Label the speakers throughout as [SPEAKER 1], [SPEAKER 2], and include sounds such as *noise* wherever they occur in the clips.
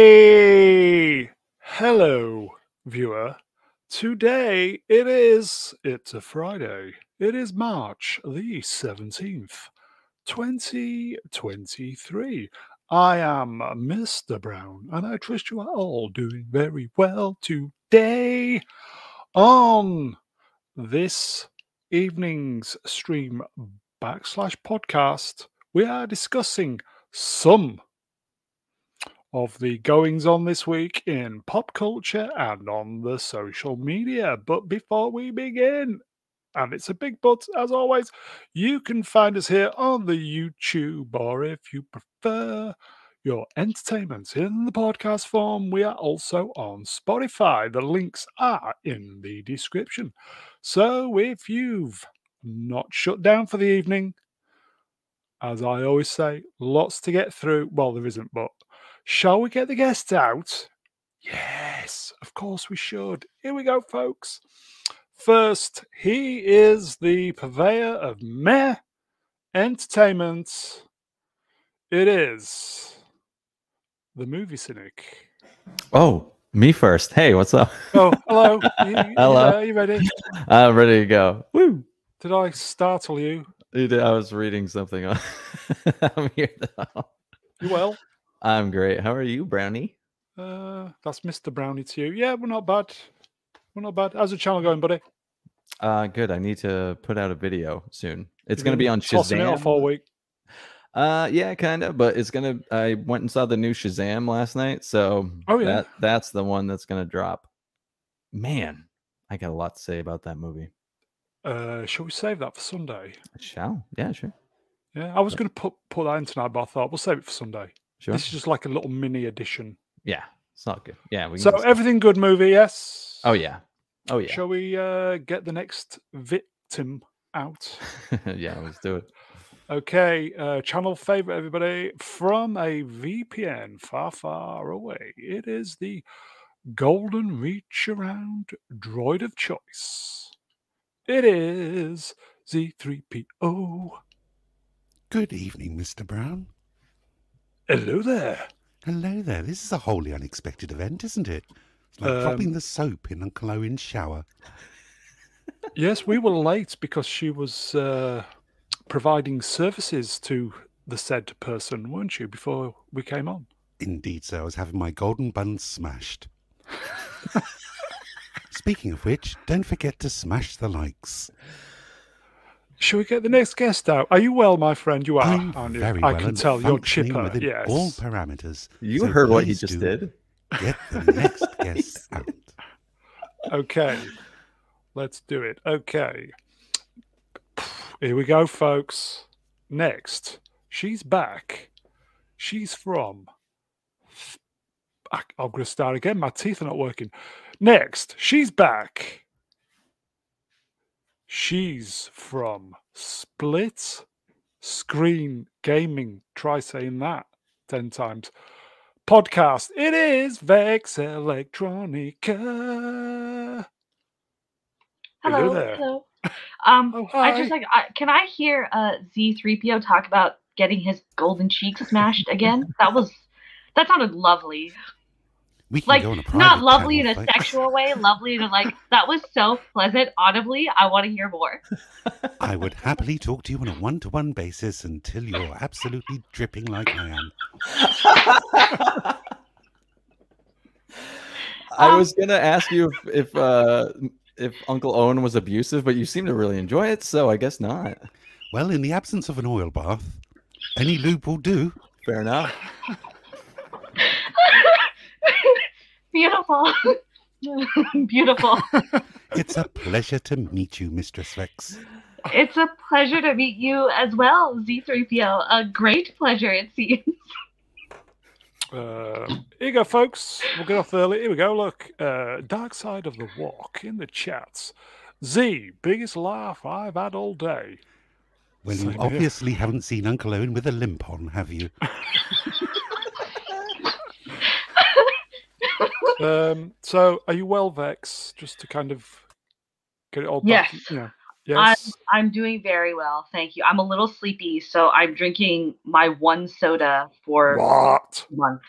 [SPEAKER 1] Way! Hello, viewer. Today it is, it's a Friday. It is March the 17th, 2023. I am Mr. Brown, and I trust you are all doing very well today. On this evening's stream backslash podcast, we are discussing some of the goings on this week in pop culture and on the social media. But before we begin, and it's a big but as always, you can find us here on the YouTube or if you prefer your entertainment in the podcast form, we are also on Spotify. The links are in the description. So if you've not shut down for the evening, as I always say, lots to get through. Well, there isn't, but Shall we get the guests out? Yes, of course we should. Here we go, folks. First, he is the purveyor of meh entertainment. It is the movie cynic.
[SPEAKER 2] Oh, me first. Hey, what's up?
[SPEAKER 1] Oh, hello. You- you
[SPEAKER 2] Hello.
[SPEAKER 1] there? Are you ready?
[SPEAKER 2] *laughs* I'm ready to go. Woo!
[SPEAKER 1] Did I startle you?
[SPEAKER 2] You did- I was reading something on. *laughs* I'm here now.
[SPEAKER 1] You well?
[SPEAKER 2] I'm great. How are you, Brownie?
[SPEAKER 1] Uh, that's Mr. Brownie to you. Yeah, we're not bad. We're not bad. How's the channel going, buddy?
[SPEAKER 2] Uh, good. I need to put out a video soon. It's
[SPEAKER 1] You've
[SPEAKER 2] gonna
[SPEAKER 1] been
[SPEAKER 2] be on
[SPEAKER 1] tossing it off
[SPEAKER 2] Shazam.
[SPEAKER 1] all week.
[SPEAKER 2] Uh, yeah, kind of, but it's gonna. I went and saw the new Shazam last night, so
[SPEAKER 1] Oh, yeah.
[SPEAKER 2] that that's the one that's gonna drop. Man, I got a lot to say about that movie.
[SPEAKER 1] Uh, shall we save that for Sunday?
[SPEAKER 2] Shall? Yeah, sure,
[SPEAKER 1] Yeah, I was going to put put that in tonight, but I thought we'll save it for Sunday.
[SPEAKER 2] sure.
[SPEAKER 1] This is just like a little mini edition.
[SPEAKER 2] Yeah, it's not good. Yeah, we. Can
[SPEAKER 1] So
[SPEAKER 2] just-
[SPEAKER 1] everything good movie, yes.
[SPEAKER 2] oh yeah, oh yeah.
[SPEAKER 1] Shall we uh, get the next victim out?
[SPEAKER 2] *laughs* yeah, let's do it.
[SPEAKER 1] Okay, uh, channel favorite, everybody, from a VPN far, far away. It is the Golden Reach Around Droid of Choice. It is Z3PO.
[SPEAKER 3] Good evening, Mr. Brown.
[SPEAKER 1] Hello there.
[SPEAKER 3] Hello there. This is a wholly unexpected event, isn't it? It's
[SPEAKER 1] Um,
[SPEAKER 3] like dropping the soap in Uncle Owen's shower.
[SPEAKER 1] Yes, we were late because she was uh, providing services to the said person, weren't you, before we came on?
[SPEAKER 3] Indeed, sir. I was having my golden buns smashed. *laughs* Speaking of which, don't forget to smash the likes.
[SPEAKER 1] Shall we get the next guest out? Are you well, my friend? You are,
[SPEAKER 3] I'm
[SPEAKER 1] aren't you?
[SPEAKER 3] very
[SPEAKER 1] I
[SPEAKER 3] well
[SPEAKER 1] can
[SPEAKER 3] and
[SPEAKER 1] tell you're
[SPEAKER 3] functioning
[SPEAKER 1] chipper.
[SPEAKER 3] within
[SPEAKER 1] Yes.
[SPEAKER 3] all parameters.
[SPEAKER 2] You
[SPEAKER 3] So
[SPEAKER 2] heard what he
[SPEAKER 3] please
[SPEAKER 2] just
[SPEAKER 3] do
[SPEAKER 2] did.
[SPEAKER 3] Get
[SPEAKER 1] *laughs*
[SPEAKER 3] the next guest out.
[SPEAKER 1] Okay. Let's do it. Okay. Here we go, folks. Next. She's back. She's from. I- I'm going to start again. My teeth are not working. Next. She's back. She's from Split Screen Gaming. Try saying that 10 times. Podcast. It is Vex Electronica. Hello
[SPEAKER 4] Hello,
[SPEAKER 1] there.
[SPEAKER 4] hello. Um,
[SPEAKER 1] Oh,
[SPEAKER 4] I
[SPEAKER 1] hi.
[SPEAKER 4] just like, I, can I hear uh, Z3PO talk about getting his golden cheeks smashed again? That was, that sounded lovely.
[SPEAKER 3] We can
[SPEAKER 4] Like,
[SPEAKER 3] go on a private
[SPEAKER 4] Not lovely in
[SPEAKER 3] channel,
[SPEAKER 4] a
[SPEAKER 3] thank-
[SPEAKER 4] sexual way, lovely in a like, that was so pleasant audibly. I want to hear more. *laughs*
[SPEAKER 3] I would happily talk to you on a one to one basis until you're absolutely dripping like I am.
[SPEAKER 2] I
[SPEAKER 4] Um,
[SPEAKER 2] was gonna ask you if if, uh, if Uncle Owen was abusive, but you seem to really enjoy it, so I guess not.
[SPEAKER 3] Well, in the absence of an oil bath, any lube will do.
[SPEAKER 2] Fair enough.
[SPEAKER 4] Beautiful. *laughs* Beautiful.
[SPEAKER 3] It's a pleasure to meet you, Mistress Rex.
[SPEAKER 4] It's a pleasure to meet you as well, Z3PO. A great pleasure, it seems.
[SPEAKER 1] Um, here you go, folks. We'll get off early. Here we go. Look, uh, Dark Side of the Walk in the chats. Z, biggest laugh I've had all day.
[SPEAKER 3] Well,
[SPEAKER 1] Same
[SPEAKER 3] you
[SPEAKER 1] here.
[SPEAKER 3] obviously haven't seen Uncle Owen with a limp on, have you?
[SPEAKER 1] Um, so, are you well, Vex? Just to kind of get it all back.
[SPEAKER 4] Yes.
[SPEAKER 1] You know.
[SPEAKER 4] I'm-
[SPEAKER 1] Yes.
[SPEAKER 4] I'm doing very well, thank you. I'm a little sleepy, so I'm drinking my one soda for
[SPEAKER 1] What?
[SPEAKER 4] a month.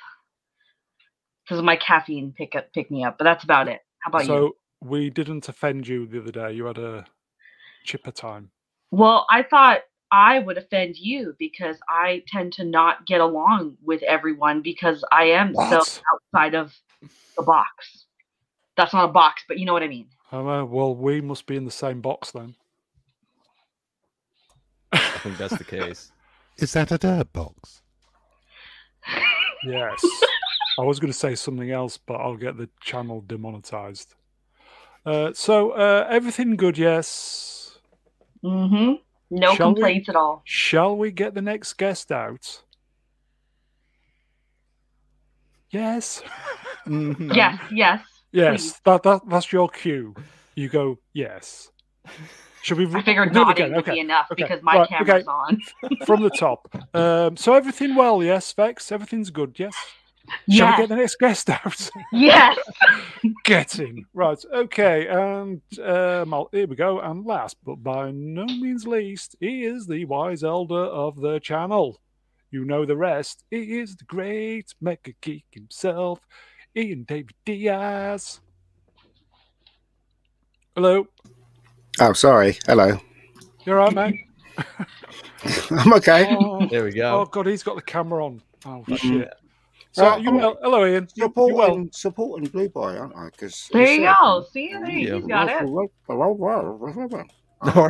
[SPEAKER 4] because of my caffeine pick up pick me up. But that's about it. How about you?
[SPEAKER 1] so we didn't offend you the other day. You had a chipper time.
[SPEAKER 4] Well, I thought I would offend you because I tend to not get along with everyone because I am so
[SPEAKER 1] What?
[SPEAKER 4] outside of the box. That's not a box, but you know what I mean.
[SPEAKER 1] Oh, well, well, we must be in the same box then.
[SPEAKER 2] I think that's the case.
[SPEAKER 3] Is that a dirt box?
[SPEAKER 4] *laughs*
[SPEAKER 1] Yes. I was going to say something else, but I'll get the channel demonetized. Uh, so, uh, everything good, yes.
[SPEAKER 4] Mm-hmm. No
[SPEAKER 1] Shall we?
[SPEAKER 4] complaints at all.
[SPEAKER 1] Shall we get the next guest out? Yes.
[SPEAKER 2] Mhm.
[SPEAKER 4] Yes, yes.
[SPEAKER 1] Yes.
[SPEAKER 4] please.
[SPEAKER 1] That, that That's your cue. You go, yes. Should we
[SPEAKER 4] I
[SPEAKER 1] re-
[SPEAKER 4] figured
[SPEAKER 1] do it
[SPEAKER 4] nodding
[SPEAKER 1] again?
[SPEAKER 4] would
[SPEAKER 1] Okay.
[SPEAKER 4] be enough
[SPEAKER 1] okay,
[SPEAKER 4] because my
[SPEAKER 1] right, okay.
[SPEAKER 4] camera's on.
[SPEAKER 1] from the top? Um, so, everything well, yes, Vex? Everything's good, yes? Shall we
[SPEAKER 4] Yes,
[SPEAKER 1] get the next guest *laughs* out?
[SPEAKER 4] yes.
[SPEAKER 1] getting right okay and um I'll- here we go and last but by no means least he is the wise elder of the channel you know the rest he is the great mega geek himself ian david diaz hello
[SPEAKER 5] Oh, sorry. Hello. *laughs*
[SPEAKER 1] you're right mate
[SPEAKER 5] I'm okay.
[SPEAKER 1] oh,
[SPEAKER 2] There we
[SPEAKER 1] oh
[SPEAKER 2] go.
[SPEAKER 1] god he's got the camera on oh
[SPEAKER 5] Mhm.
[SPEAKER 1] shit so
[SPEAKER 5] Right,
[SPEAKER 1] you
[SPEAKER 5] I'm
[SPEAKER 1] well hello ian you, you
[SPEAKER 5] Supporting,
[SPEAKER 1] well
[SPEAKER 5] supporting Blue Boy, aren't I? Because
[SPEAKER 4] There you go. See, there
[SPEAKER 2] Yeah,
[SPEAKER 4] you, he's got it.
[SPEAKER 2] Oh,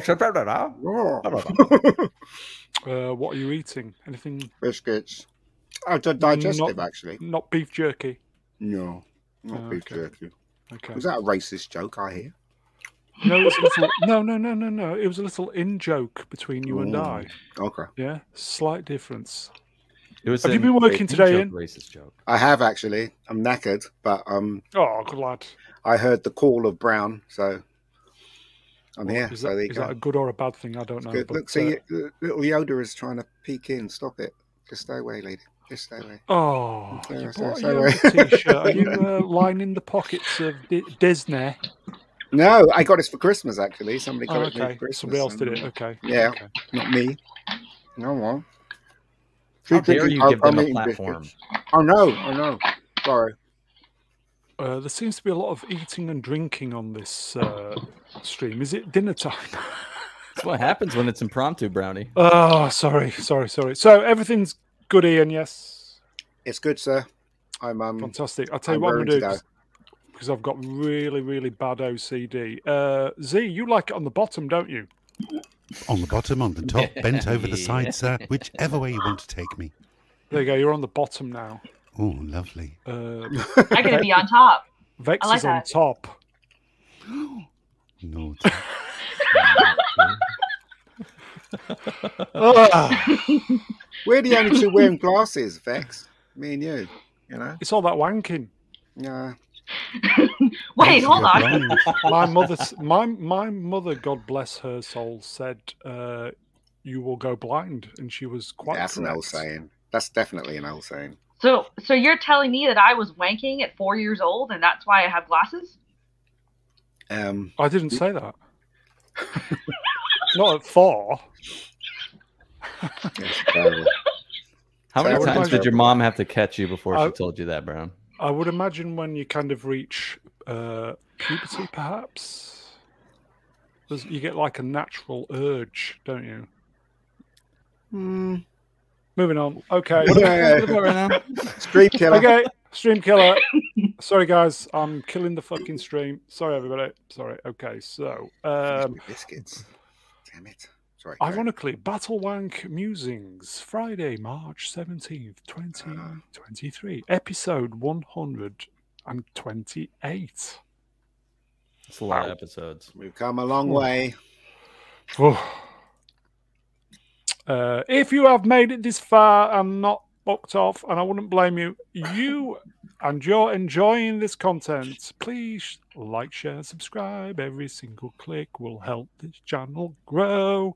[SPEAKER 2] *laughs*
[SPEAKER 1] uh, what are you eating anything
[SPEAKER 5] Biscuits. Oh, di- digestive,
[SPEAKER 1] Not-
[SPEAKER 5] actually.
[SPEAKER 1] not beef jerky
[SPEAKER 5] No, not
[SPEAKER 1] Oh,
[SPEAKER 5] beef
[SPEAKER 1] okay.
[SPEAKER 5] jerky.
[SPEAKER 1] okay
[SPEAKER 5] Was that a racist joke I hear?
[SPEAKER 1] No, it was a *laughs* little, no, no, no, no, no. It was a little in joke between you and
[SPEAKER 5] Ooh.
[SPEAKER 1] I.
[SPEAKER 5] Okay.
[SPEAKER 1] Yeah, slight difference.
[SPEAKER 2] It was
[SPEAKER 1] Have you
[SPEAKER 2] an
[SPEAKER 1] been working
[SPEAKER 2] racist
[SPEAKER 1] today,
[SPEAKER 2] joke,
[SPEAKER 1] Ian?
[SPEAKER 2] Racist joke.
[SPEAKER 5] I have, actually. I'm knackered, but um,
[SPEAKER 1] Oh, good lad.
[SPEAKER 5] I heard the call of Brown, so I'm
[SPEAKER 1] Well,
[SPEAKER 5] here.
[SPEAKER 1] Is,
[SPEAKER 5] so
[SPEAKER 1] that,
[SPEAKER 5] there you
[SPEAKER 1] is
[SPEAKER 5] go.
[SPEAKER 1] that a good or a bad thing? I don't know.
[SPEAKER 5] Good.
[SPEAKER 1] But,
[SPEAKER 5] Look, see,
[SPEAKER 1] uh,
[SPEAKER 5] uh, little Yoda is trying to peek in. Stop it. Just stay away, lady. Just stay away.
[SPEAKER 1] oh,
[SPEAKER 5] Sorry,
[SPEAKER 1] you
[SPEAKER 5] sorry,
[SPEAKER 1] bought a
[SPEAKER 5] sorry.
[SPEAKER 1] Yoda t-shirt. Are
[SPEAKER 5] *laughs*
[SPEAKER 1] you uh, lining the pockets of Di- Disney?
[SPEAKER 5] No, I got this for Christmas actually. Somebody got
[SPEAKER 1] Oh,
[SPEAKER 5] it for me
[SPEAKER 1] okay.
[SPEAKER 5] for Christmas.
[SPEAKER 1] Somebody else did
[SPEAKER 5] and-
[SPEAKER 1] it. Okay.
[SPEAKER 5] Yeah.
[SPEAKER 1] Okay.
[SPEAKER 5] Not me. Oh, No one.
[SPEAKER 2] How dare
[SPEAKER 5] Drinking
[SPEAKER 2] you give them
[SPEAKER 5] alcohol,
[SPEAKER 2] a
[SPEAKER 5] eating
[SPEAKER 2] platform?
[SPEAKER 5] biscuits. Oh no, oh no. Sorry.
[SPEAKER 1] Uh, there seems to be a lot of eating and drinking on this uh, stream. Is it dinner time? *laughs*
[SPEAKER 2] That's what happens when it's impromptu, Brownie.
[SPEAKER 1] oh, sorry, sorry, sorry. So everything's good, Ian. Yes.
[SPEAKER 5] It's good, sir. I'm um
[SPEAKER 1] Fantastic. I'll tell you
[SPEAKER 5] I'm
[SPEAKER 1] what I'm going
[SPEAKER 5] raring
[SPEAKER 1] to
[SPEAKER 5] to
[SPEAKER 1] do
[SPEAKER 5] go.
[SPEAKER 1] because- because I've got really, really bad OCD. Uh, Z, you like it on the bottom, don't you?
[SPEAKER 3] On the bottom, on the top, bent over the
[SPEAKER 2] Yeah.
[SPEAKER 3] side, sir. Whichever way you want to take me.
[SPEAKER 1] There you go. You're on the bottom now.
[SPEAKER 3] Oh, lovely.
[SPEAKER 5] *laughs*
[SPEAKER 1] Uh,
[SPEAKER 4] I gotta be
[SPEAKER 2] *laughs*
[SPEAKER 4] on top.
[SPEAKER 1] Vex
[SPEAKER 4] I like
[SPEAKER 1] is on
[SPEAKER 4] that.
[SPEAKER 1] top.
[SPEAKER 3] Naughty.
[SPEAKER 1] Ah,
[SPEAKER 5] We're the only two wearing glasses, Vex. Me and you. You know?
[SPEAKER 1] it's all that wanking.
[SPEAKER 5] Yeah.
[SPEAKER 4] Wait, hold on.
[SPEAKER 3] You're
[SPEAKER 1] *laughs*
[SPEAKER 3] blind.
[SPEAKER 1] My mother, s- my my mother, God bless her soul, said, uh, "You will go blind," and she was quite
[SPEAKER 5] That's an old
[SPEAKER 1] correct.
[SPEAKER 5] saying. That's definitely an old saying.
[SPEAKER 4] So, so you're telling me that I was wanking at four years old, and that's why I have glasses?
[SPEAKER 5] *laughs* Um
[SPEAKER 1] I didn't say that. *laughs* Not at four.
[SPEAKER 5] it's terrible.
[SPEAKER 2] How many
[SPEAKER 5] Sorry,
[SPEAKER 2] times
[SPEAKER 1] sorry.
[SPEAKER 2] did your mom have to catch you before
[SPEAKER 1] I-
[SPEAKER 2] she told you that, Brown?
[SPEAKER 1] I would imagine when you kind of reach uh, puberty, perhaps, there's, you get like a natural urge, don't you?
[SPEAKER 5] Hmm.
[SPEAKER 1] Moving on. Okay.
[SPEAKER 5] Yeah. Street killer.
[SPEAKER 1] okay. Stream killer. Sorry, guys. I'm killing the fucking stream. Sorry, everybody. Sorry. Okay. So, um,
[SPEAKER 5] biscuits. Damn it. Sorry. go.
[SPEAKER 1] ironically, Battle Wank Musings, Friday, March 17th, 2023, episode 128.
[SPEAKER 2] It's a lot of
[SPEAKER 1] Wow.
[SPEAKER 2] episodes.
[SPEAKER 5] We've come a long
[SPEAKER 1] Ooh.
[SPEAKER 5] way.
[SPEAKER 1] Uh, if you have made it this far and not fucked off, and I wouldn't blame you, you and you're enjoying this content, please like, share, subscribe. Every single click will help this channel grow.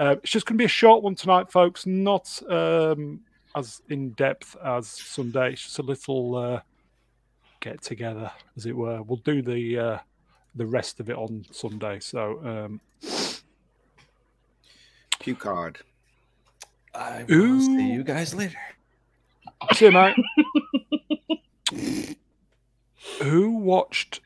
[SPEAKER 1] Uh, it's just going to be a short one tonight, folks. Not um, as in depth as Sunday. It's just a little uh, get together, as it were. We'll do the uh, the rest of it on Sunday. So um,
[SPEAKER 5] Cue card.
[SPEAKER 2] I
[SPEAKER 1] will see Ooh.
[SPEAKER 2] see
[SPEAKER 1] you
[SPEAKER 2] you guys later.
[SPEAKER 1] See you, mate. *laughs* Who watched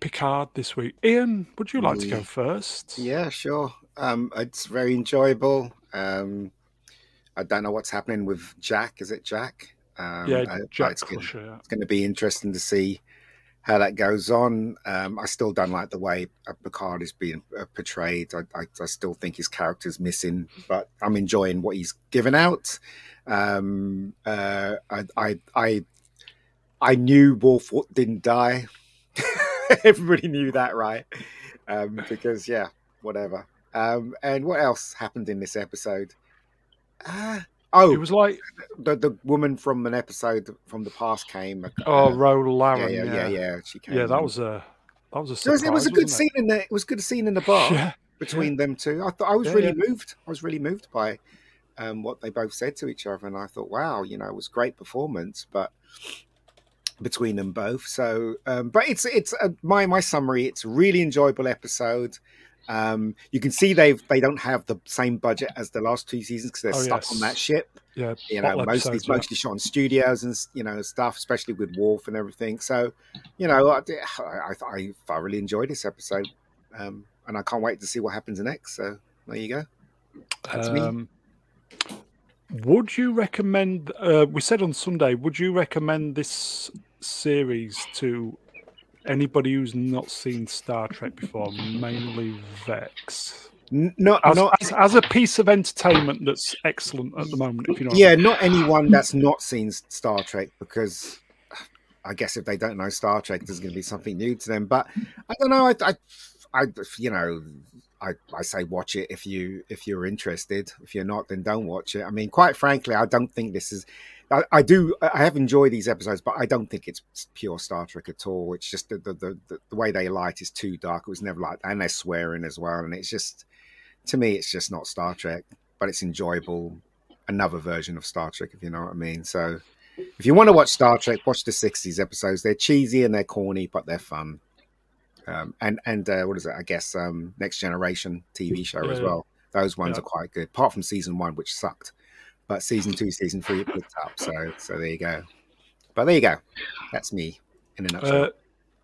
[SPEAKER 1] Picard this week? Ian, would you like to go
[SPEAKER 5] Me.
[SPEAKER 1] first?
[SPEAKER 5] Yeah, sure. Um, it's very enjoyable. Um, I don't know what's happening with Jack. Is it Jack? Um,
[SPEAKER 1] yeah,
[SPEAKER 5] I-
[SPEAKER 1] Jack
[SPEAKER 5] it's good.
[SPEAKER 1] Crusher.
[SPEAKER 5] it's going to be interesting to see how that goes on. Um, I still don't like the way uh, Picard is being uh, portrayed. I, I, I still think his character's missing, but I'm enjoying what he's given out. Um, uh, I, I, I, I knew Wolf didn't die. *laughs* Everybody knew that, right? Um, because yeah, whatever. Um, and what else happened in this episode? Uh, oh,
[SPEAKER 1] It was like,
[SPEAKER 5] the, the woman from an episode from the past came.
[SPEAKER 1] oh,
[SPEAKER 5] uh,
[SPEAKER 1] Ro
[SPEAKER 5] yeah,
[SPEAKER 1] Laren.
[SPEAKER 5] yeah, yeah, yeah, She came.
[SPEAKER 1] Yeah, that
[SPEAKER 5] and-
[SPEAKER 1] was a that was a
[SPEAKER 5] It was,
[SPEAKER 1] surprise,
[SPEAKER 5] it was a good
[SPEAKER 1] wasn't
[SPEAKER 5] scene in the. It was a good scene in the bar
[SPEAKER 1] Yeah,
[SPEAKER 5] between them two. I thought I was
[SPEAKER 1] Yeah,
[SPEAKER 5] really moved. I was really moved by um, what they both said to each other, and I thought, wow, you know, it was great performance, but between them both. So, um, but it's it's uh my my summary. It's a really enjoyable episode. Um, you can see they've they don't have the same budget as the last two seasons because they're
[SPEAKER 1] Oh,
[SPEAKER 5] stuck
[SPEAKER 1] yes.
[SPEAKER 5] on that ship
[SPEAKER 1] yeah,
[SPEAKER 5] you know,
[SPEAKER 1] bottle
[SPEAKER 5] mostly
[SPEAKER 1] episodes, yeah.
[SPEAKER 5] mostly shot in studios and you know stuff, especially with Wolf and everything. So, you know, *sighs* I, I, I thoroughly enjoyed this episode, um, and I can't wait to see what happens next. So there you go. That's me.
[SPEAKER 1] Um, would you recommend? Uh, we said on Sunday. Would you recommend this series to anybody who's not seen Star Trek before, mainly Vex?
[SPEAKER 5] N- Not,
[SPEAKER 1] As,
[SPEAKER 5] not
[SPEAKER 1] as, as a piece of entertainment, that's excellent at the moment. If you know, what I
[SPEAKER 5] yeah,
[SPEAKER 1] mean.
[SPEAKER 5] not anyone that's not seen Star Trek because I guess if they don't know Star Trek, there's going to be something new to them. But I don't know. I, I, I you know, I, I say watch it if you if you're interested. If you're not, then don't watch it. I mean, quite frankly, I don't think this is. I, I do. I have enjoyed these episodes, but I don't think it's pure Star Trek at all. It's just the the, the, the way they light is too dark. It was never like, and they're swearing as well. And it's just, to me, it's just not Star Trek. But it's enjoyable another version of Star Trek, if you know what I mean. So, if you want to watch Star Trek, watch the '60s episodes. They're cheesy and they're corny, but they're fun. Um, and and uh, what is it? I guess um, Next Generation TV show as
[SPEAKER 1] Yeah.
[SPEAKER 5] well. Those ones
[SPEAKER 1] Yeah.
[SPEAKER 5] are quite good, apart from season one, which sucked. But season two, season three, it picked up. So so there you go. But there you go. That's me in a nutshell.
[SPEAKER 1] Uh,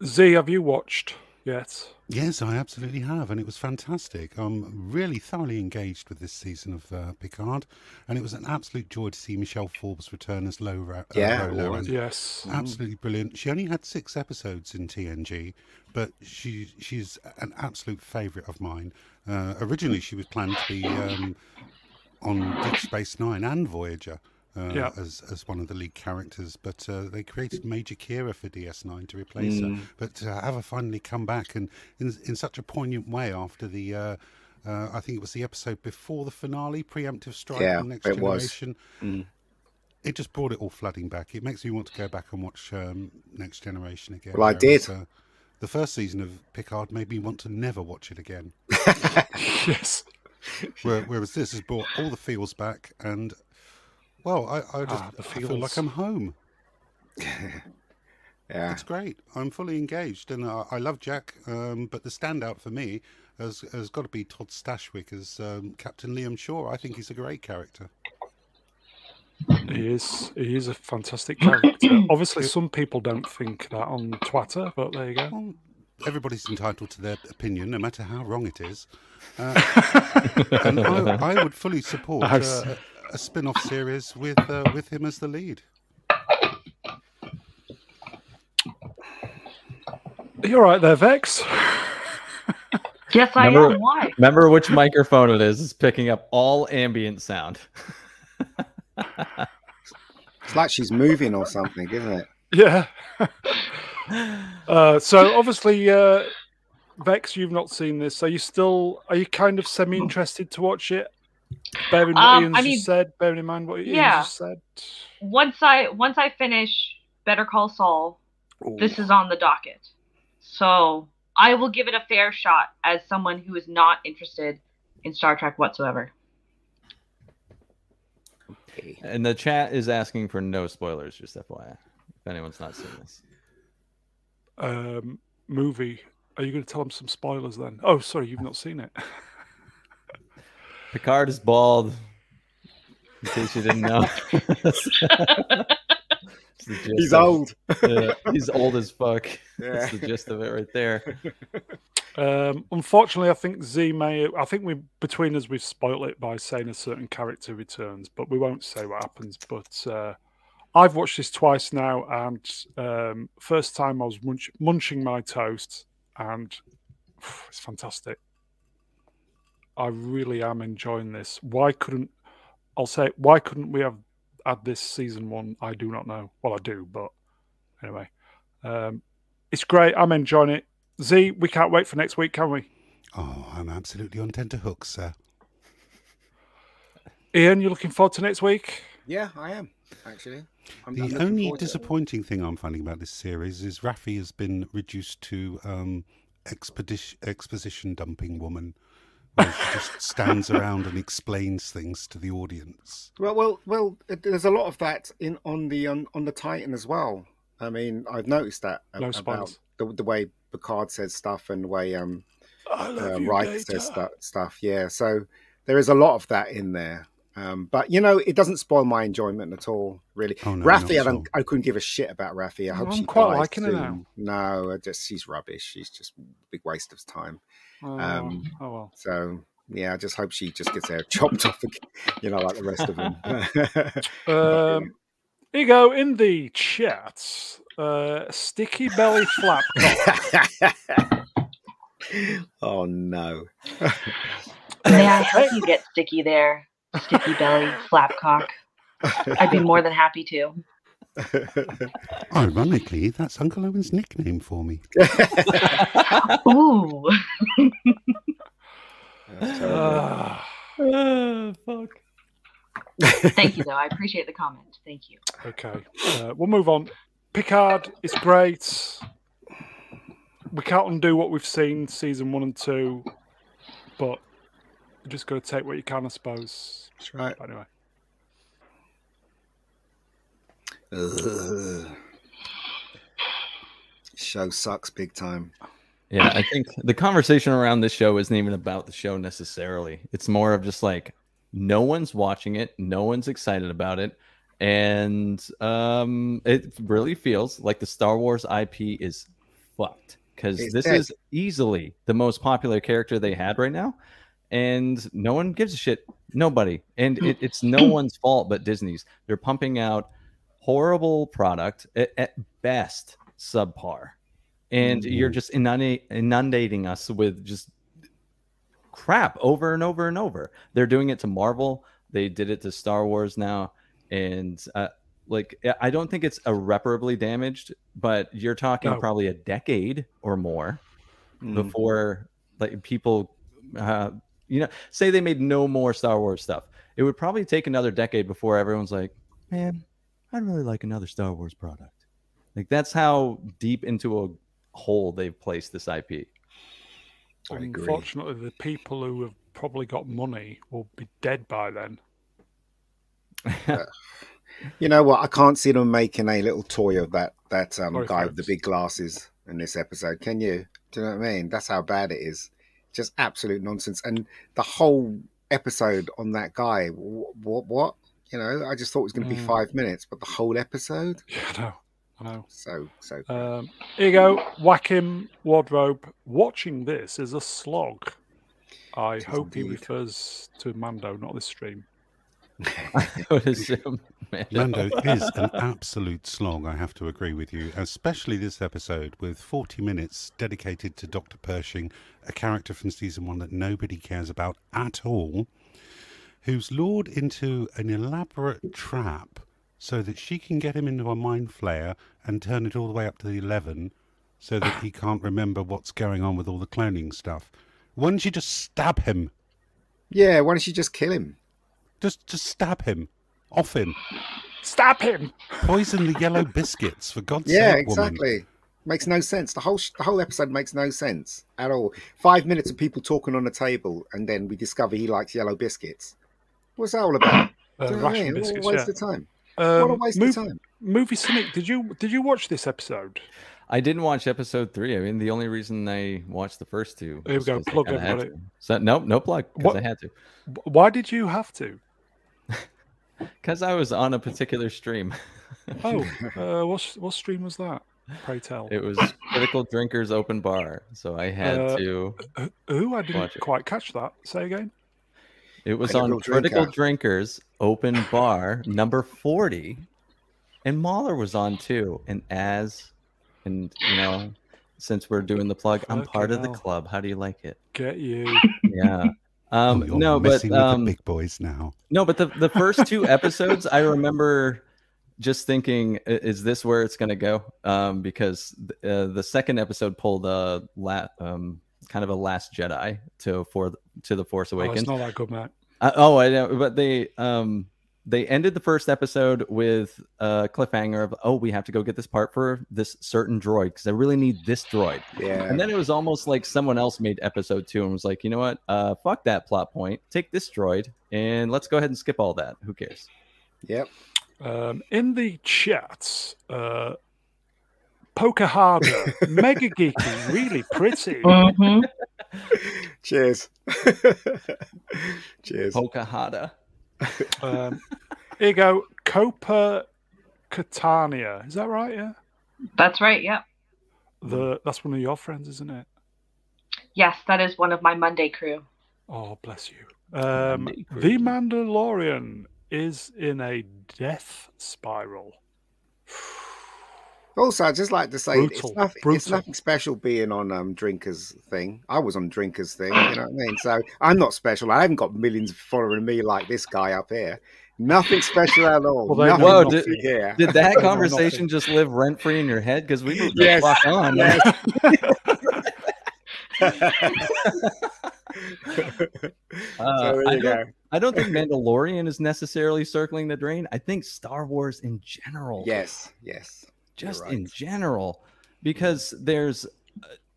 [SPEAKER 1] Z, have you watched yet?
[SPEAKER 3] Yes, I absolutely have, and it was fantastic. I'm really thoroughly engaged with this season of uh, Picard, and it was an absolute joy to see Michelle Forbes return as Lo Ra- uh,
[SPEAKER 5] Yeah,
[SPEAKER 3] Ro
[SPEAKER 5] it was.
[SPEAKER 3] Lauren.
[SPEAKER 1] Yes.
[SPEAKER 5] Uh.
[SPEAKER 3] Absolutely brilliant. She only had six episodes in TNG, but she she's an absolute favourite of mine. Uh, originally, she was planned to be um, on Deep Space Nine and Voyager uh,
[SPEAKER 1] Yeah.
[SPEAKER 3] as as one of the lead characters, but uh, they created Major Kira for DS9 to replace
[SPEAKER 5] Mm.
[SPEAKER 1] mm.
[SPEAKER 3] her. But to have her finally come back and in in such a poignant way after the. Uh, uh, I think it was the episode before the finale, preemptive strike,
[SPEAKER 5] Yeah,
[SPEAKER 3] and next
[SPEAKER 5] it was. Mm.
[SPEAKER 3] generation it just brought it all flooding back. It makes me want to go back and watch um, Next Generation again.
[SPEAKER 5] Well, I
[SPEAKER 3] whereas,
[SPEAKER 5] did.
[SPEAKER 3] uh, the first season of Picard made me want to never watch it
[SPEAKER 5] *laughs*
[SPEAKER 3] again.
[SPEAKER 1] *laughs* Yes.
[SPEAKER 3] Where- Whereas this has brought all the feels back, and well, I, I just
[SPEAKER 1] Ah, the
[SPEAKER 3] I feel
[SPEAKER 1] feels.
[SPEAKER 3] like I'm home.
[SPEAKER 5] yeah.
[SPEAKER 3] It's great. I'm fully engaged, and I, I love Jack. Um, but the standout for me has has got to be Todd Stashwick as um, Captain Liam Shaw. I think he's a great character.
[SPEAKER 1] He is. He is a fantastic
[SPEAKER 5] *coughs*
[SPEAKER 1] character. Obviously, some people don't think that on Twitter, but there you go.
[SPEAKER 3] Well, everybody's entitled to their opinion, no matter how wrong it is. and
[SPEAKER 2] *laughs*
[SPEAKER 3] I, I would fully support
[SPEAKER 2] I've
[SPEAKER 3] uh, a, a spin-off series with uh, with him as the lead.
[SPEAKER 1] You're right there, Vex.
[SPEAKER 4] Yes, I
[SPEAKER 2] Number-
[SPEAKER 4] am. Why?
[SPEAKER 2] Remember which microphone it is. It's picking up all ambient sound.
[SPEAKER 5] It's like she's moving or something, isn't it?
[SPEAKER 1] Yeah. Uh, so obviously, uh, Vex, you've not seen this. Are you still? Are you kind of semi-interested to watch it? Bearing what
[SPEAKER 4] Um,
[SPEAKER 1] Ian's
[SPEAKER 4] I mean-
[SPEAKER 1] just said. Bearing in mind what Ian
[SPEAKER 4] Yeah.
[SPEAKER 1] just said.
[SPEAKER 4] Once I once I finish Better Call Saul, this is on the docket. So I will give it a fair shot as someone who is not interested in Star Trek whatsoever.
[SPEAKER 2] And the chat is asking for no spoilers, just FYI. If anyone's not seen this,
[SPEAKER 1] Um, movie. Are you going to tell him some spoilers then? Oh, sorry, you've not seen it.
[SPEAKER 2] Picard is *laughs* bald. In case you didn't know, It's the gist
[SPEAKER 5] He's
[SPEAKER 2] of it.
[SPEAKER 5] old.
[SPEAKER 2] Yeah, he's old as fuck.
[SPEAKER 5] Yeah.
[SPEAKER 2] That's the gist of it right there.
[SPEAKER 5] *laughs*
[SPEAKER 1] Um, unfortunately, I think Z may. I think we between us we've spoiled it by saying a certain character returns, but we won't say what happens. But uh, I've watched this twice now, and um, first time I was munch, munching my toast, and phew, it's fantastic. I really am enjoying this. Why couldn't I'll say? it, Why couldn't we have had this season one? I do not know. Well, I do, but anyway, um, it's great. I'm enjoying it. Z, we can't wait for next week, can we?
[SPEAKER 3] Oh, I'm absolutely on tenterhooks, sir.
[SPEAKER 1] Ian, you're looking forward to next week?
[SPEAKER 5] Yeah, I am actually. I'm, I'm
[SPEAKER 3] The
[SPEAKER 5] looking
[SPEAKER 3] only
[SPEAKER 5] forward to it.
[SPEAKER 3] disappointing thing I'm finding about this series is Raffi has been reduced to um, expedition exposition dumping woman. Where she
[SPEAKER 5] *laughs*
[SPEAKER 3] just stands around and explains things to the audience.
[SPEAKER 5] Well, well, well. it- There's a lot of that in on the on, on the Titan as well. I mean, I've noticed that a-
[SPEAKER 1] No
[SPEAKER 5] about
[SPEAKER 1] spoilers.
[SPEAKER 5] the, the way Picard says stuff and the way um
[SPEAKER 1] I
[SPEAKER 5] uh, Wright says stuff, stuff. Yeah, so there is a lot of that in there. Um, but you know, it doesn't spoil my enjoyment at all, really.
[SPEAKER 3] Oh, no, not
[SPEAKER 5] Raffi, I
[SPEAKER 3] at
[SPEAKER 5] don't.
[SPEAKER 3] all.
[SPEAKER 5] I couldn't give a shit about Raffi. I hope
[SPEAKER 1] I'm
[SPEAKER 5] she
[SPEAKER 1] quite
[SPEAKER 5] dies
[SPEAKER 1] liking her
[SPEAKER 5] soon.
[SPEAKER 1] now.
[SPEAKER 5] No, I just she's rubbish. She's just a big waste of time. Um,
[SPEAKER 1] oh well.
[SPEAKER 5] So yeah, I just hope she just gets her *laughs* head chopped off, again, you know, like the rest of them. *laughs*
[SPEAKER 1] Um, here you go in the chat. Uh, sticky belly
[SPEAKER 5] *laughs*
[SPEAKER 1] flap.
[SPEAKER 5] oh no! *laughs*
[SPEAKER 4] May I help you get sticky there, sticky belly, flapcock? I'd be more than happy to.
[SPEAKER 3] Ironically, that's Uncle Owen's nickname for me.
[SPEAKER 4] Ooh,
[SPEAKER 5] That's terrible.
[SPEAKER 1] Ah,
[SPEAKER 2] Ah, fuck.
[SPEAKER 4] thank you though. I appreciate the comment. Thank you.
[SPEAKER 1] okay, uh, we'll move on. Picard is great. We can't undo what we've seen season one and two, but you just got to take what you can, I suppose.
[SPEAKER 5] That's right.
[SPEAKER 1] But anyway,
[SPEAKER 5] Ugh. Show sucks big time.
[SPEAKER 2] Yeah, I think the conversation around this show isn't even about the show necessarily. It's more of just like no one's watching it, no one's excited about it, and um, it really feels like the Star Wars IP is fucked because
[SPEAKER 5] It's
[SPEAKER 2] this
[SPEAKER 5] dead.
[SPEAKER 2] is easily the most popular character they had right now, and no one gives a shit. Nobody, and it, it's no one's fault but Disney's. They're pumping out horrible product at, at best subpar and you're just inundate, inundating us with just crap over and over and over. They're doing it to Marvel. They did it to Star Wars now, and uh, like I- I don't think it's irreparably damaged, but you're talking
[SPEAKER 1] No.
[SPEAKER 2] probably a decade or more
[SPEAKER 5] Mm.
[SPEAKER 2] before like people, uh, you know, say they made no more Star Wars stuff. It would probably take another decade before everyone's like, man, I'd really like another Star Wars product. Like that's how deep into a hole they've placed this *laughs* IP.
[SPEAKER 5] I agree.
[SPEAKER 1] unfortunately, the people who have probably got money will be dead by
[SPEAKER 5] *laughs*
[SPEAKER 1] then.
[SPEAKER 5] You know what? I can't see them making a little toy of that that um,
[SPEAKER 1] Sorry,
[SPEAKER 5] guy with the
[SPEAKER 1] folks.
[SPEAKER 5] big glasses in this episode. Can you? Do you know what I mean? That's how bad it is. Just absolute nonsense. And the whole episode on that guy. What? What? what? You know, I just thought it was going to be
[SPEAKER 1] Mm.
[SPEAKER 5] five minutes, but the whole episode.
[SPEAKER 1] Yeah, I know. I know.
[SPEAKER 5] So so.
[SPEAKER 1] Um, here you go, whack him wardrobe. Watching this is a slog. I
[SPEAKER 5] It is
[SPEAKER 1] hope he
[SPEAKER 5] indeed.
[SPEAKER 1] refers to Mando, not this stream.
[SPEAKER 2] I would assume. Man,
[SPEAKER 3] Lando is an absolute slog, I have to agree with you, especially this episode with 40 minutes dedicated to Dr. Pershing, a character from season one that nobody cares about at all, who's lured into an elaborate trap so that she can get him into a mind flare and turn it all the way up to the 11 so that he can't remember what's going on with all the cloning stuff. Why don't you just stab him?
[SPEAKER 5] Yeah, why don't you just kill him?
[SPEAKER 3] Just, just stab him. Off him.
[SPEAKER 1] Stab him!
[SPEAKER 3] Poison the yellow biscuits, for God's
[SPEAKER 5] Yeah,
[SPEAKER 3] sake, woman.
[SPEAKER 5] exactly. Makes no sense. The whole sh- the whole episode makes no sense at all. Five minutes of people talking on a table, and then we discover he likes yellow biscuits. What's that all about?
[SPEAKER 1] Uh,
[SPEAKER 5] Do you know what I
[SPEAKER 1] ration
[SPEAKER 5] mean?
[SPEAKER 1] biscuits,
[SPEAKER 5] what a
[SPEAKER 1] yeah.
[SPEAKER 5] waste of time. what a
[SPEAKER 1] Um,
[SPEAKER 5] waste
[SPEAKER 1] mov-
[SPEAKER 5] of time.
[SPEAKER 1] Movie Cynic, did you did you watch this episode?
[SPEAKER 2] I didn't watch episode three. I mean, the only reason I watched the first two.
[SPEAKER 1] There we
[SPEAKER 2] was
[SPEAKER 1] go,
[SPEAKER 2] 'cause I
[SPEAKER 1] plug
[SPEAKER 2] kinda had
[SPEAKER 1] everybody.
[SPEAKER 2] to. So nope, no plug because
[SPEAKER 1] What-
[SPEAKER 2] I had to.
[SPEAKER 5] *laughs*
[SPEAKER 1] W- Why did you have to?
[SPEAKER 2] Because I was on a particular stream.
[SPEAKER 1] Oh, uh, what s- what stream was that? Pray tell. *laughs*
[SPEAKER 2] It was Critical Drinkers Open Bar, so I had
[SPEAKER 1] Uh,
[SPEAKER 2] to.
[SPEAKER 1] Who- Who? I didn't
[SPEAKER 2] Watch it.
[SPEAKER 1] quite catch that. Say again.
[SPEAKER 2] It was
[SPEAKER 5] Critical
[SPEAKER 2] on Critical
[SPEAKER 5] Drinker.
[SPEAKER 2] Drinkers Open Bar number forty, and Mahler was on too. And as, and you know, since we're doing the plug, I'm
[SPEAKER 1] Fucking
[SPEAKER 2] part of the
[SPEAKER 1] hell.
[SPEAKER 2] club. How do you like it?
[SPEAKER 1] Get you.
[SPEAKER 2] Yeah. Um,
[SPEAKER 3] Oh, you're
[SPEAKER 2] no, but
[SPEAKER 3] messing with
[SPEAKER 2] um,
[SPEAKER 3] the big boys now.
[SPEAKER 2] No, but the, the first two episodes, I remember just thinking, "I- is this where it's going to go? Um, because th- uh, the second episode pulled a la- um, kind of a Last Jedi to for to the Force
[SPEAKER 1] Oh,
[SPEAKER 2] Awakens.
[SPEAKER 1] it's not that good, Matt.
[SPEAKER 2] I, oh, I know, but they um they ended the first episode with a cliffhanger of oh we have to go get this part for this certain droid because I really need this droid.
[SPEAKER 5] Yeah.
[SPEAKER 2] And then it was almost like someone else made episode two and was like, you know what? Uh, fuck that plot point. Take this droid and let's go ahead and skip all that. Who cares?
[SPEAKER 5] Yep.
[SPEAKER 1] Um, in the chat, uh, Poker Harder, Mega Geeky, really
[SPEAKER 4] *laughs*
[SPEAKER 1] pretty.
[SPEAKER 4] hmm
[SPEAKER 5] Cheers. *laughs* Cheers.
[SPEAKER 2] Pokahada.
[SPEAKER 1] Um, here you go, Copa Catania. Is that right? Yeah.
[SPEAKER 4] That's right. Yep.
[SPEAKER 1] The that's one of your friends, isn't it?
[SPEAKER 4] Yes, that is one of my Monday crew.
[SPEAKER 1] Oh, bless you. Um,
[SPEAKER 2] Monday crew.
[SPEAKER 1] the Mandalorian is in a death spiral. *sighs*
[SPEAKER 5] Also, I'd just like to say
[SPEAKER 1] Brutal,
[SPEAKER 5] it's, nothing, it's
[SPEAKER 1] brutal.
[SPEAKER 5] nothing special being on um, Drinker's thing. I was on Drinker's thing, you know what I mean? So I'm not special. I haven't got millions following me like this guy up here. Nothing special at all.
[SPEAKER 1] Well, they
[SPEAKER 5] nothing
[SPEAKER 2] Whoa,
[SPEAKER 5] nothing
[SPEAKER 2] did-
[SPEAKER 5] here.
[SPEAKER 2] Did
[SPEAKER 5] *laughs*
[SPEAKER 2] that *laughs*
[SPEAKER 1] Nothing.
[SPEAKER 2] conversation just live rent free in your head? Because we moved
[SPEAKER 5] Yes.
[SPEAKER 2] the fuck on.
[SPEAKER 5] Yes. *laughs*
[SPEAKER 1] *laughs*
[SPEAKER 2] Uh,
[SPEAKER 5] so there
[SPEAKER 2] I,
[SPEAKER 5] you
[SPEAKER 2] don't,
[SPEAKER 5] go.
[SPEAKER 2] I don't think Mandalorian is necessarily circling the drain. I think Star Wars in general.
[SPEAKER 5] Yes, yes.
[SPEAKER 2] just
[SPEAKER 5] right.
[SPEAKER 2] in general because there's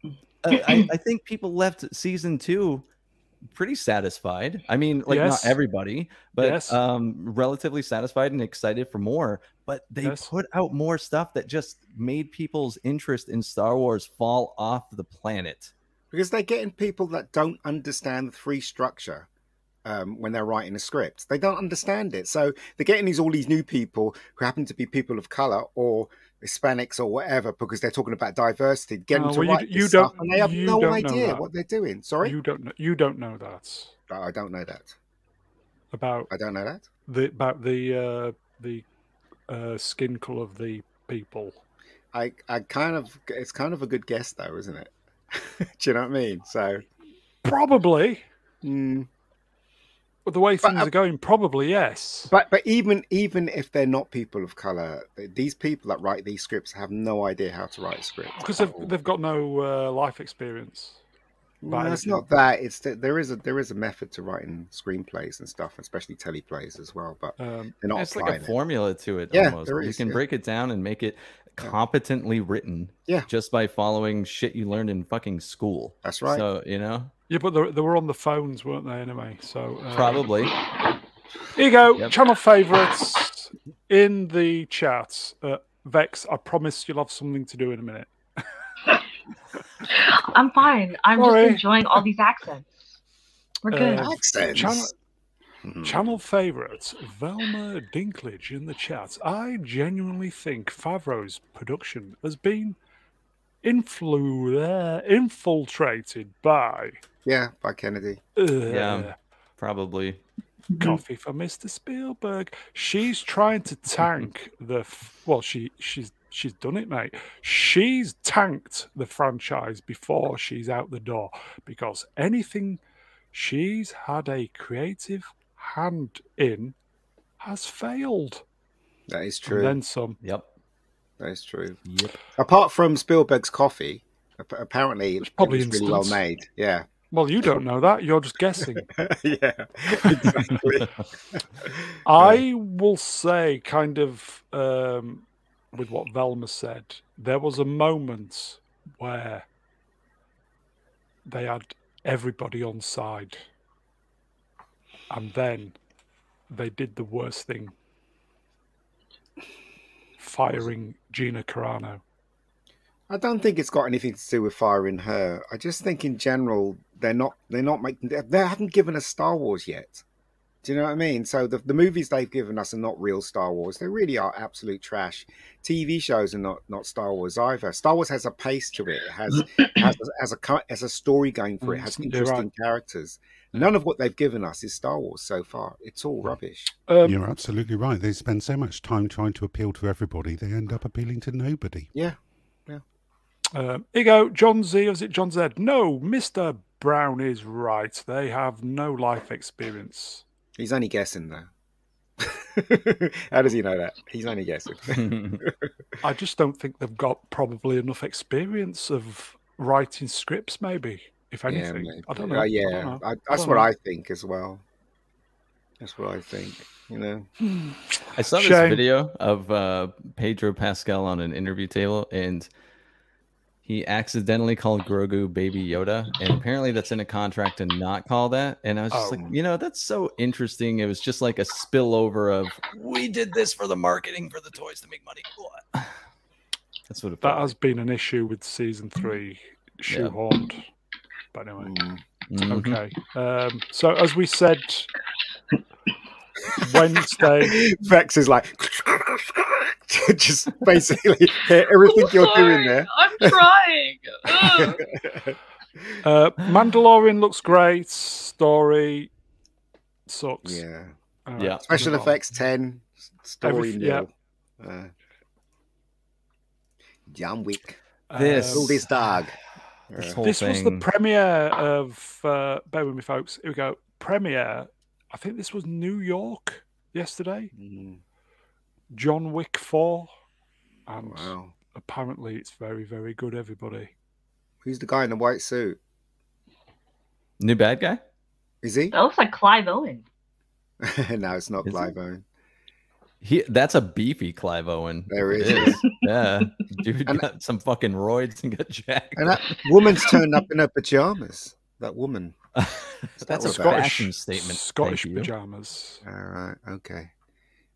[SPEAKER 2] uh, uh, I, I think people left season two pretty satisfied i mean like
[SPEAKER 1] Yes.
[SPEAKER 2] not everybody but
[SPEAKER 1] Yes.
[SPEAKER 2] um relatively satisfied and excited for more but they
[SPEAKER 1] Yes.
[SPEAKER 2] put out more stuff that just made people's interest in star wars fall off the planet
[SPEAKER 5] because they're getting people that don't understand the free structure um, when they're writing a script. They don't understand it, so they're getting these all these new people who happen to be people of color or Hispanics or whatever, because they're talking about diversity. Getting
[SPEAKER 1] Oh,
[SPEAKER 5] them to
[SPEAKER 1] well, you
[SPEAKER 5] write
[SPEAKER 1] d-
[SPEAKER 5] this
[SPEAKER 1] you
[SPEAKER 5] stuff,
[SPEAKER 1] don't-
[SPEAKER 5] and they have
[SPEAKER 1] you
[SPEAKER 5] no
[SPEAKER 1] don't know
[SPEAKER 5] idea
[SPEAKER 1] that.
[SPEAKER 5] what they're doing. Sorry,
[SPEAKER 1] You don't know, you don't know that
[SPEAKER 5] Oh, I don't know that.
[SPEAKER 1] about
[SPEAKER 5] I don't know that.
[SPEAKER 1] the about the uh, the uh, skin color of the people.
[SPEAKER 5] I, I kind of, it's kind of a good guess though, isn't it? *laughs* Do you know what I mean? So,
[SPEAKER 1] Probably,
[SPEAKER 5] mm,
[SPEAKER 1] but the way
[SPEAKER 5] But,
[SPEAKER 1] things
[SPEAKER 5] uh,
[SPEAKER 1] are going, probably yes.
[SPEAKER 5] But but even even if they're not people of color, these people that write these scripts have no idea how to write scripts.
[SPEAKER 1] because
[SPEAKER 5] at
[SPEAKER 1] they've,
[SPEAKER 5] all.
[SPEAKER 1] they've got no uh, life experience.
[SPEAKER 5] no, it's not that. It's that there is a there is a method to writing screenplays and stuff, especially teleplays as well. But
[SPEAKER 1] Um,
[SPEAKER 5] they're not
[SPEAKER 2] it's like
[SPEAKER 5] applying
[SPEAKER 2] a formula to it
[SPEAKER 5] Yeah,
[SPEAKER 2] almost
[SPEAKER 5] there
[SPEAKER 2] you
[SPEAKER 5] is,
[SPEAKER 2] can
[SPEAKER 5] yeah.
[SPEAKER 2] break it down and make it competently written
[SPEAKER 5] Yeah.
[SPEAKER 2] just by following shit you learned in fucking school
[SPEAKER 5] That's right.
[SPEAKER 2] so you know
[SPEAKER 1] yeah, but they, they were on the phones, weren't they? Anyway, so uh,
[SPEAKER 2] probably
[SPEAKER 1] here you go.
[SPEAKER 2] Yep.
[SPEAKER 1] Channel favorites in the chat. Uh, Vex, I promise you'll have something to do in a minute.
[SPEAKER 4] I'm fine. I'm
[SPEAKER 1] Sorry.
[SPEAKER 4] just enjoying all these accents. We're good.
[SPEAKER 1] Uh,
[SPEAKER 5] it. Accents.
[SPEAKER 1] Channel-
[SPEAKER 5] Hmm.
[SPEAKER 1] Channel favorites, Velma Dinklage in the chat. I genuinely think Favreau's production has been influ- uh, infiltrated by
[SPEAKER 5] Yeah, by Kennedy.
[SPEAKER 1] uh,
[SPEAKER 2] Yeah. probably
[SPEAKER 1] coffee for Mr. Spielberg. She's trying to tank the f- well. She she's she's done it, mate. She's tanked the franchise before she's out the door because anything she's had a creative hand in has failed.
[SPEAKER 5] That is true.
[SPEAKER 1] And then some.
[SPEAKER 2] Yep. *laughs*
[SPEAKER 5] that is true.
[SPEAKER 2] Yep.
[SPEAKER 5] Apart from Spielberg's coffee, ap- apparently it's
[SPEAKER 1] probably
[SPEAKER 5] it was really well
[SPEAKER 1] instance.
[SPEAKER 5] made. Yeah, *laughs*
[SPEAKER 1] Well, you don't know that. You're just guessing. *laughs*
[SPEAKER 5] yeah, exactly.
[SPEAKER 1] I will say, kind of, um, with what Velma said, there was a moment where they had everybody on side, and then they did the worst thing firing Gina Carano.
[SPEAKER 5] I don't think it's got anything to do with firing her. I just think in general they're not they're not making they haven't given us Star Wars yet. Do you know what I mean? So the, the movies they've given us are not real Star Wars. They really are absolute trash. TV shows are not not Star Wars either. Star Wars has a pace to it. It has has, has a has a story going for it. Has
[SPEAKER 1] Mm, You're
[SPEAKER 5] interesting
[SPEAKER 1] right.
[SPEAKER 5] characters. None of what they've given us is Star Wars so far. It's all rubbish.
[SPEAKER 1] Um,
[SPEAKER 3] You're absolutely right. They spend so much time trying to appeal to everybody, they end up appealing to nobody.
[SPEAKER 1] Um, Igo, John Z, or is it John Z? No, Mr. Brown is right. They have no life experience.
[SPEAKER 5] He's only guessing though. *laughs* How does he know that? He's only guessing.
[SPEAKER 1] I just don't think they've got probably enough experience of writing scripts, maybe, if anything.
[SPEAKER 5] maybe.
[SPEAKER 1] I don't
[SPEAKER 5] Uh,
[SPEAKER 1] know. I
[SPEAKER 5] yeah,
[SPEAKER 1] don't know.
[SPEAKER 5] I- that's
[SPEAKER 1] don't
[SPEAKER 5] what
[SPEAKER 1] know.
[SPEAKER 5] I think as well. That's what I think. You know,
[SPEAKER 2] I saw this
[SPEAKER 1] Shame.
[SPEAKER 2] video of uh, Pedro Pascal on an interview table, and he accidentally called Grogu Baby Yoda, and apparently that's in a contract to not call that. And I was just
[SPEAKER 1] Oh.
[SPEAKER 2] like, you know, that's so interesting. It was just like a spillover of we did this for the marketing for the toys to make money. *sighs* That's what it
[SPEAKER 1] That
[SPEAKER 2] felt
[SPEAKER 1] has been an issue with season three, shoehorned. But anyway,
[SPEAKER 5] Mm.
[SPEAKER 2] like. Mhm.
[SPEAKER 1] okay. Um, so, as we said, Wednesday.
[SPEAKER 5] Vex is like *laughs* just basically *laughs* everything
[SPEAKER 4] I'm
[SPEAKER 5] you're doing
[SPEAKER 4] sorry, *laughs*
[SPEAKER 5] there.
[SPEAKER 1] *laughs*
[SPEAKER 4] I'm trying. Ugh.
[SPEAKER 1] Uh, Mandalorian looks great. Story sucks.
[SPEAKER 5] *laughs* yeah,
[SPEAKER 1] All
[SPEAKER 2] Yeah.
[SPEAKER 1] let's move
[SPEAKER 5] special
[SPEAKER 1] on.
[SPEAKER 5] effects ten story
[SPEAKER 1] Everyth-
[SPEAKER 5] nil. Uh, John Wick,
[SPEAKER 2] This-
[SPEAKER 1] Um,
[SPEAKER 5] all this dog.
[SPEAKER 2] This
[SPEAKER 5] Uh,
[SPEAKER 1] *sighs*
[SPEAKER 2] whole
[SPEAKER 1] this was the
[SPEAKER 2] thing-
[SPEAKER 1] premiere of uh, bear with me folks here we go premiere i think this was new york yesterday
[SPEAKER 5] mm,
[SPEAKER 1] john wick 4 and
[SPEAKER 5] wow,
[SPEAKER 1] apparently it's very very good everybody
[SPEAKER 5] who's the guy in the white suit?
[SPEAKER 2] new bad guy.
[SPEAKER 5] Is he? *laughs*
[SPEAKER 4] that looks like Clive Owen.
[SPEAKER 5] no, it's not
[SPEAKER 2] Is it?
[SPEAKER 5] Clive Owen.
[SPEAKER 2] He that's a beefy Clive Owen.
[SPEAKER 5] There
[SPEAKER 2] It
[SPEAKER 5] is.
[SPEAKER 2] is.
[SPEAKER 5] *laughs*
[SPEAKER 2] yeah, dude
[SPEAKER 5] And-
[SPEAKER 2] got some fucking roids and got jacked.
[SPEAKER 1] *laughs*
[SPEAKER 5] And that woman's turned up in her pajamas. That woman.
[SPEAKER 2] *laughs* That's a
[SPEAKER 5] what that-
[SPEAKER 2] fashion statement.
[SPEAKER 1] scottish
[SPEAKER 2] Thank you.
[SPEAKER 1] pajamas
[SPEAKER 5] All right. Okay.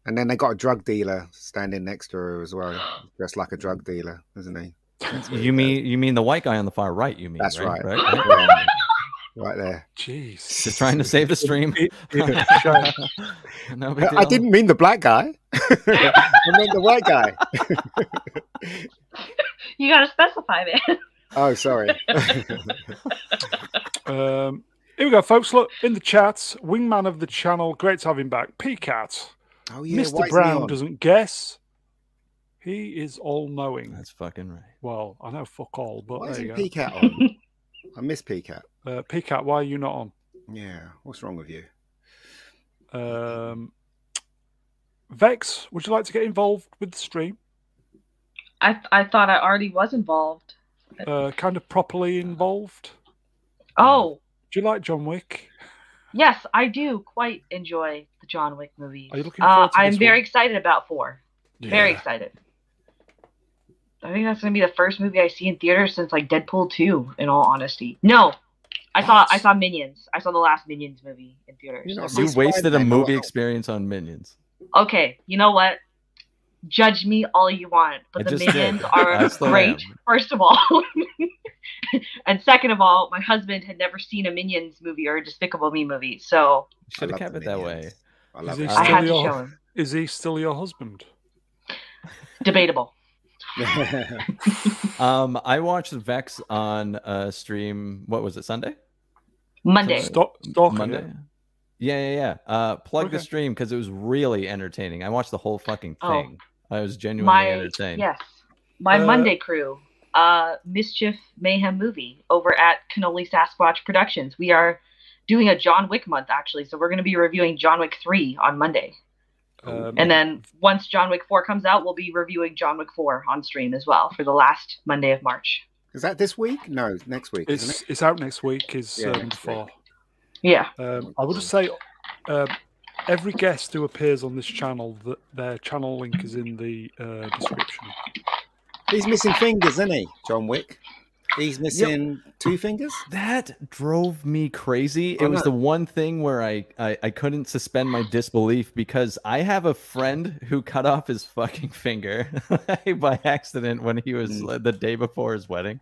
[SPEAKER 5] And then they got a drug dealer standing next to her as well, dressed like a drug dealer, isn't he?
[SPEAKER 2] You mean you mean the white guy on the far right? You mean
[SPEAKER 5] That's
[SPEAKER 2] right?
[SPEAKER 5] right.
[SPEAKER 2] right?
[SPEAKER 5] *laughs* Yeah. right there.
[SPEAKER 1] jeez
[SPEAKER 2] *laughs* Just
[SPEAKER 5] *laughs*
[SPEAKER 2] trying to save the stream. *laughs*
[SPEAKER 1] It's, uh,
[SPEAKER 2] No big
[SPEAKER 5] I
[SPEAKER 2] deal.
[SPEAKER 5] didn't mean the black guy. *laughs* I meant the white guy.
[SPEAKER 4] You gotta specify, man.
[SPEAKER 1] *laughs*
[SPEAKER 5] Oh, sorry.
[SPEAKER 1] um, here we go folks look in the chats wingman of the channel great to have him back pcat
[SPEAKER 5] Oh yeah, why isn't
[SPEAKER 1] mr
[SPEAKER 5] he
[SPEAKER 1] brown
[SPEAKER 5] on?
[SPEAKER 1] doesn't guess he is all knowing
[SPEAKER 2] That's fucking right.
[SPEAKER 1] well i know fuck all but
[SPEAKER 5] Why
[SPEAKER 1] there you
[SPEAKER 5] isn't
[SPEAKER 1] go
[SPEAKER 5] Peacat on?
[SPEAKER 1] *laughs*
[SPEAKER 5] I miss Peacat.
[SPEAKER 1] Uh, PCAT, why are you not on?
[SPEAKER 5] Yeah. What's wrong with you?
[SPEAKER 1] Um, Vex, would you like to get involved with the stream?
[SPEAKER 4] I I thought I already was involved.
[SPEAKER 1] Uh, kind of properly involved?
[SPEAKER 4] Oh
[SPEAKER 1] Do you like John Wick?
[SPEAKER 4] yes, I do quite enjoy the John Wick movies.
[SPEAKER 1] Are you looking
[SPEAKER 4] Uh,
[SPEAKER 1] forward to
[SPEAKER 4] I'm
[SPEAKER 1] this
[SPEAKER 4] very
[SPEAKER 1] one?
[SPEAKER 4] excited about four. Very excited. I think that's gonna be the first movie I see in theaters since like Deadpool two. In all honesty, no, I saw I saw Minions. I saw the last Minions movie in theaters.
[SPEAKER 5] You're not
[SPEAKER 2] You
[SPEAKER 5] It's
[SPEAKER 2] wasted a
[SPEAKER 5] Spider-Man,
[SPEAKER 2] movie
[SPEAKER 5] hello.
[SPEAKER 2] experience on Minions.
[SPEAKER 4] Okay, you know what? Judge me all you want,
[SPEAKER 2] I
[SPEAKER 4] but the
[SPEAKER 2] just did.
[SPEAKER 4] Minions
[SPEAKER 2] *laughs* I
[SPEAKER 4] are
[SPEAKER 2] still
[SPEAKER 4] great.
[SPEAKER 2] am.
[SPEAKER 4] First of all, *laughs* and second of all, my husband had never seen a Minions movie or a Despicable Me movie, so
[SPEAKER 5] I
[SPEAKER 2] Should have
[SPEAKER 5] love
[SPEAKER 2] kept
[SPEAKER 5] the
[SPEAKER 2] it that
[SPEAKER 5] Minions.
[SPEAKER 2] way.
[SPEAKER 5] I love
[SPEAKER 1] Is
[SPEAKER 5] it.
[SPEAKER 1] he
[SPEAKER 4] I had to
[SPEAKER 1] Still
[SPEAKER 4] show
[SPEAKER 1] your-
[SPEAKER 4] him.
[SPEAKER 1] Is he still your husband?
[SPEAKER 4] Debatable.
[SPEAKER 2] Um, I watched Vex on a stream. What was it? Sunday?
[SPEAKER 4] Monday.
[SPEAKER 2] Sorry.
[SPEAKER 1] Stalk, stalker, yeah?
[SPEAKER 2] Monday. Yeah, yeah, yeah. Uh, plug the
[SPEAKER 1] Okay.
[SPEAKER 2] stream because it was really entertaining. I watched the whole fucking
[SPEAKER 4] Oh.
[SPEAKER 2] thing. I was genuinely
[SPEAKER 4] My
[SPEAKER 2] entertained.
[SPEAKER 4] yes, my
[SPEAKER 1] Uh,
[SPEAKER 4] Monday crew, uh, mischief mayhem movie over at Cannoli Sasquatch Productions. We are doing a John Wick month actually, so we're going to be reviewing John Wick three on Monday.
[SPEAKER 1] Um,
[SPEAKER 4] And then once John Wick 4 comes out, we'll be reviewing John Wick 4 on stream as well for the last Monday of March.
[SPEAKER 5] *laughs* Is that this week? No, it's next week, isn't
[SPEAKER 1] It's,
[SPEAKER 5] it?
[SPEAKER 1] it's out next week, is
[SPEAKER 5] Yeah,
[SPEAKER 1] um,
[SPEAKER 5] next
[SPEAKER 1] four.
[SPEAKER 5] week.
[SPEAKER 4] Yeah.
[SPEAKER 1] Um, I would just say um, every guest who appears on this channel, th their channel link is in the uh, description.
[SPEAKER 5] He's missing fingers, isn't he, John Wick? He's missing two fingers.
[SPEAKER 2] That drove me crazy. It
[SPEAKER 5] I'm
[SPEAKER 2] was
[SPEAKER 5] not-
[SPEAKER 2] the one thing where I, I I couldn't suspend my disbelief because I have a friend who cut off his fucking finger *laughs* by accident when he was uh, the day before his wedding.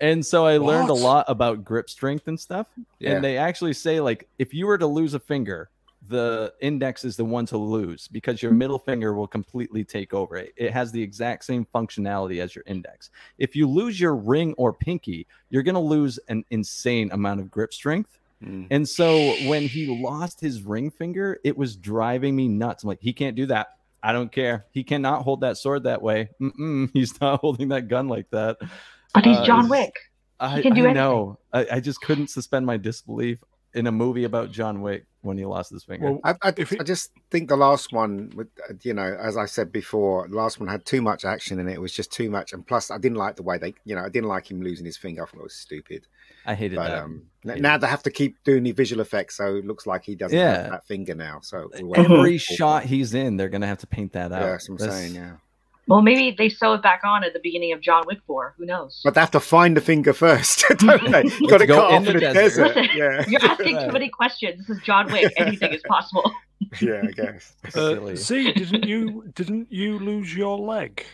[SPEAKER 2] And so I learned a
[SPEAKER 1] What?
[SPEAKER 2] lot about grip strength and stuff.
[SPEAKER 5] Yeah.
[SPEAKER 2] And they actually say like if you were to lose a finger, the index is the one to lose because your middle finger will completely take over. It, it has the exact same functionality as your index. If you lose your ring or pinky, you're going to lose an insane amount of grip strength.
[SPEAKER 1] Mm.
[SPEAKER 2] And so when he lost his ring finger, it was driving me nuts. I'm like, he can't do that. I don't care. He cannot hold that sword that way. Mm-mm, *laughs* he's not holding that gun like that.
[SPEAKER 4] But he's
[SPEAKER 2] Uh,
[SPEAKER 4] John
[SPEAKER 2] it's-
[SPEAKER 4] Wick.
[SPEAKER 2] I,
[SPEAKER 4] can do
[SPEAKER 2] I know. I, I just couldn't suspend my disbelief in a movie about John Wick when he lost his finger.
[SPEAKER 1] Well, uh,
[SPEAKER 5] I, I,
[SPEAKER 1] If it-
[SPEAKER 5] I just think the last one, with, uh, you know, as I said before, last one had too much action in it. It was just too much, and plus, I didn't like the way they, you know, I didn't like him losing his finger. I thought it was stupid.
[SPEAKER 2] I hated
[SPEAKER 5] But
[SPEAKER 2] that.
[SPEAKER 5] um, n
[SPEAKER 2] Yeah.
[SPEAKER 5] now they have to keep doing the visual effects, so it looks like he doesn't
[SPEAKER 2] Yeah.
[SPEAKER 5] have that finger now. So we'll wait.
[SPEAKER 2] Every shot he's in, they're gonna have to paint that
[SPEAKER 5] yeah,
[SPEAKER 2] out.
[SPEAKER 5] that's what I'm saying. Yeah,
[SPEAKER 2] *laughs*
[SPEAKER 4] Well, maybe they sew it back on at the beginning of John Wick 4. Who knows?
[SPEAKER 5] but they have to find the finger first, *laughs*
[SPEAKER 2] *laughs*
[SPEAKER 5] don't they? You got to
[SPEAKER 2] go
[SPEAKER 5] cut
[SPEAKER 2] in
[SPEAKER 5] off
[SPEAKER 2] the
[SPEAKER 5] in the
[SPEAKER 2] desert.
[SPEAKER 5] desert.
[SPEAKER 4] Listen,
[SPEAKER 5] Yeah,
[SPEAKER 4] *laughs* You're asking
[SPEAKER 5] *laughs*
[SPEAKER 4] too many questions. This is John Wick. Anything is possible.
[SPEAKER 5] yeah, *laughs* I guess.
[SPEAKER 1] Uh,
[SPEAKER 2] Silly.
[SPEAKER 1] Z, didn't you didn't you lose your leg?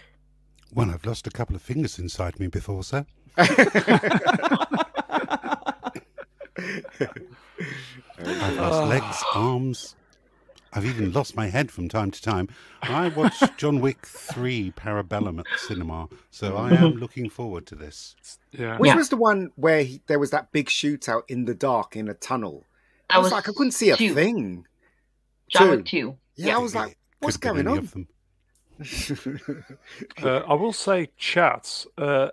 [SPEAKER 3] Well, I've lost a couple of fingers inside me before, sir.
[SPEAKER 5] *laughs*
[SPEAKER 3] *laughs* I've lost
[SPEAKER 1] Ah.
[SPEAKER 3] legs, arms. I've even lost my head from time to time.
[SPEAKER 2] *laughs*
[SPEAKER 3] I watched John Wick 3 Parabellum at the cinema, so I
[SPEAKER 2] *laughs*
[SPEAKER 3] am looking forward to this.
[SPEAKER 1] Yeah.
[SPEAKER 5] Which
[SPEAKER 4] Yeah.
[SPEAKER 5] was the one where he, there was that big shootout in the dark in a tunnel? I
[SPEAKER 4] That
[SPEAKER 5] was, like, I couldn't see a
[SPEAKER 4] two.
[SPEAKER 5] thing.
[SPEAKER 4] John
[SPEAKER 5] Two.
[SPEAKER 4] Wick 2.
[SPEAKER 5] Yeah, I was like, what's
[SPEAKER 3] Could have
[SPEAKER 5] going
[SPEAKER 3] been any
[SPEAKER 5] on?
[SPEAKER 3] of them.
[SPEAKER 1] Uh, I will say, chat, uh,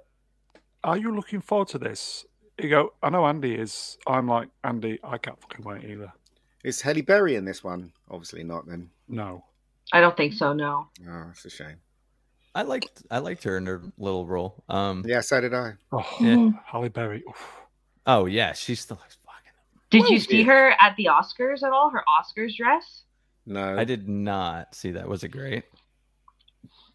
[SPEAKER 1] are you looking forward to this? You go, I know Andy is. I'm like, Andy, I can't fucking wait either.
[SPEAKER 5] *laughs* Is Halle Berry in this one? Obviously not. Then,
[SPEAKER 1] No.
[SPEAKER 4] I don't think so, no.
[SPEAKER 5] oh, it's a shame.
[SPEAKER 2] *laughs* I liked I liked her in her little role. Um
[SPEAKER 5] Yeah, so did I.
[SPEAKER 1] Oh,
[SPEAKER 2] Yeah.
[SPEAKER 1] Halle Berry. oof.
[SPEAKER 2] oh yeah, she still looks fucking
[SPEAKER 4] Did
[SPEAKER 5] Well,
[SPEAKER 4] you
[SPEAKER 5] it's
[SPEAKER 4] see
[SPEAKER 5] good.
[SPEAKER 4] her at the Oscars at all? Her Oscars dress?
[SPEAKER 5] No,
[SPEAKER 2] I did not see that. Was it great?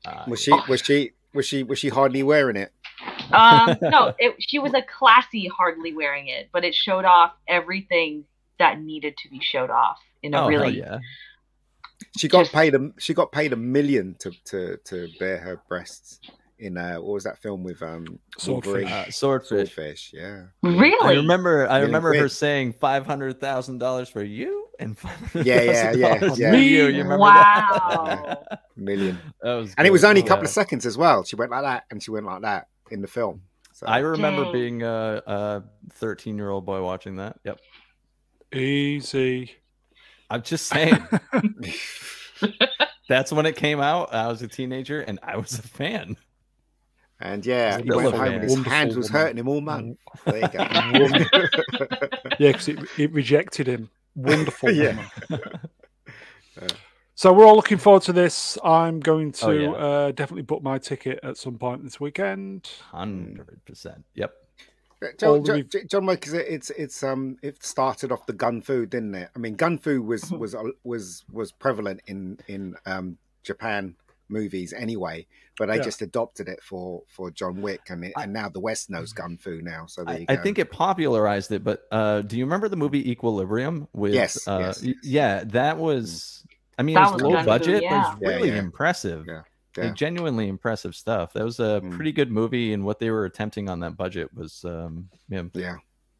[SPEAKER 2] Uh,
[SPEAKER 5] Was she? Was she? Was she? Was she hardly wearing it?
[SPEAKER 2] *laughs*
[SPEAKER 4] Um, no, it, she was a classy, hardly wearing it, but it showed off everything that needed to be showed off in a
[SPEAKER 2] oh, hell
[SPEAKER 4] really
[SPEAKER 2] yeah.
[SPEAKER 5] She got
[SPEAKER 4] Just-
[SPEAKER 5] paid a. She got paid a million to to to bare her breasts in uh, what was that film with um
[SPEAKER 1] Swordfish.
[SPEAKER 5] Wolverine?
[SPEAKER 2] Uh, swordfish.
[SPEAKER 5] Swordfish. Yeah.
[SPEAKER 4] really.
[SPEAKER 2] I remember I
[SPEAKER 5] Really
[SPEAKER 2] remember her
[SPEAKER 5] quick.
[SPEAKER 2] saying five hundred thousand dollars for you and *laughs* five hundred
[SPEAKER 5] Yeah, yeah,
[SPEAKER 2] thousand
[SPEAKER 5] yeah,
[SPEAKER 2] dollars
[SPEAKER 5] yeah.
[SPEAKER 2] for you. You remember that?
[SPEAKER 4] wow.
[SPEAKER 5] *laughs* Million.
[SPEAKER 2] That was
[SPEAKER 5] And it was
[SPEAKER 2] good. Oh,
[SPEAKER 5] only a couple of
[SPEAKER 2] Yeah.
[SPEAKER 5] seconds as well. She went like that, and she went like that in the film. So,
[SPEAKER 2] I remember
[SPEAKER 4] Dang.
[SPEAKER 2] being a, a 13 year old boy watching that. Yep.
[SPEAKER 1] Easy.
[SPEAKER 2] I'm
[SPEAKER 4] *laughs*
[SPEAKER 2] just
[SPEAKER 5] *laughs*
[SPEAKER 2] saying. That's when it came out. I was a teenager and I was a fan.
[SPEAKER 5] and yeah, he
[SPEAKER 2] Still
[SPEAKER 5] went
[SPEAKER 2] a
[SPEAKER 5] home and his
[SPEAKER 1] wonderful
[SPEAKER 5] hand was
[SPEAKER 1] woman.
[SPEAKER 5] hurting him
[SPEAKER 2] *laughs*
[SPEAKER 5] all month. There you go.
[SPEAKER 1] Yeah, because it, it rejected him. Wonderful.
[SPEAKER 5] Yeah.
[SPEAKER 1] woman.
[SPEAKER 5] Yeah.
[SPEAKER 1] So we're all looking forward to this. I'm going to
[SPEAKER 2] Oh, yeah.
[SPEAKER 1] uh, definitely book my ticket at some point this weekend.
[SPEAKER 5] Hmm.
[SPEAKER 2] 100%. Yep.
[SPEAKER 1] All
[SPEAKER 5] John,
[SPEAKER 1] the
[SPEAKER 5] John, John Wick is it- it's it's um it started off the gun food, didn't it? I mean, gun
[SPEAKER 2] *laughs*
[SPEAKER 5] food was
[SPEAKER 4] Mhm.
[SPEAKER 5] was a- was was prevalent in in um Japan movies anyway, but they
[SPEAKER 1] Yeah.
[SPEAKER 5] just adopted it for for John Wick, and it,
[SPEAKER 2] I-
[SPEAKER 5] and now the West knows gun food now. So there
[SPEAKER 2] I,
[SPEAKER 5] you
[SPEAKER 2] I
[SPEAKER 5] go.
[SPEAKER 2] think it popularized it, but uh, do you remember the movie Equilibrium? With
[SPEAKER 5] Yes,
[SPEAKER 2] uh,
[SPEAKER 5] yes,
[SPEAKER 2] y-
[SPEAKER 5] yes.
[SPEAKER 2] yeah, that was. I mean,
[SPEAKER 4] That
[SPEAKER 2] it was,
[SPEAKER 4] was
[SPEAKER 2] low
[SPEAKER 4] gun-fu,
[SPEAKER 2] budget,
[SPEAKER 4] yeah.
[SPEAKER 2] but it
[SPEAKER 5] Yeah,
[SPEAKER 2] was really
[SPEAKER 5] yeah.
[SPEAKER 2] impressive.
[SPEAKER 5] Yeah,
[SPEAKER 2] Like,
[SPEAKER 5] yeah.
[SPEAKER 2] genuinely impressive stuff. That was a
[SPEAKER 5] Mm.
[SPEAKER 2] pretty good movie, and what they were attempting on that budget was, um, yeah,
[SPEAKER 5] yeah,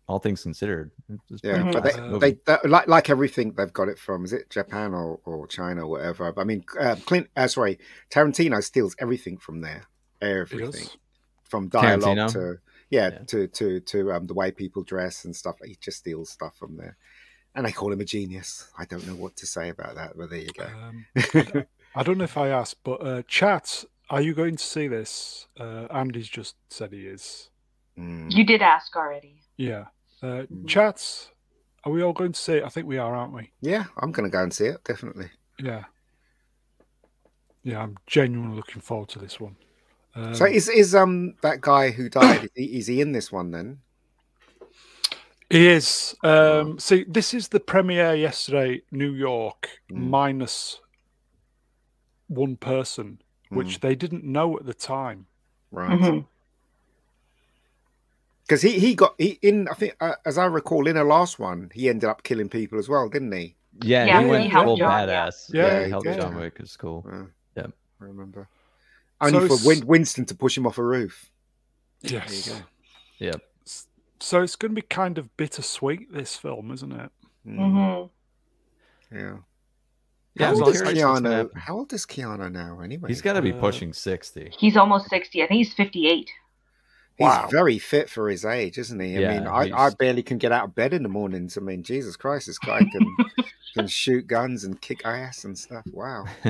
[SPEAKER 2] all things considered, it was a
[SPEAKER 5] yeah.
[SPEAKER 2] pretty
[SPEAKER 5] But
[SPEAKER 2] classic
[SPEAKER 1] Uh,
[SPEAKER 5] they,
[SPEAKER 2] movie.
[SPEAKER 5] they, that- like like everything they've got it from is it Japan or or China or whatever. I mean, uh, Clint, uh, sorry, Tarantino steals everything from there.
[SPEAKER 1] It
[SPEAKER 5] Everything.
[SPEAKER 1] is.
[SPEAKER 5] from dialogue
[SPEAKER 2] Tarantino.
[SPEAKER 5] to yeah,
[SPEAKER 2] Yeah.
[SPEAKER 5] to to to um, the way people dress and stuff. He just steals stuff from there, and they call him a genius. I don't know what to say about that, but there you go. *laughs*
[SPEAKER 1] Um, I don't know if I asked, but uh, chat, are you going to see this? Uh, Andy's just said he is.
[SPEAKER 5] Mm.
[SPEAKER 4] You did ask already.
[SPEAKER 1] Yeah. Uh,
[SPEAKER 5] Mm.
[SPEAKER 1] chats, are we all going to see it? I think we are, aren't we?
[SPEAKER 5] Yeah, I'm gonna go and see it definitely.
[SPEAKER 1] Yeah. Yeah, I'm genuinely looking forward to this one. Um,
[SPEAKER 5] so is is um that guy who died? is, he, is he in this one then?
[SPEAKER 1] He is. Um, see, this is the premiere yesterday, New York,
[SPEAKER 5] Mm.
[SPEAKER 1] minus one person,
[SPEAKER 5] Hmm.
[SPEAKER 1] which they didn't know at the time.
[SPEAKER 5] Mm,
[SPEAKER 4] Mm-hmm.
[SPEAKER 5] Right, because he he got he in. I think uh, as I recall, in the last one, he ended up killing people as well, didn't he?
[SPEAKER 2] Yeah,
[SPEAKER 4] Yeah,
[SPEAKER 2] he
[SPEAKER 1] he
[SPEAKER 2] went
[SPEAKER 1] helped
[SPEAKER 2] full
[SPEAKER 4] John, yeah.
[SPEAKER 2] badass.
[SPEAKER 1] Yeah,
[SPEAKER 2] he
[SPEAKER 5] he
[SPEAKER 2] helped
[SPEAKER 5] did.
[SPEAKER 2] John Wick. It's cool.
[SPEAKER 5] Uh,
[SPEAKER 2] Yep.
[SPEAKER 5] I remember.
[SPEAKER 1] So
[SPEAKER 5] Only for
[SPEAKER 1] it's-
[SPEAKER 5] Win- Winston to push him off a roof.
[SPEAKER 1] Yes.
[SPEAKER 5] There you
[SPEAKER 2] Yep.
[SPEAKER 1] S- So it's going to be kind of bittersweet, this film, isn't it?
[SPEAKER 5] Mm.
[SPEAKER 4] Mm-hmm.
[SPEAKER 5] Yeah.
[SPEAKER 2] Yeah,
[SPEAKER 5] how,
[SPEAKER 2] so
[SPEAKER 5] old
[SPEAKER 2] I'm
[SPEAKER 5] is
[SPEAKER 2] curious what's gonna
[SPEAKER 5] Keanu,
[SPEAKER 2] happen.
[SPEAKER 5] how old is Keanu now, anyway?
[SPEAKER 2] He's got to be
[SPEAKER 6] Uh,
[SPEAKER 2] pushing sixty.
[SPEAKER 4] He's almost 60. I think he's 58.
[SPEAKER 5] He's
[SPEAKER 6] Wow.
[SPEAKER 5] very fit for his age, isn't he? I
[SPEAKER 2] Yeah,
[SPEAKER 5] mean, I, I
[SPEAKER 2] he's-
[SPEAKER 5] barely can get out of bed in the mornings. I mean, Jesus Christ, this guy
[SPEAKER 2] *laughs*
[SPEAKER 5] can can shoot guns and kick ass and stuff. Wow.
[SPEAKER 2] *laughs*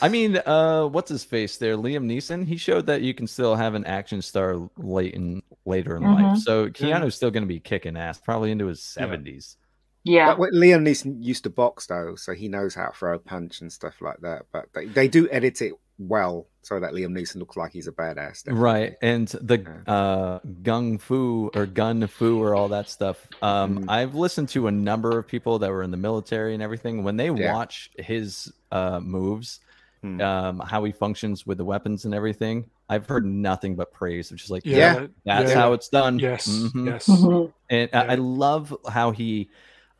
[SPEAKER 2] I mean, uh, what's his face there? Liam Neeson. He showed that you can still have an action star late in later in life.
[SPEAKER 4] Mhm.
[SPEAKER 2] So Keanu's still going to be kicking ass, probably into his seventies.
[SPEAKER 4] Yeah.
[SPEAKER 5] But what- Liam Neeson used to box though, so he knows how to throw a punch and stuff like that. But they, they do edit it well so that Liam Neeson looks like he's a badass. definitely.
[SPEAKER 2] Right, and the
[SPEAKER 5] Yeah.
[SPEAKER 2] uh, gung fu or gun fu or all that stuff. Um,
[SPEAKER 5] Mhm.
[SPEAKER 2] I've listened to a number of people that were in the military and everything. When they
[SPEAKER 5] Yeah.
[SPEAKER 2] watch his uh, moves,
[SPEAKER 5] Hmm.
[SPEAKER 2] um, how he functions with the weapons and everything, I've heard nothing but praise. Which is like,
[SPEAKER 5] Yeah.
[SPEAKER 2] that's
[SPEAKER 5] Yeah.
[SPEAKER 2] how it's done.
[SPEAKER 1] Yes.
[SPEAKER 2] Mhm.
[SPEAKER 1] Yes.
[SPEAKER 4] Mhm.
[SPEAKER 2] And I I
[SPEAKER 1] Yeah.
[SPEAKER 2] love how he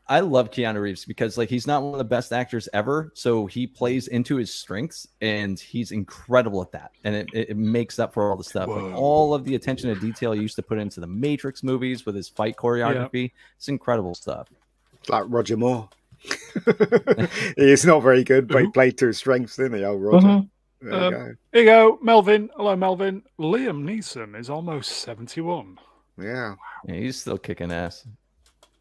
[SPEAKER 2] I love Keanu Reeves because like he's not one of the best actors ever, so he plays into his strengths and he's incredible at that. And it, it it makes up for all the stuff. Like,
[SPEAKER 1] Whoa.
[SPEAKER 2] all of the attention to detail he used to put into the Matrix movies with his fight choreography. It's incredible stuff.
[SPEAKER 5] It's like Roger Moore. *laughs* he's not very good, but he
[SPEAKER 1] Who?
[SPEAKER 5] played to his strengths, didn't he? Old Roger.
[SPEAKER 4] Mhm.
[SPEAKER 5] There
[SPEAKER 1] Um,
[SPEAKER 5] you go.
[SPEAKER 1] Here you go, Melvin. Hello, Melvin. Liam Neeson is almost 71.
[SPEAKER 5] Yeah.
[SPEAKER 2] Yeah, he's still kicking ass.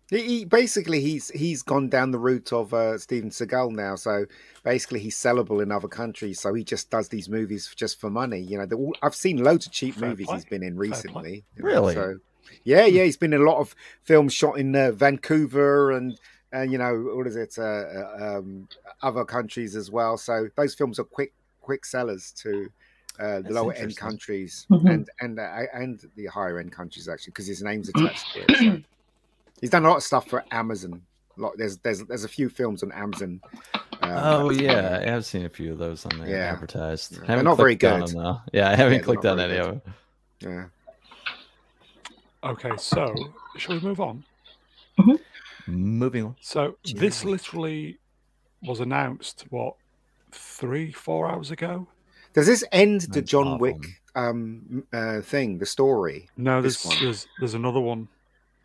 [SPEAKER 5] He, he basically he's he's gone down the route of uh, Steven Seagal now. So basically, he's sellable in other countries. So he just does these movies just for money. You know, they're all- I've seen loads of cheap
[SPEAKER 1] Fair
[SPEAKER 5] movies
[SPEAKER 1] play.
[SPEAKER 5] he's been in
[SPEAKER 1] play.
[SPEAKER 5] recently. you know,
[SPEAKER 2] Really?
[SPEAKER 5] So, yeah, yeah, he's been in a lot of films shot in uh, Vancouver and uh, you know what is it, uh, uh, um, other countries as well. So those films are quick quick sellers to. Uh, the
[SPEAKER 2] That's
[SPEAKER 5] lower end
[SPEAKER 2] interesting.
[SPEAKER 5] countries
[SPEAKER 1] Mm-hmm.
[SPEAKER 4] Mhm.
[SPEAKER 5] and and uh, and the higher end countries actually because his name's attached to it. So.
[SPEAKER 1] *clears throat*
[SPEAKER 5] He's done a lot of stuff for Amazon. Like there's there's there's a few films on Amazon. Um,
[SPEAKER 2] oh yeah, I've seen a few of those on there
[SPEAKER 5] Yeah.
[SPEAKER 2] advertised.
[SPEAKER 5] Yeah, they're
[SPEAKER 2] Haven't
[SPEAKER 5] not very
[SPEAKER 2] clicked on
[SPEAKER 5] good.
[SPEAKER 2] them, though. Yeah, I haven't
[SPEAKER 5] they're
[SPEAKER 2] clicked
[SPEAKER 5] not
[SPEAKER 2] on
[SPEAKER 5] very
[SPEAKER 2] any
[SPEAKER 5] good.
[SPEAKER 2] of them.
[SPEAKER 5] yeah.
[SPEAKER 1] Okay, so shall we move on?
[SPEAKER 2] Moving on.
[SPEAKER 1] So
[SPEAKER 5] Yeah.
[SPEAKER 1] this literally was announced what three, four hours ago.
[SPEAKER 5] Does this end the
[SPEAKER 2] That's
[SPEAKER 5] John
[SPEAKER 2] awful.
[SPEAKER 5] Wick um uh, thing, the story?
[SPEAKER 1] No,
[SPEAKER 5] This
[SPEAKER 1] there's
[SPEAKER 5] one.
[SPEAKER 1] there's there's another one.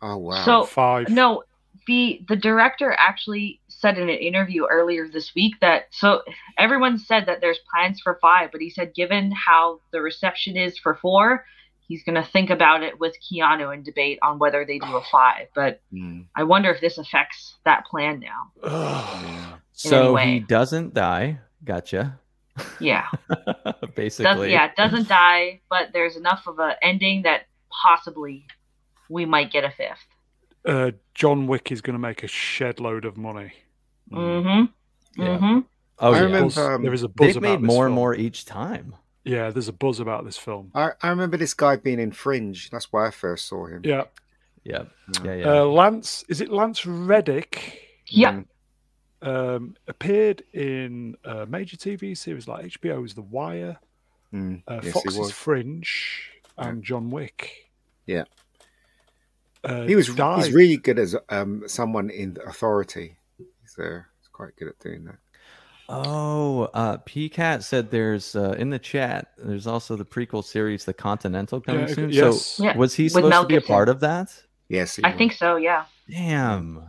[SPEAKER 5] Oh wow.
[SPEAKER 4] So- Oh,
[SPEAKER 1] Five.
[SPEAKER 4] No, the the director actually said in an interview earlier this week that so everyone said that there's plans for 5, but he said given how the reception is for 4, he's going to think about it with Keanu and debate on whether they do a 5, but
[SPEAKER 5] Hmm.
[SPEAKER 4] I wonder if this affects that plan now.
[SPEAKER 5] Yeah.
[SPEAKER 2] So he
[SPEAKER 4] way.
[SPEAKER 2] doesn't die. Gotcha. *laughs*
[SPEAKER 4] Yeah. Does,
[SPEAKER 2] Basically.
[SPEAKER 4] yeah, doesn't die, but there's enough of a ending that possibly we might get a fifth.
[SPEAKER 1] Uh, John Wick is going to make a shed load of money.
[SPEAKER 5] Mm.
[SPEAKER 4] Mhm.
[SPEAKER 2] Yeah.
[SPEAKER 4] Mhm.
[SPEAKER 2] Oh,
[SPEAKER 5] I
[SPEAKER 2] yeah.
[SPEAKER 5] remember-
[SPEAKER 1] Buzz-
[SPEAKER 5] um,
[SPEAKER 1] there is a buzz
[SPEAKER 2] They've
[SPEAKER 1] about
[SPEAKER 2] made
[SPEAKER 1] this
[SPEAKER 2] more and
[SPEAKER 1] film.
[SPEAKER 2] more Um, each time.
[SPEAKER 1] Yeah, there's a buzz about this film.
[SPEAKER 5] I, I remember this guy being in Fringe. That's where I first saw him.
[SPEAKER 1] Yeah.
[SPEAKER 2] Yeah.
[SPEAKER 5] Yeah.
[SPEAKER 2] Yeah. Yeah.
[SPEAKER 1] Uh, Lance, is it Lance Reddick?
[SPEAKER 4] Yeah.
[SPEAKER 5] Mm.
[SPEAKER 1] Um, appeared in uh, major TV series like HBO's The Wire,
[SPEAKER 5] Mm.
[SPEAKER 1] uh,
[SPEAKER 5] Yes, he
[SPEAKER 1] Fox's
[SPEAKER 5] was.
[SPEAKER 1] Fringe, and John Wick.
[SPEAKER 5] Yeah.
[SPEAKER 1] Uh,
[SPEAKER 5] He was
[SPEAKER 1] died.
[SPEAKER 5] he's really good as um someone in Authority. He's uh, he's quite good at doing that.
[SPEAKER 2] oh, uh, P Cat said there's uh, in the chat, there's also the prequel series, The Continental,
[SPEAKER 1] Yeah,
[SPEAKER 2] coming
[SPEAKER 1] okay,
[SPEAKER 2] soon.
[SPEAKER 1] yes.
[SPEAKER 2] So
[SPEAKER 4] Yeah,
[SPEAKER 2] was he
[SPEAKER 4] with
[SPEAKER 2] supposed
[SPEAKER 4] Mel
[SPEAKER 2] to be a
[SPEAKER 4] Gibson.
[SPEAKER 2] part of that?
[SPEAKER 5] Yes, he
[SPEAKER 4] I
[SPEAKER 5] was.
[SPEAKER 4] think so, yeah.
[SPEAKER 2] Damn.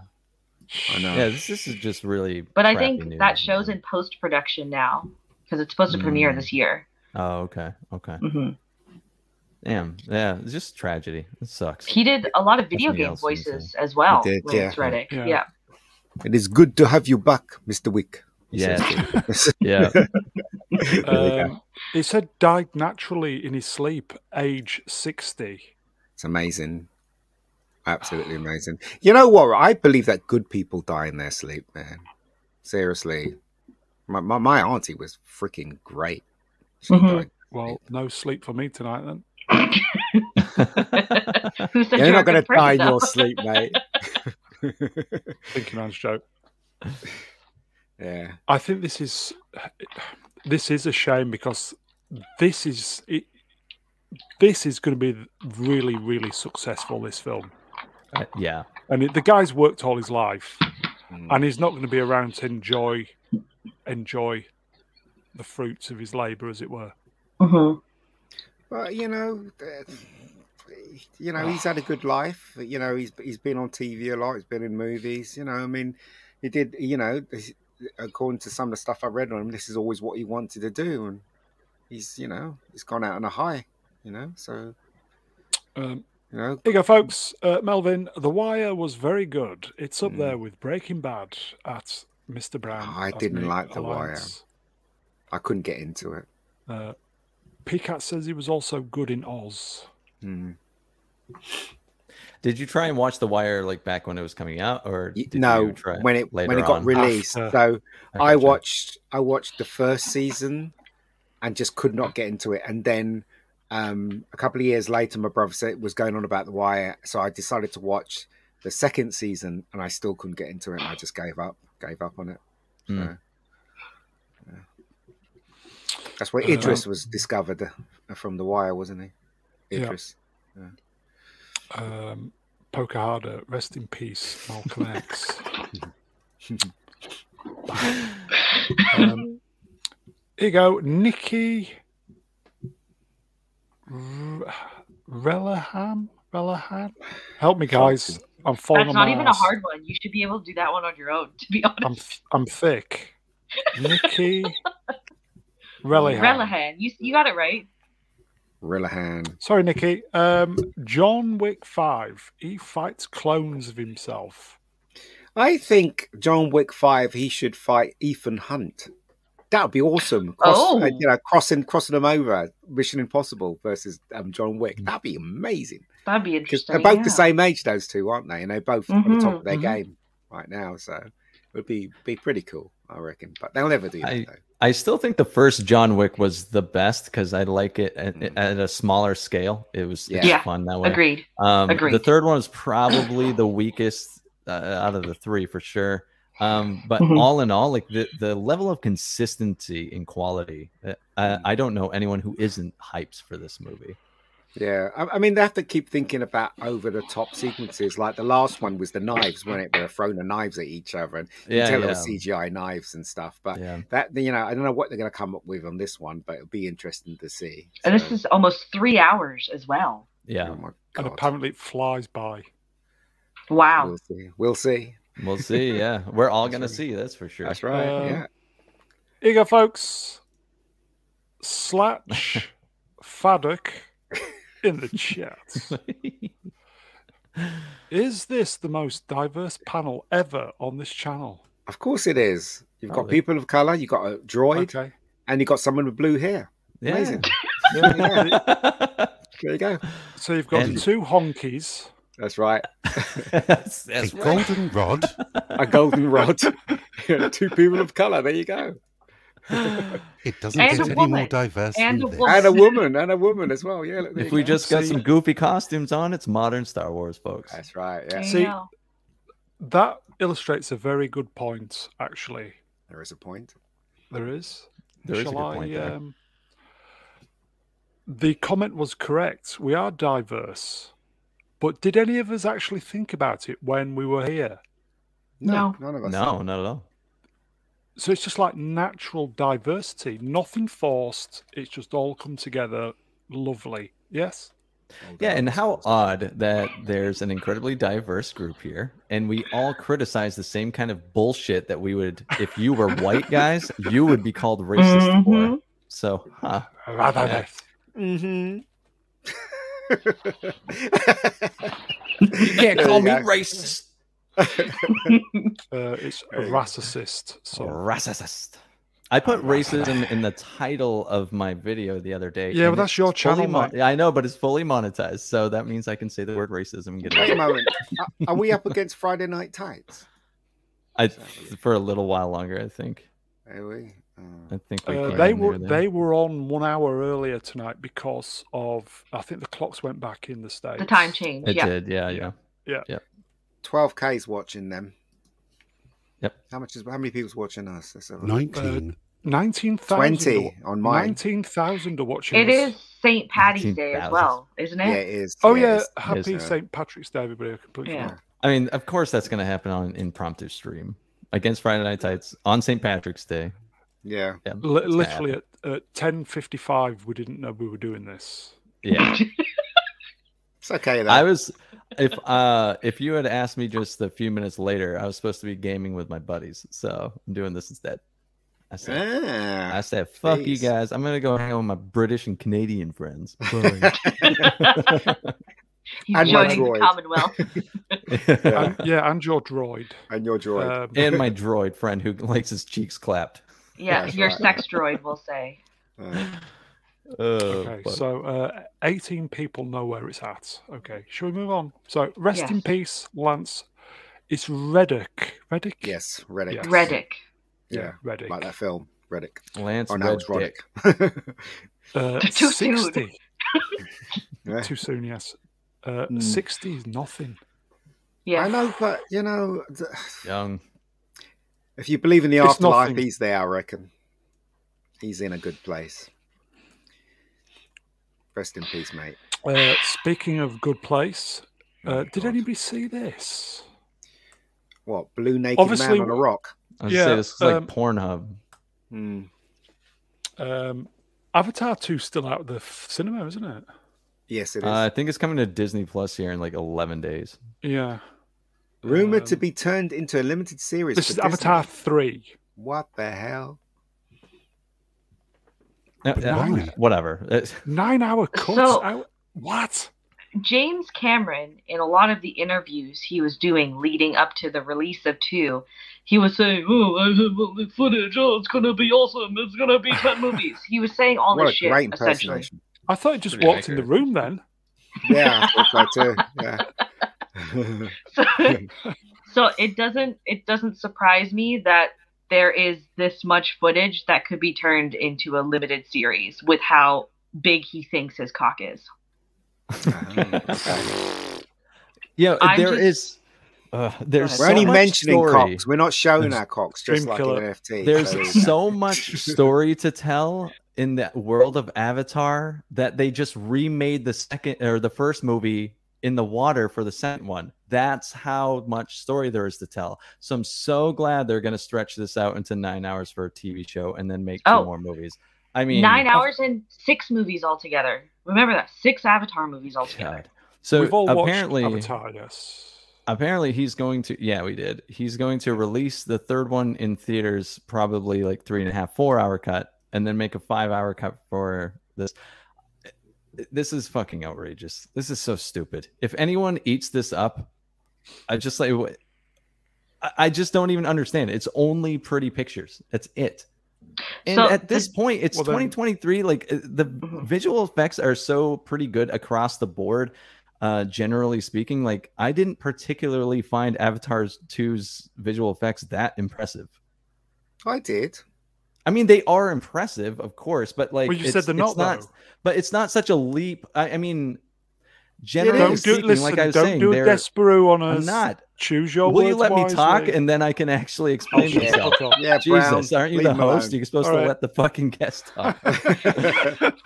[SPEAKER 5] I know.
[SPEAKER 2] Yeah. This, this is just really.
[SPEAKER 4] But I
[SPEAKER 2] crappy
[SPEAKER 4] think
[SPEAKER 2] news,
[SPEAKER 4] that show's
[SPEAKER 2] man.
[SPEAKER 4] in post production now because it's supposed to premiere
[SPEAKER 2] Mm.
[SPEAKER 4] this year.
[SPEAKER 2] Oh, okay. Okay.
[SPEAKER 1] Mm-hmm.
[SPEAKER 2] Damn. Yeah. It's just tragedy. It sucks.
[SPEAKER 4] He did a lot of video
[SPEAKER 2] Something
[SPEAKER 4] game
[SPEAKER 2] else
[SPEAKER 4] voices
[SPEAKER 2] insane.
[SPEAKER 4] as well.
[SPEAKER 5] He did,
[SPEAKER 4] Lance
[SPEAKER 5] yeah.
[SPEAKER 4] Reddick.
[SPEAKER 1] Yeah.
[SPEAKER 4] Yeah. *laughs*
[SPEAKER 5] It is good to have you back, Mr. Wick. he
[SPEAKER 2] Yeah.
[SPEAKER 5] says. *laughs*
[SPEAKER 2] dude. Yeah.
[SPEAKER 5] There you
[SPEAKER 1] Um, it said died naturally in his sleep, age 60.
[SPEAKER 5] It's amazing. Absolutely amazing. You know what? I believe that good people die in their sleep, man. Seriously. My, my, my auntie was freaking great. She
[SPEAKER 4] Mhm.
[SPEAKER 5] died.
[SPEAKER 1] Well, no sleep for me tonight then.
[SPEAKER 4] *laughs* Who said
[SPEAKER 5] You're
[SPEAKER 4] you're
[SPEAKER 5] not
[SPEAKER 4] going to
[SPEAKER 5] going to die in your sleep, mate. *laughs*
[SPEAKER 1] Thinking man's joke.
[SPEAKER 5] yeah.
[SPEAKER 1] I think this is this is a shame because this is it, this is going to be really really successful. This film,
[SPEAKER 2] *laughs* Uh, yeah.
[SPEAKER 1] and it, the guy's worked all his life,
[SPEAKER 5] Mm.
[SPEAKER 1] and he's not going to be around to enjoy enjoy the fruits of his labour, as it were. Mm-hmm.
[SPEAKER 5] But, you know, uh,
[SPEAKER 2] *sighs*
[SPEAKER 5] you know, he's had a good life. You know, he's he's been on TV a lot. He's been in movies. You know, I mean, he- he did, you know, according to some of the stuff I read on him, this is always what he wanted to do, and he's, you know, he's gone out on a high, you know. So,
[SPEAKER 1] Um,
[SPEAKER 5] you know,
[SPEAKER 1] Here you go, folks. Uh, Melvin, The Wire was very good. It's up there with Breaking Bad at Mr. Brown.
[SPEAKER 5] Mm. I
[SPEAKER 1] at
[SPEAKER 5] didn't
[SPEAKER 1] Meat
[SPEAKER 5] like The Wire.
[SPEAKER 1] Alliance.
[SPEAKER 5] I couldn't get into it.
[SPEAKER 1] Uh, Peacock says he was also good in Oz.
[SPEAKER 2] Hmm.
[SPEAKER 5] Mm.
[SPEAKER 2] Did you try and watch The Wire like back when it was coming out, or
[SPEAKER 5] Y-
[SPEAKER 2] did
[SPEAKER 5] No,
[SPEAKER 2] you try
[SPEAKER 5] when it
[SPEAKER 2] later
[SPEAKER 5] when it got
[SPEAKER 2] on?
[SPEAKER 5] released,
[SPEAKER 1] After-
[SPEAKER 5] so
[SPEAKER 2] I
[SPEAKER 5] I
[SPEAKER 2] gotcha.
[SPEAKER 5] watched I watched the first season and just could not get into it. And then um, a couple of years later, my brother said was going on about the wire, so I decided to watch the second season, and I still couldn't get into it. And I just gave up, gave up on it.
[SPEAKER 2] Hmm.
[SPEAKER 5] So, yeah. That's where
[SPEAKER 1] Uh,
[SPEAKER 5] Idris
[SPEAKER 2] um,
[SPEAKER 5] was discovered uh, from the wire, wasn't he?
[SPEAKER 1] Yeah.
[SPEAKER 5] Idris. *laughs*
[SPEAKER 1] Um, Poker Harder, rest in peace, Malcolm
[SPEAKER 5] *laughs*
[SPEAKER 1] X. Um, here you go, Nikki R- Relaham. Relaham, help me, guys. I'm falling. on
[SPEAKER 4] That's not
[SPEAKER 1] my
[SPEAKER 4] even a
[SPEAKER 1] ass.
[SPEAKER 4] hard one. You should be able to do that one on your own, *laughs* to be honest.
[SPEAKER 1] I'm th- I'm thick.
[SPEAKER 4] *laughs*
[SPEAKER 1] Nikki Relihan.
[SPEAKER 4] Relihan. You, you got it right.
[SPEAKER 5] Rillahan.
[SPEAKER 1] Sorry, Nikki. Um, John Wick Five. He fights clones of himself.
[SPEAKER 5] I think John Wick Five. He should fight Ethan Hunt. That would be awesome. Cross,
[SPEAKER 4] Oh.
[SPEAKER 5] uh, you know, crossing crossing them over. Mission Impossible versus um, John Wick.
[SPEAKER 2] Mm.
[SPEAKER 5] That'd be amazing
[SPEAKER 4] That'd be
[SPEAKER 5] because
[SPEAKER 4] interesting.
[SPEAKER 5] they're both
[SPEAKER 4] yeah. Mm-hmm,
[SPEAKER 5] the same age, those two, aren't they? And they're both on the top of their
[SPEAKER 1] Mhm, mhm.
[SPEAKER 5] game right now. So it would be be pretty cool, I reckon. But they'll never do that.
[SPEAKER 2] I-
[SPEAKER 5] though.
[SPEAKER 2] I still think the first John Wick was the best because I like it at,
[SPEAKER 5] Mm.
[SPEAKER 2] at a smaller scale. It was it's
[SPEAKER 4] Yeah.
[SPEAKER 2] fun that way.
[SPEAKER 4] Agreed.
[SPEAKER 2] Um, The
[SPEAKER 4] Agreed.
[SPEAKER 2] third one was probably the weakest uh, out of the three for sure. Um, but
[SPEAKER 4] Mhm.
[SPEAKER 2] all in all, like the, the level of consistency and quality, uh,
[SPEAKER 5] Mm-hmm.
[SPEAKER 2] I, I don't know anyone who isn't hyped for this movie.
[SPEAKER 5] Yeah, I, I mean they have to keep thinking about over the top sequences. Like the last one was the knives, when it? They were throwing the knives at each other, and you
[SPEAKER 2] Yeah,
[SPEAKER 5] can tell it
[SPEAKER 2] yeah,
[SPEAKER 5] was CGI knives and stuff. But
[SPEAKER 2] yeah.
[SPEAKER 5] that you know, I don't know what they're going to come up with on this one, but it'll be interesting to see.
[SPEAKER 4] And this
[SPEAKER 5] So-
[SPEAKER 4] is almost three hours as well.
[SPEAKER 2] yeah.
[SPEAKER 5] oh my
[SPEAKER 1] And
[SPEAKER 5] god,
[SPEAKER 1] apparently, it flies by.
[SPEAKER 4] Wow.
[SPEAKER 5] we'll see. We'll see.
[SPEAKER 2] We'll see. Yeah, we're all
[SPEAKER 5] That's
[SPEAKER 2] gonna
[SPEAKER 5] right.
[SPEAKER 2] see. That's for sure. *laughs*
[SPEAKER 5] That's right.
[SPEAKER 1] Um,
[SPEAKER 5] yeah,
[SPEAKER 1] Here you go, folks. Slatch Faddock in the chat. Is this the most diverse panel ever on this channel?
[SPEAKER 5] of course it is. You've got
[SPEAKER 2] Probably.
[SPEAKER 5] people of color. You've got a droid,
[SPEAKER 1] Okay.
[SPEAKER 5] and you've got someone with blue hair.
[SPEAKER 2] Yeah. *laughs*
[SPEAKER 5] Amazing. *laughs* There you go.
[SPEAKER 1] So you've got
[SPEAKER 2] And-
[SPEAKER 1] two honkies.
[SPEAKER 5] That's right.
[SPEAKER 2] that's
[SPEAKER 3] A
[SPEAKER 2] that's right.
[SPEAKER 3] golden rod.
[SPEAKER 5] A golden *laughs* rod. Two people of color. There you go.
[SPEAKER 3] It doesn't
[SPEAKER 4] And
[SPEAKER 3] get
[SPEAKER 4] a
[SPEAKER 3] any more
[SPEAKER 4] woman.
[SPEAKER 3] diverse
[SPEAKER 4] And
[SPEAKER 3] than
[SPEAKER 4] a
[SPEAKER 3] this.
[SPEAKER 4] woman.
[SPEAKER 5] And a woman. And a woman as well. Yeah. Look, there
[SPEAKER 2] if
[SPEAKER 5] you
[SPEAKER 2] we
[SPEAKER 5] go.
[SPEAKER 2] just got
[SPEAKER 1] See-
[SPEAKER 2] some goofy costumes on, it's modern Star Wars, folks.
[SPEAKER 5] That's right.
[SPEAKER 4] There
[SPEAKER 5] Yeah.
[SPEAKER 4] you
[SPEAKER 1] See-
[SPEAKER 4] go.
[SPEAKER 1] That illustrates a very good point, actually.
[SPEAKER 5] There is a point.
[SPEAKER 1] There is.
[SPEAKER 2] There is a
[SPEAKER 1] Shall
[SPEAKER 2] good point
[SPEAKER 1] I,
[SPEAKER 2] there.
[SPEAKER 1] Um, the comment was correct. We are diverse. But did any of us actually think about it when we were here?
[SPEAKER 5] None of us.
[SPEAKER 2] No, not at all.
[SPEAKER 1] So it's just like natural diversity, nothing forced. It's just all come together lovely. Yes.
[SPEAKER 2] Yeah, and
[SPEAKER 5] *laughs*
[SPEAKER 2] how odd that there's an incredibly diverse group here, and we all criticize the same kind of bullshit that we would, if you were white guys, you would be called racist for.
[SPEAKER 4] Mhm.
[SPEAKER 2] So, huh?
[SPEAKER 1] Rather
[SPEAKER 5] Mm-hmm.
[SPEAKER 2] You can't call me racist.
[SPEAKER 1] Uh, it's
[SPEAKER 5] There you go.
[SPEAKER 1] racist. So
[SPEAKER 2] Racist. I put
[SPEAKER 5] Racist.
[SPEAKER 2] racism in the title of my video the other day.
[SPEAKER 1] Yeah, well,
[SPEAKER 2] and
[SPEAKER 1] that's
[SPEAKER 2] it's
[SPEAKER 1] your
[SPEAKER 2] fully
[SPEAKER 1] channel,
[SPEAKER 2] mon-
[SPEAKER 1] mate.
[SPEAKER 2] Yeah, I know, but it's fully monetized, so that means I can say the word racism and get
[SPEAKER 5] Wait a
[SPEAKER 2] away.
[SPEAKER 5] moment. Are- Are we up against Friday Night Tights?
[SPEAKER 2] I, for a little while longer. I think.
[SPEAKER 5] Are we? Oh.
[SPEAKER 2] I think we
[SPEAKER 1] uh,
[SPEAKER 2] came
[SPEAKER 1] they
[SPEAKER 2] in
[SPEAKER 1] were
[SPEAKER 2] near
[SPEAKER 1] they
[SPEAKER 2] there.
[SPEAKER 1] were on one hour earlier tonight because of I think the clocks went back in the states.
[SPEAKER 4] The time change.
[SPEAKER 2] It
[SPEAKER 4] yeah.
[SPEAKER 2] did. Yeah, yeah.
[SPEAKER 5] 12K's watching them.
[SPEAKER 2] Yep.
[SPEAKER 5] How much is how many people's watching us? Let's have a look.
[SPEAKER 3] Nineteen.
[SPEAKER 1] Nineteen thousand.
[SPEAKER 5] 20 on mine.
[SPEAKER 1] Nineteen thousand are watching.
[SPEAKER 4] It
[SPEAKER 1] us.
[SPEAKER 4] is St. Patty's Day
[SPEAKER 2] 19,000.
[SPEAKER 4] as well, isn't
[SPEAKER 5] Yeah,
[SPEAKER 4] it?
[SPEAKER 5] it is.
[SPEAKER 1] Oh
[SPEAKER 5] it
[SPEAKER 1] yeah,
[SPEAKER 5] is.
[SPEAKER 1] happy
[SPEAKER 5] Yes.
[SPEAKER 1] St. Patrick's Day, everybody! I completely
[SPEAKER 4] Yeah.
[SPEAKER 1] forgot.
[SPEAKER 2] I mean, of course, that's going to happen on an impromptu stream against Friday Night Tights on St. Patrick's Day.
[SPEAKER 5] Yeah.
[SPEAKER 2] Yeah,
[SPEAKER 1] Li-
[SPEAKER 2] it's gonna
[SPEAKER 1] literally at, *laughs*
[SPEAKER 4] *laughs*
[SPEAKER 5] *laughs*
[SPEAKER 1] at ten fifty five, we didn't know we were doing this.
[SPEAKER 2] happen. yeah.
[SPEAKER 5] It's okay though.
[SPEAKER 2] I was if uh if you had asked me just a few minutes later, I was supposed to be gaming with my buddies, so I'm doing this instead. I said, I
[SPEAKER 5] Ah.
[SPEAKER 2] said, fuck you
[SPEAKER 5] please.
[SPEAKER 2] guys. I'm gonna go hang out with my British and Canadian friends.
[SPEAKER 1] *laughs*
[SPEAKER 2] Bye.
[SPEAKER 4] He's
[SPEAKER 5] And
[SPEAKER 2] my
[SPEAKER 4] joining the
[SPEAKER 5] droid.
[SPEAKER 4] Commonwealth.
[SPEAKER 5] Yeah.
[SPEAKER 1] And- yeah, and your droid.
[SPEAKER 5] and your droid.
[SPEAKER 1] Um,
[SPEAKER 2] *laughs* and my droid friend who likes his
[SPEAKER 1] *laughs*
[SPEAKER 2] cheeks clapped.
[SPEAKER 4] Yeah,
[SPEAKER 5] That's
[SPEAKER 4] your
[SPEAKER 5] right.
[SPEAKER 4] sex droid will say.
[SPEAKER 5] Uh,
[SPEAKER 2] Uh,
[SPEAKER 1] okay,
[SPEAKER 2] but-
[SPEAKER 1] so uh, 18 people know where it's at. Okay, shall we move on? So rest in
[SPEAKER 4] Yes.
[SPEAKER 1] peace, Lance. It's Reddick. Reddick?
[SPEAKER 5] yes, Reddick.
[SPEAKER 1] Yeah.
[SPEAKER 4] Reddick.
[SPEAKER 1] Yeah,
[SPEAKER 5] Yeah,
[SPEAKER 1] Reddick.
[SPEAKER 5] like that film, Reddick.
[SPEAKER 2] Lance
[SPEAKER 5] Or Oh, now
[SPEAKER 2] Red
[SPEAKER 5] it's
[SPEAKER 2] Dick.
[SPEAKER 5] Roddick.
[SPEAKER 4] *laughs*
[SPEAKER 1] Uh,
[SPEAKER 4] Too soon.
[SPEAKER 1] 60.
[SPEAKER 5] *laughs* Yeah.
[SPEAKER 1] Too soon, yes. Uh,
[SPEAKER 5] *laughs* Hmm.
[SPEAKER 1] 60 is nothing.
[SPEAKER 4] Yeah.
[SPEAKER 5] I know, but you know, th-
[SPEAKER 2] Young.
[SPEAKER 5] if you believe in the
[SPEAKER 1] It's
[SPEAKER 5] afterlife,
[SPEAKER 1] nothing.
[SPEAKER 5] he's there. I reckon he's in a good place. Rest in peace, mate.
[SPEAKER 1] Uh, speaking of good place, uh,
[SPEAKER 5] Oh,
[SPEAKER 1] did
[SPEAKER 5] God.
[SPEAKER 1] anybody see this?
[SPEAKER 5] What blue naked
[SPEAKER 1] Obviously-
[SPEAKER 5] man on a rock?
[SPEAKER 2] I was
[SPEAKER 1] Yeah,
[SPEAKER 2] gonna say this is like
[SPEAKER 1] um,
[SPEAKER 2] Pornhub.
[SPEAKER 5] Hmm.
[SPEAKER 1] Um, Avatar 2's still out of the f- cinema, isn't it?
[SPEAKER 5] Yes, it is.
[SPEAKER 2] Uh, I think it's coming to Disney Plus here in like 11 days.
[SPEAKER 1] Yeah.
[SPEAKER 5] Rumored to
[SPEAKER 1] um,
[SPEAKER 5] be turned into a limited series.
[SPEAKER 1] This
[SPEAKER 5] for
[SPEAKER 1] is Avatar
[SPEAKER 5] Disney.
[SPEAKER 1] 3.
[SPEAKER 5] What the hell?
[SPEAKER 2] Uh,
[SPEAKER 3] But
[SPEAKER 2] uh,
[SPEAKER 3] why?
[SPEAKER 2] whatever. *laughs* It's-
[SPEAKER 1] Nine hour cut.
[SPEAKER 4] So-
[SPEAKER 1] out. What?
[SPEAKER 4] James Cameron, in a lot of the interviews he was doing leading up to the release of two, he was saying, "Oh, I have all the footage. Oh, it's gonna be awesome. It's gonna be
[SPEAKER 5] *laughs*
[SPEAKER 4] ten movies." He was saying all
[SPEAKER 5] what a
[SPEAKER 4] this shit
[SPEAKER 5] great
[SPEAKER 4] essentially.
[SPEAKER 5] impersonation.
[SPEAKER 1] I thought it just
[SPEAKER 2] Pretty
[SPEAKER 1] walked in the
[SPEAKER 2] accurate.
[SPEAKER 1] room then.
[SPEAKER 5] Yeah, I thought so too.
[SPEAKER 4] *laughs*
[SPEAKER 5] Yeah.
[SPEAKER 4] So, *laughs* so it doesn't it doesn't surprise me that there is this much footage that could be turned into a limited series with how big he thinks his cock is.
[SPEAKER 5] Ah, okay.
[SPEAKER 2] yeah,
[SPEAKER 4] I'm
[SPEAKER 2] there
[SPEAKER 4] just-
[SPEAKER 2] is. Uh, there's
[SPEAKER 4] ahead.
[SPEAKER 5] We're
[SPEAKER 2] so
[SPEAKER 5] only
[SPEAKER 2] much
[SPEAKER 5] mentioning
[SPEAKER 2] story.
[SPEAKER 5] cocks. We're not showing
[SPEAKER 2] There's-
[SPEAKER 5] our cocks, just
[SPEAKER 1] Dream
[SPEAKER 5] like
[SPEAKER 1] killer.
[SPEAKER 5] in NFT. there
[SPEAKER 2] There's
[SPEAKER 5] you go.
[SPEAKER 1] *laughs*
[SPEAKER 2] so much story to tell in that world of Avatar that they just remade the second or the first movie in the water for the second one. That's how much story there is to tell. So I'm so glad they're going to stretch this out into nine hours for a TV show and then make two
[SPEAKER 4] Oh.
[SPEAKER 2] more movies. I mean,
[SPEAKER 4] Nine hours and six movies altogether. Remember that six Avatar movies altogether.
[SPEAKER 2] oh God. So
[SPEAKER 1] We've all
[SPEAKER 2] apparently,
[SPEAKER 1] watched Avatar, yes.
[SPEAKER 2] apparently he's going to yeah we did he's going to release the third one in theaters probably like three and a half four hour cut and then make a five hour cut for this this is fucking outrageous this is so stupid if anyone eats this up i just like wh- I- i just don't even understand it's only pretty pictures that's it and
[SPEAKER 4] So
[SPEAKER 2] at this
[SPEAKER 4] the-
[SPEAKER 2] point it's
[SPEAKER 1] Well, then- Mm-hmm.
[SPEAKER 2] 2023 like uh, the visual effects are so pretty good across the board uh generally speaking like i didn't particularly find avatars 2's visual effects that impressive
[SPEAKER 4] *laughs*
[SPEAKER 5] I did. *laughs*
[SPEAKER 2] i mean they are impressive of course but like
[SPEAKER 1] well, you said
[SPEAKER 2] it's-
[SPEAKER 1] they're
[SPEAKER 2] it's
[SPEAKER 1] not, though.
[SPEAKER 2] but it's not such a leap i, I mean generally
[SPEAKER 5] Don't do-
[SPEAKER 2] speaking like i was
[SPEAKER 1] don't
[SPEAKER 2] saying
[SPEAKER 1] do a
[SPEAKER 2] they're
[SPEAKER 1] Despero on us.
[SPEAKER 2] i'm not
[SPEAKER 1] Choose your
[SPEAKER 2] will you
[SPEAKER 1] words
[SPEAKER 2] let me
[SPEAKER 1] wisely.
[SPEAKER 2] talk and then i can
[SPEAKER 1] Oh,
[SPEAKER 2] actually explain
[SPEAKER 5] yeah.
[SPEAKER 2] myself
[SPEAKER 5] Yeah, Brown.
[SPEAKER 2] jesus aren't you
[SPEAKER 5] leave
[SPEAKER 2] the
[SPEAKER 5] him
[SPEAKER 2] host
[SPEAKER 5] alone.
[SPEAKER 2] you're supposed
[SPEAKER 1] All
[SPEAKER 2] to
[SPEAKER 1] right.
[SPEAKER 2] let the fucking guest talk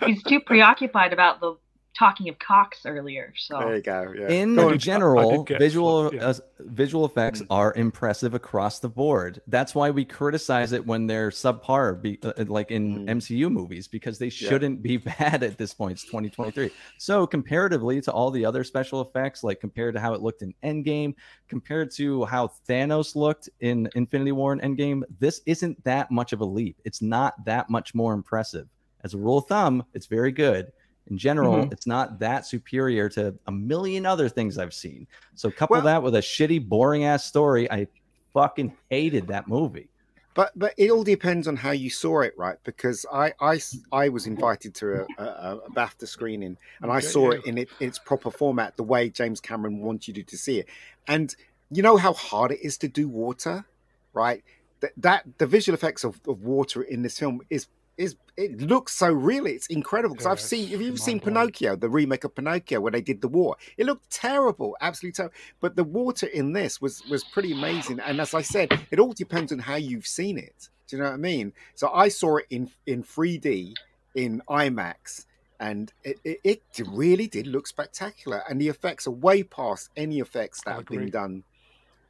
[SPEAKER 4] He's too preoccupied about the talking of cocks earlier.
[SPEAKER 5] there
[SPEAKER 4] So
[SPEAKER 5] you go. Yeah.
[SPEAKER 2] in
[SPEAKER 1] I did- I- I
[SPEAKER 2] general,
[SPEAKER 1] did get
[SPEAKER 2] visual
[SPEAKER 1] fl- yeah. Mm.
[SPEAKER 2] uh, visual effects are impressive across the board. That's why we criticize it when they're subpar, be, uh, uh, like in
[SPEAKER 5] Mm.
[SPEAKER 2] MCU movies, because they
[SPEAKER 5] Yeah.
[SPEAKER 2] shouldn't be *laughs* bad at this point. It's 2023, so comparatively to all the other special effects, like compared to how it looked in Endgame, compared to how Thanos looked in Infinity War and Endgame, this isn't that much of a leap. It's not that much more impressive. As a rule of thumb, it's very good in general, it's not that superior to a million other things I've seen. So couple
[SPEAKER 5] Well-
[SPEAKER 2] that with a shitty, boring ass story. I fucking hated that movie.
[SPEAKER 5] But but it all depends on how you saw it, right? Because I I, s-
[SPEAKER 1] Mm-hmm.
[SPEAKER 5] I was invited to a, a, a BAFTA screening, and I
[SPEAKER 1] Okay,
[SPEAKER 5] saw
[SPEAKER 1] yeah.
[SPEAKER 5] it in it, its proper format, the way James Cameron wanted you to see it. And you know how hard it is to do water, right? That, that the visual effects of, of water in this film is is it looks so real. It's incredible because
[SPEAKER 1] Yeah,
[SPEAKER 5] I've seen. Have you ever
[SPEAKER 1] it's
[SPEAKER 5] seen
[SPEAKER 1] mind-blowing.
[SPEAKER 5] Pinocchio, the remake of Pinocchio, where they did the war? It looked terrible, absolutely terrible. But the water in this was was pretty amazing. And as I said, it all depends on how you've seen it. Do you know what I mean? So I saw it in in 3D in IMAX, and it, it, it really did look spectacular. And the effects are way past any effects that
[SPEAKER 1] I
[SPEAKER 5] have been
[SPEAKER 1] agree.
[SPEAKER 5] done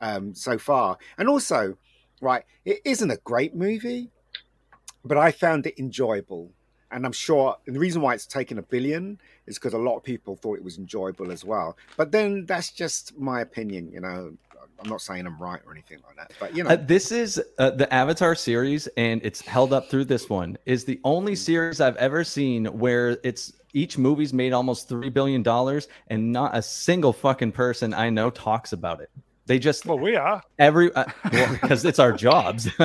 [SPEAKER 5] um, so far. And also, right, it isn't a great movie, but I found it enjoyable. And I'm sure and the reason why it's taken a billion is because a lot of people thought it was enjoyable as well. But then that's just my opinion, you know. I'm not saying I'm right or anything like that, but you know,
[SPEAKER 2] Uh, this is uh, the Avatar series, and it's held up through this one. Is the only series I've ever seen where it's each movie's made almost three billion dollars, and not a single fucking person I know talks about it. They just
[SPEAKER 1] Well, we are.
[SPEAKER 2] every uh, well, because it's our jobs *laughs*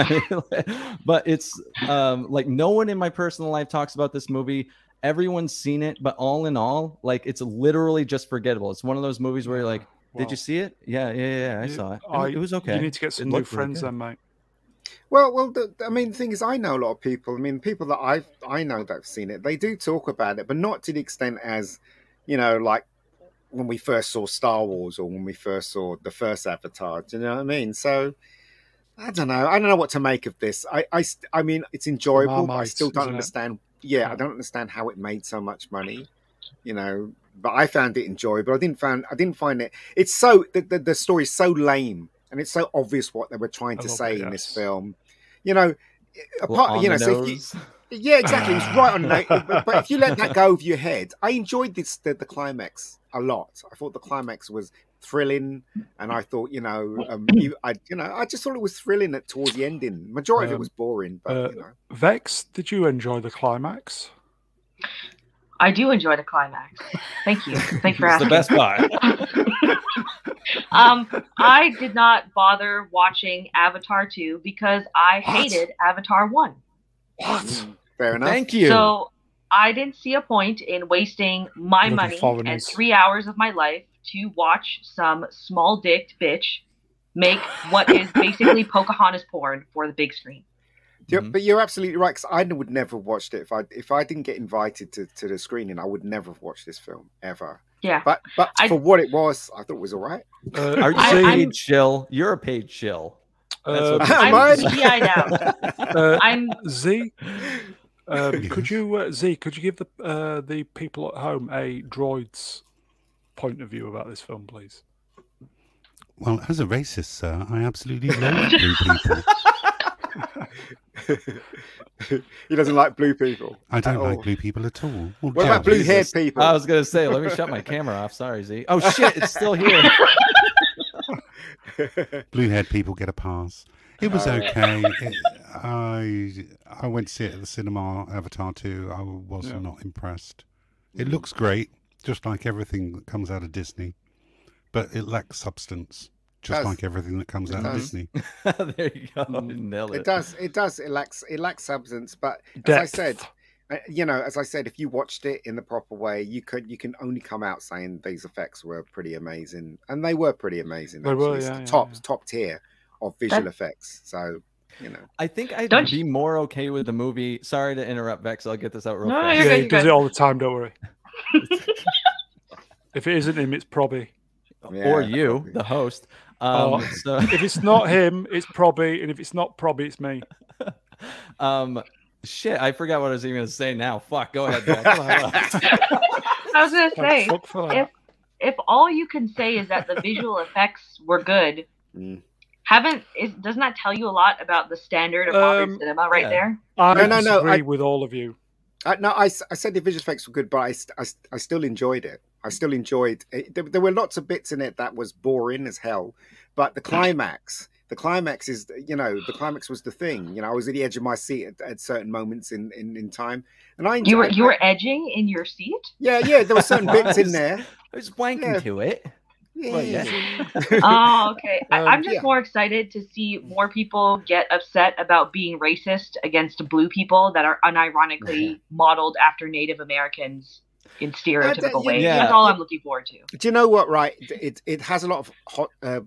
[SPEAKER 2] but it's um like no one in my personal life talks about this movie everyone's seen it but all in all like it's literally just forgettable it's one of those movies where you're like did
[SPEAKER 1] Well,
[SPEAKER 2] you see it yeah yeah yeah i saw it
[SPEAKER 1] I-
[SPEAKER 2] it, was okay
[SPEAKER 1] uh, You need to get some new
[SPEAKER 2] looked really
[SPEAKER 1] friends
[SPEAKER 2] good.
[SPEAKER 1] then, mate.
[SPEAKER 5] Well, well, the, I mean, the thing is, I know a lot of people. I mean, people that I I know that have seen it, they do talk about it, but not to the extent as, you know, like when we first saw Star Wars or when we first saw the first Avatar. Do you know what I mean? So, I don't know. I don't know what to make of this. I I, st- I mean, it's enjoyable. but I
[SPEAKER 1] Marmite,
[SPEAKER 5] still don't
[SPEAKER 1] isn't it?
[SPEAKER 5] understand. Yeah,
[SPEAKER 1] Yeah.
[SPEAKER 5] I don't understand how it made so much money. You know, but I found it enjoyable. I didn't find I didn't find it. It's so the the, the story is so lame, and it's so obvious what they were trying
[SPEAKER 1] A
[SPEAKER 5] to
[SPEAKER 1] little
[SPEAKER 5] say
[SPEAKER 1] bit,
[SPEAKER 5] in this
[SPEAKER 1] yes.
[SPEAKER 5] film. You know,
[SPEAKER 2] Well,
[SPEAKER 5] apart you know,
[SPEAKER 2] on the
[SPEAKER 5] so if you,
[SPEAKER 2] nose.
[SPEAKER 5] yeah, exactly. It's right on. the- but- but if you let that go over your head, I enjoyed this the, the climax a lot. I thought the climax was thrilling, and I thought you know, um, you, I you know, I just thought it was thrilling at towards the ending. Majority of
[SPEAKER 1] Um,
[SPEAKER 5] it was boring, but
[SPEAKER 1] uh,
[SPEAKER 5] you know,
[SPEAKER 1] Vex, did you enjoy the climax?
[SPEAKER 4] I do enjoy the climax. Thank
[SPEAKER 2] *laughs*
[SPEAKER 4] you. Thanks for
[SPEAKER 2] it's the
[SPEAKER 4] asking.
[SPEAKER 2] best part
[SPEAKER 4] Um, I did not bother watching Avatar 2 because I
[SPEAKER 1] What?
[SPEAKER 4] hated Avatar 1.
[SPEAKER 1] What?
[SPEAKER 5] *laughs* fair enough.
[SPEAKER 2] thank you
[SPEAKER 4] So I didn't see a point in wasting my
[SPEAKER 1] Looking
[SPEAKER 4] money
[SPEAKER 1] forward
[SPEAKER 4] and
[SPEAKER 1] is-
[SPEAKER 4] three hours of my life to watch some small dicked bitch make what is
[SPEAKER 2] *laughs*
[SPEAKER 4] basically Pocahontas porn for the big screen.
[SPEAKER 5] Yeah,
[SPEAKER 2] Mhm.
[SPEAKER 5] But you're absolutely right. Because I n- would never have watched it if I if I didn't get invited to, to the screening. I would never have watched this film ever.
[SPEAKER 4] Yeah.
[SPEAKER 5] But but
[SPEAKER 4] I-
[SPEAKER 5] for what it was, I thought it was all right.
[SPEAKER 1] Uh,
[SPEAKER 2] *laughs* are you
[SPEAKER 4] I-
[SPEAKER 2] a
[SPEAKER 4] I'm-
[SPEAKER 2] paid shill you're a paid shill
[SPEAKER 1] uh,
[SPEAKER 2] *laughs* That's
[SPEAKER 5] *laughs*
[SPEAKER 4] I'm
[SPEAKER 5] Am I?
[SPEAKER 4] CGI'd out.
[SPEAKER 1] uh,
[SPEAKER 4] I'm
[SPEAKER 2] *laughs*
[SPEAKER 1] Z, um, could
[SPEAKER 3] Yes.
[SPEAKER 1] you uh, Z, could you give the uh, the people at home a droid's point of view about this film, please?
[SPEAKER 3] Well, as a racist, sir, I
[SPEAKER 5] *laughs*
[SPEAKER 3] absolutely love blue people.
[SPEAKER 5] *laughs* he doesn't like blue people.
[SPEAKER 3] I don't
[SPEAKER 5] at
[SPEAKER 3] like
[SPEAKER 5] all.
[SPEAKER 3] blue people at all. All
[SPEAKER 5] Oh. What about
[SPEAKER 3] judges.
[SPEAKER 5] blue haired
[SPEAKER 2] Jesus.
[SPEAKER 5] people?
[SPEAKER 2] i was gonna say let me shut my camera off sorry z oh shit it's still here
[SPEAKER 5] *laughs*
[SPEAKER 2] *laughs*
[SPEAKER 3] Blue-haired people get a pass. It was
[SPEAKER 5] Oh.
[SPEAKER 3] okay. It- I I went to see it at the cinema. Avatar two. I was
[SPEAKER 1] Yeah.
[SPEAKER 3] not impressed.
[SPEAKER 5] Mm.
[SPEAKER 3] It looks great, just like everything that comes out of Disney, but it lacks substance, just
[SPEAKER 5] Does.
[SPEAKER 3] like everything that comes
[SPEAKER 5] It
[SPEAKER 3] out of
[SPEAKER 5] does.
[SPEAKER 3] Disney.
[SPEAKER 2] there you go
[SPEAKER 1] Mm.
[SPEAKER 2] Nailed
[SPEAKER 5] *laughs* It does. It does. It lacks. It lacks substance. But as I
[SPEAKER 1] Depth.
[SPEAKER 5] said, uh, you know, as I said, if you watched it in the proper way, you could. You can only come out saying these effects were pretty amazing, and they were pretty amazing.
[SPEAKER 1] They were,
[SPEAKER 5] actually. It's
[SPEAKER 1] yeah,
[SPEAKER 5] the
[SPEAKER 1] yeah,
[SPEAKER 5] top
[SPEAKER 1] yeah.
[SPEAKER 5] top tier of visual effects. So you know,
[SPEAKER 2] I think I'd
[SPEAKER 4] Don't
[SPEAKER 2] be more okay with the movie. Sorry to interrupt, Vex. I'll get this out real
[SPEAKER 4] No, no,
[SPEAKER 2] fast.
[SPEAKER 4] you're
[SPEAKER 1] yeah,
[SPEAKER 4] good,
[SPEAKER 1] he
[SPEAKER 4] you're
[SPEAKER 1] does
[SPEAKER 4] good.
[SPEAKER 1] it all the time. Don't worry. if it isn't him, it's probably.
[SPEAKER 2] or
[SPEAKER 5] Yeah,
[SPEAKER 2] you,
[SPEAKER 5] probably.
[SPEAKER 2] the host. Um,
[SPEAKER 1] Oh.
[SPEAKER 2] So,
[SPEAKER 1] If it's not him, it's probably, and if it's not probably, it's me.
[SPEAKER 2] um, shit, I forgot what I was even going to say now. Fuck, go ahead.
[SPEAKER 5] *laughs*
[SPEAKER 2] Vex.
[SPEAKER 4] I
[SPEAKER 1] *laughs*
[SPEAKER 4] was gonna
[SPEAKER 1] Thank
[SPEAKER 4] say
[SPEAKER 1] fuck for that.
[SPEAKER 4] if if all you can say is that the visual effects were good,
[SPEAKER 5] Mm.
[SPEAKER 4] haven't is doesn't that tell you a lot about the standard of modern
[SPEAKER 1] Um,
[SPEAKER 4] cinema right
[SPEAKER 2] yeah.
[SPEAKER 4] there?
[SPEAKER 1] I
[SPEAKER 5] No, no, no,
[SPEAKER 1] disagree
[SPEAKER 5] I-
[SPEAKER 1] with all of you.
[SPEAKER 5] I, no, I, s- I said the visual effects were good, but I, st- I, st- I still enjoyed it. I still enjoyed. It. There, there were lots of bits in it that was boring as hell, but the climax, the climax is, you know, the climax was the thing. You know, I was at the edge of my seat at, at certain moments in, in, in time, and I enjoyed.
[SPEAKER 4] You were you were edging in your seat.
[SPEAKER 5] yeah, yeah. There were certain
[SPEAKER 4] *laughs*
[SPEAKER 5] bits in there.
[SPEAKER 2] I was wanking
[SPEAKER 5] Yeah.
[SPEAKER 2] to it.
[SPEAKER 5] Yeah.
[SPEAKER 2] Well,
[SPEAKER 4] Oh, okay. I,
[SPEAKER 1] Um,
[SPEAKER 4] I'm just
[SPEAKER 5] yeah.
[SPEAKER 4] more excited to see more people get upset about being racist against blue people that are unironically modeled after Native Americans in stereotypical
[SPEAKER 5] you-
[SPEAKER 4] ways.
[SPEAKER 2] yeah.
[SPEAKER 4] That's all I'm looking forward to.
[SPEAKER 5] Do you know what? Right, it it has a lot of hot uh,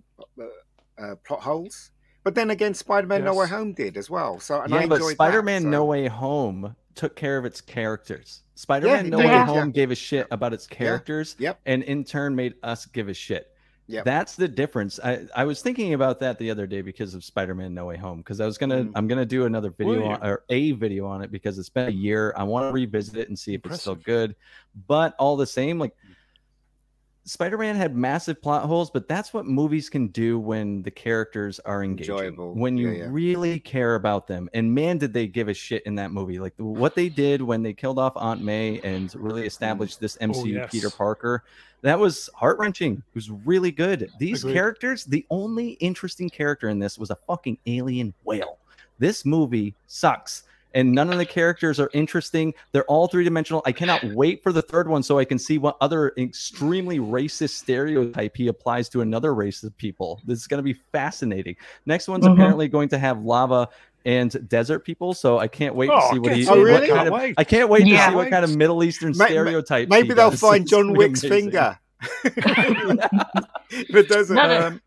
[SPEAKER 5] uh, plot holes, but then again, Spider-Man No
[SPEAKER 1] Yes.
[SPEAKER 5] Way Home did as well. So and I
[SPEAKER 2] yeah,
[SPEAKER 5] enjoyed
[SPEAKER 2] but
[SPEAKER 5] that,
[SPEAKER 2] Spider Man
[SPEAKER 5] so-
[SPEAKER 2] No Way Home took care of its characters. Spider Man
[SPEAKER 5] it
[SPEAKER 2] No
[SPEAKER 4] did,
[SPEAKER 2] Way
[SPEAKER 4] yeah.
[SPEAKER 2] Home gave a shit about its characters
[SPEAKER 5] Yep.
[SPEAKER 2] and in turn made us give a shit.
[SPEAKER 5] Yep.
[SPEAKER 2] That's the difference. I, I was thinking about that the other day because of Spider-Man No Way Home because I was gonna
[SPEAKER 5] Mm.
[SPEAKER 2] I'm gonna do another
[SPEAKER 1] Will
[SPEAKER 2] video
[SPEAKER 1] you?
[SPEAKER 2] on, or a video on it because it's been a year. I want to revisit it and see if it's still
[SPEAKER 1] Impressive.
[SPEAKER 2] good. But all the same, like Spider-Man had massive plot holes, but that's what movies can do when the characters are engaging.
[SPEAKER 5] Enjoyable.
[SPEAKER 2] When you
[SPEAKER 5] Yeah, yeah.
[SPEAKER 2] really care about them. And man, did they give a shit in that movie. Like
[SPEAKER 1] *sighs*
[SPEAKER 2] what they did when they killed off Aunt May and really established this MCU
[SPEAKER 1] Oh, yes.
[SPEAKER 2] Peter Parker. That was heart-wrenching. It was really good. These
[SPEAKER 1] Agreed.
[SPEAKER 2] characters, the only interesting character in this was a fucking alien whale. This movie sucks. And none of the characters are interesting. They're all three dimensional. I cannot wait for the third one so I can see what other extremely racist stereotype he applies to another race of people. This is going to be fascinating. Next one's
[SPEAKER 4] Mhm.
[SPEAKER 2] apparently going to have lava and desert people. So I can't wait to
[SPEAKER 1] Oh,
[SPEAKER 2] see what
[SPEAKER 1] get
[SPEAKER 2] he.
[SPEAKER 5] some- Oh, really?
[SPEAKER 2] What kind
[SPEAKER 1] Can't
[SPEAKER 2] of,
[SPEAKER 1] wait.
[SPEAKER 2] I can't wait
[SPEAKER 4] Yeah.
[SPEAKER 2] to see what kind of Middle Eastern
[SPEAKER 5] Ma- ma-
[SPEAKER 2] stereotype. he
[SPEAKER 5] Maybe they'll
[SPEAKER 2] does. *laughs*
[SPEAKER 5] find
[SPEAKER 2] It's
[SPEAKER 5] John
[SPEAKER 2] gonna be
[SPEAKER 5] Wick's
[SPEAKER 2] amazing. *laughs*
[SPEAKER 5] finger. it doesn't.
[SPEAKER 4] No, no.
[SPEAKER 5] um,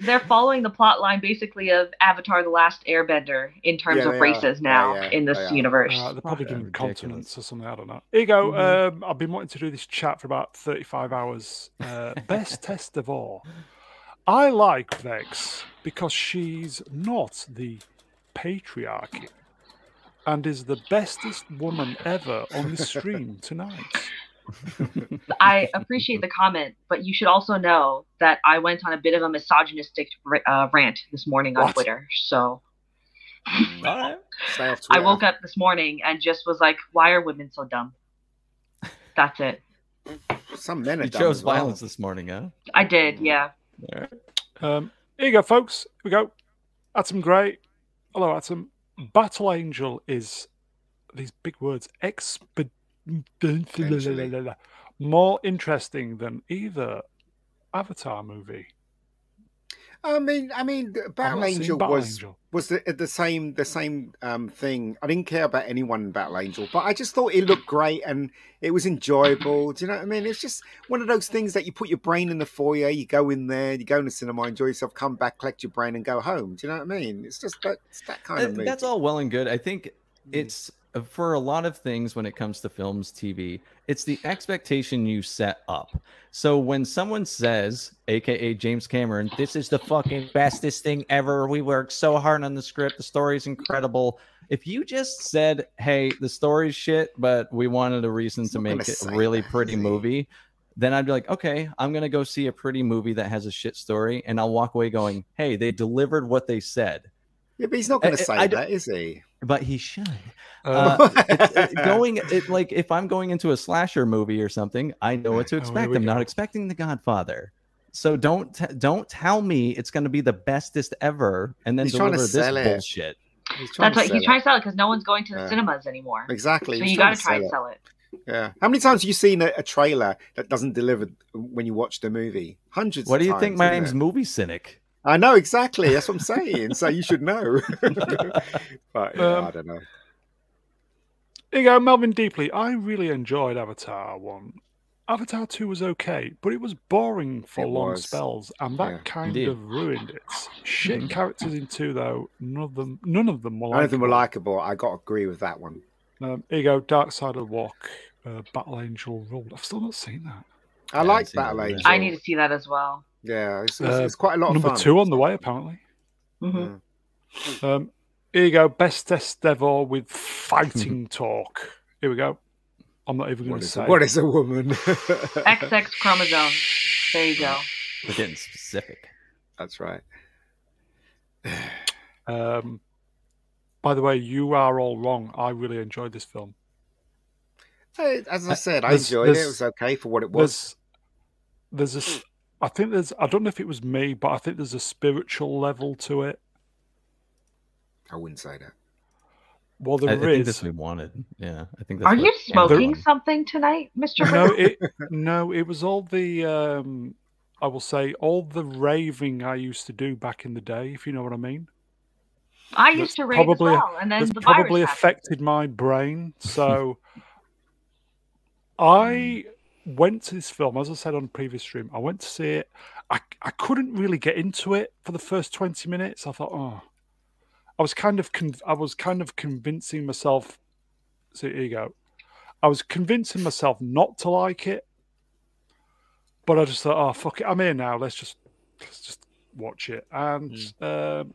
[SPEAKER 4] They're following the plot line basically of Avatar: The Last Airbender in terms
[SPEAKER 5] Yeah,
[SPEAKER 4] of
[SPEAKER 5] they are.
[SPEAKER 4] races now
[SPEAKER 5] Yeah, yeah,
[SPEAKER 4] in this
[SPEAKER 5] they are.
[SPEAKER 4] universe.
[SPEAKER 1] Uh, they're probably
[SPEAKER 2] Yeah,
[SPEAKER 1] doing
[SPEAKER 2] ridiculous.
[SPEAKER 1] continents or something. I don't know. Here you go. Um, I've been wanting to do this chat for about 35 hours. Uh, best test of all. I like Vex because she's not the patriarchy and is the bestest woman ever on the stream tonight.
[SPEAKER 4] I appreciate the comment, but you should also know that I went on a bit of a misogynistic r- uh, rant this morning on
[SPEAKER 1] What?
[SPEAKER 4] Twitter. So
[SPEAKER 2] All right.
[SPEAKER 5] Stay off
[SPEAKER 4] I
[SPEAKER 5] Twitter.
[SPEAKER 4] woke up this morning and just was like, "Why are women so dumb?" That's it.
[SPEAKER 5] Some men are
[SPEAKER 2] You
[SPEAKER 5] dumb
[SPEAKER 2] chose
[SPEAKER 5] as well.
[SPEAKER 2] violence this morning, huh?
[SPEAKER 4] I did,
[SPEAKER 5] Mm.
[SPEAKER 4] yeah.
[SPEAKER 2] All right.
[SPEAKER 1] Um, here you go, folks. Here we go. Atom Gray. Hello, Atom. Battle Angel is these big words exped- more interesting than either Avatar movie.
[SPEAKER 5] I mean, I mean, the
[SPEAKER 1] I've
[SPEAKER 5] Battle
[SPEAKER 1] not seen
[SPEAKER 5] Angel
[SPEAKER 1] Battle
[SPEAKER 5] was
[SPEAKER 1] Angel.
[SPEAKER 5] was the, the same the same um, thing. I didn't care about anyone in Battle Angel, but I just thought it looked great and it was enjoyable. Do you know what I mean? It's just one of those things that you put your brain in the foyer, you go in there, you go in the cinema, enjoy yourself, come back, collect your brain, and go home. Do you know what I mean? It's just that it's that kind
[SPEAKER 2] Uh,
[SPEAKER 5] of Hmm. movie.
[SPEAKER 2] That's all well and good. I think it's uh, for a lot of things when it comes to films, TV, it's the expectation you set up. So when someone says, aka James Cameron, this is the fucking bestest thing ever. We worked so hard on the script. The story's incredible. If you just said, hey, the story's shit, but we wanted a reason
[SPEAKER 5] He's
[SPEAKER 2] to
[SPEAKER 5] not gonna
[SPEAKER 2] make it a
[SPEAKER 5] say
[SPEAKER 2] really
[SPEAKER 5] that,
[SPEAKER 2] pretty
[SPEAKER 5] is he?
[SPEAKER 2] movie, then I'd be like, okay, I'm gonna go see a pretty movie that has a shit story, and I'll walk away going, hey, they delivered what they said.
[SPEAKER 5] Yeah, but he's not going
[SPEAKER 2] I-
[SPEAKER 5] to say
[SPEAKER 2] I don't-
[SPEAKER 5] that, is he?
[SPEAKER 2] But he should.
[SPEAKER 1] Uh,
[SPEAKER 2] Uh, it's,
[SPEAKER 5] *laughs*
[SPEAKER 1] *laughs*
[SPEAKER 2] it- going it, like if I'm going into a slasher movie or something, I know what to
[SPEAKER 1] Oh, here
[SPEAKER 2] expect.
[SPEAKER 1] we
[SPEAKER 2] I'm not
[SPEAKER 1] go.
[SPEAKER 2] expecting The Godfather. So don't t- don't tell me it's going to be the bestest ever, and then
[SPEAKER 5] He's trying to
[SPEAKER 2] deliver this
[SPEAKER 5] sell it.
[SPEAKER 2] bullshit.
[SPEAKER 5] he's trying
[SPEAKER 4] That's
[SPEAKER 5] to
[SPEAKER 4] what
[SPEAKER 5] sell
[SPEAKER 4] he's
[SPEAKER 5] it.
[SPEAKER 4] trying to sell it because no one's going to the
[SPEAKER 5] Yeah.
[SPEAKER 4] cinemas anymore.
[SPEAKER 5] Exactly.
[SPEAKER 4] So
[SPEAKER 5] he's
[SPEAKER 4] you
[SPEAKER 5] trying
[SPEAKER 4] got to try and
[SPEAKER 5] it.
[SPEAKER 4] sell it.
[SPEAKER 5] Yeah. How many times have you seen a, a trailer that doesn't deliver when you watch the movie? Hundreds.
[SPEAKER 2] What
[SPEAKER 5] of
[SPEAKER 2] do you
[SPEAKER 5] times,
[SPEAKER 2] think? My
[SPEAKER 5] isn't
[SPEAKER 2] name's
[SPEAKER 5] it?
[SPEAKER 2] Movie Cynic.
[SPEAKER 5] I know exactly. That's what I'm saying. so you should know. but yeah, I
[SPEAKER 1] Um,
[SPEAKER 5] don't know.
[SPEAKER 1] Here you go, Melvin Deeply. I really enjoyed Avatar 1. Avatar 2 was okay, but it was boring for
[SPEAKER 5] It
[SPEAKER 1] long
[SPEAKER 5] was.
[SPEAKER 1] spells, and that
[SPEAKER 5] Yeah.
[SPEAKER 1] kind
[SPEAKER 2] Indeed.
[SPEAKER 1] of ruined it. Shit
[SPEAKER 2] Mhm.
[SPEAKER 1] characters in 2, though, none of them, none of them were
[SPEAKER 5] None of them were
[SPEAKER 1] likeable.
[SPEAKER 5] likable. I got to agree with that one.
[SPEAKER 1] Um, here you go, Dark Side of the Walk, uh, Battle Angel Ruled. I've still not seen that.
[SPEAKER 5] I
[SPEAKER 2] Yeah, I
[SPEAKER 5] like
[SPEAKER 2] see that
[SPEAKER 5] Battle
[SPEAKER 2] one, yeah.
[SPEAKER 5] Angel.
[SPEAKER 4] I need to see that as well.
[SPEAKER 5] Yeah, it's, it's,
[SPEAKER 1] Uh,
[SPEAKER 5] it's quite a lot of
[SPEAKER 1] Number
[SPEAKER 5] fun.
[SPEAKER 1] two on the way, apparently.
[SPEAKER 4] hmm
[SPEAKER 1] Um, here you go, Best Test Devil with
[SPEAKER 5] *laughs*
[SPEAKER 1] Fighting Talk. Here we go. I'm not even going
[SPEAKER 5] What
[SPEAKER 1] to
[SPEAKER 5] is,
[SPEAKER 1] say.
[SPEAKER 5] a,
[SPEAKER 1] it.
[SPEAKER 5] what is a woman? *laughs*
[SPEAKER 4] XX chromosome. There you go.
[SPEAKER 2] We're getting specific.
[SPEAKER 5] That's right.
[SPEAKER 1] Um, by the way, you are all wrong. I really enjoyed this film.
[SPEAKER 5] Hey, As I
[SPEAKER 2] Uh,
[SPEAKER 5] said, I
[SPEAKER 1] there's-
[SPEAKER 5] enjoyed it. It
[SPEAKER 1] there's-
[SPEAKER 5] was okay for what it was.
[SPEAKER 1] There's, there's a, s- I think there's, I don't know if it was me, but I think there's a spiritual level to it.
[SPEAKER 5] I wouldn't say that.
[SPEAKER 1] Well,
[SPEAKER 2] I, I
[SPEAKER 1] there is.
[SPEAKER 2] think this we wanted. Yeah, I think. That's
[SPEAKER 4] Are
[SPEAKER 2] what
[SPEAKER 4] you smoking
[SPEAKER 2] everyone-
[SPEAKER 4] something tonight, *laughs* Mr.
[SPEAKER 1] no,
[SPEAKER 4] Brown?
[SPEAKER 1] it no, it was all the um, I will say all the raving I used to do back in the day, if you know what I mean.
[SPEAKER 4] I
[SPEAKER 1] that's
[SPEAKER 4] used to rave as
[SPEAKER 1] probably a-
[SPEAKER 4] well, and then
[SPEAKER 1] That's
[SPEAKER 4] the
[SPEAKER 1] probably
[SPEAKER 4] virus happened.
[SPEAKER 1] affected my brain. So I went to this film, as I said on a previous stream, I went to see it. I, I couldn't really get into it for the first 20 minutes. I thought, oh, I was kind of con- I was kind of convincing myself. So here you go. I was convincing myself not to like it, but I just thought, oh fuck it, I'm here now. Let's just let's just watch it, and
[SPEAKER 2] Hmm.
[SPEAKER 1] um,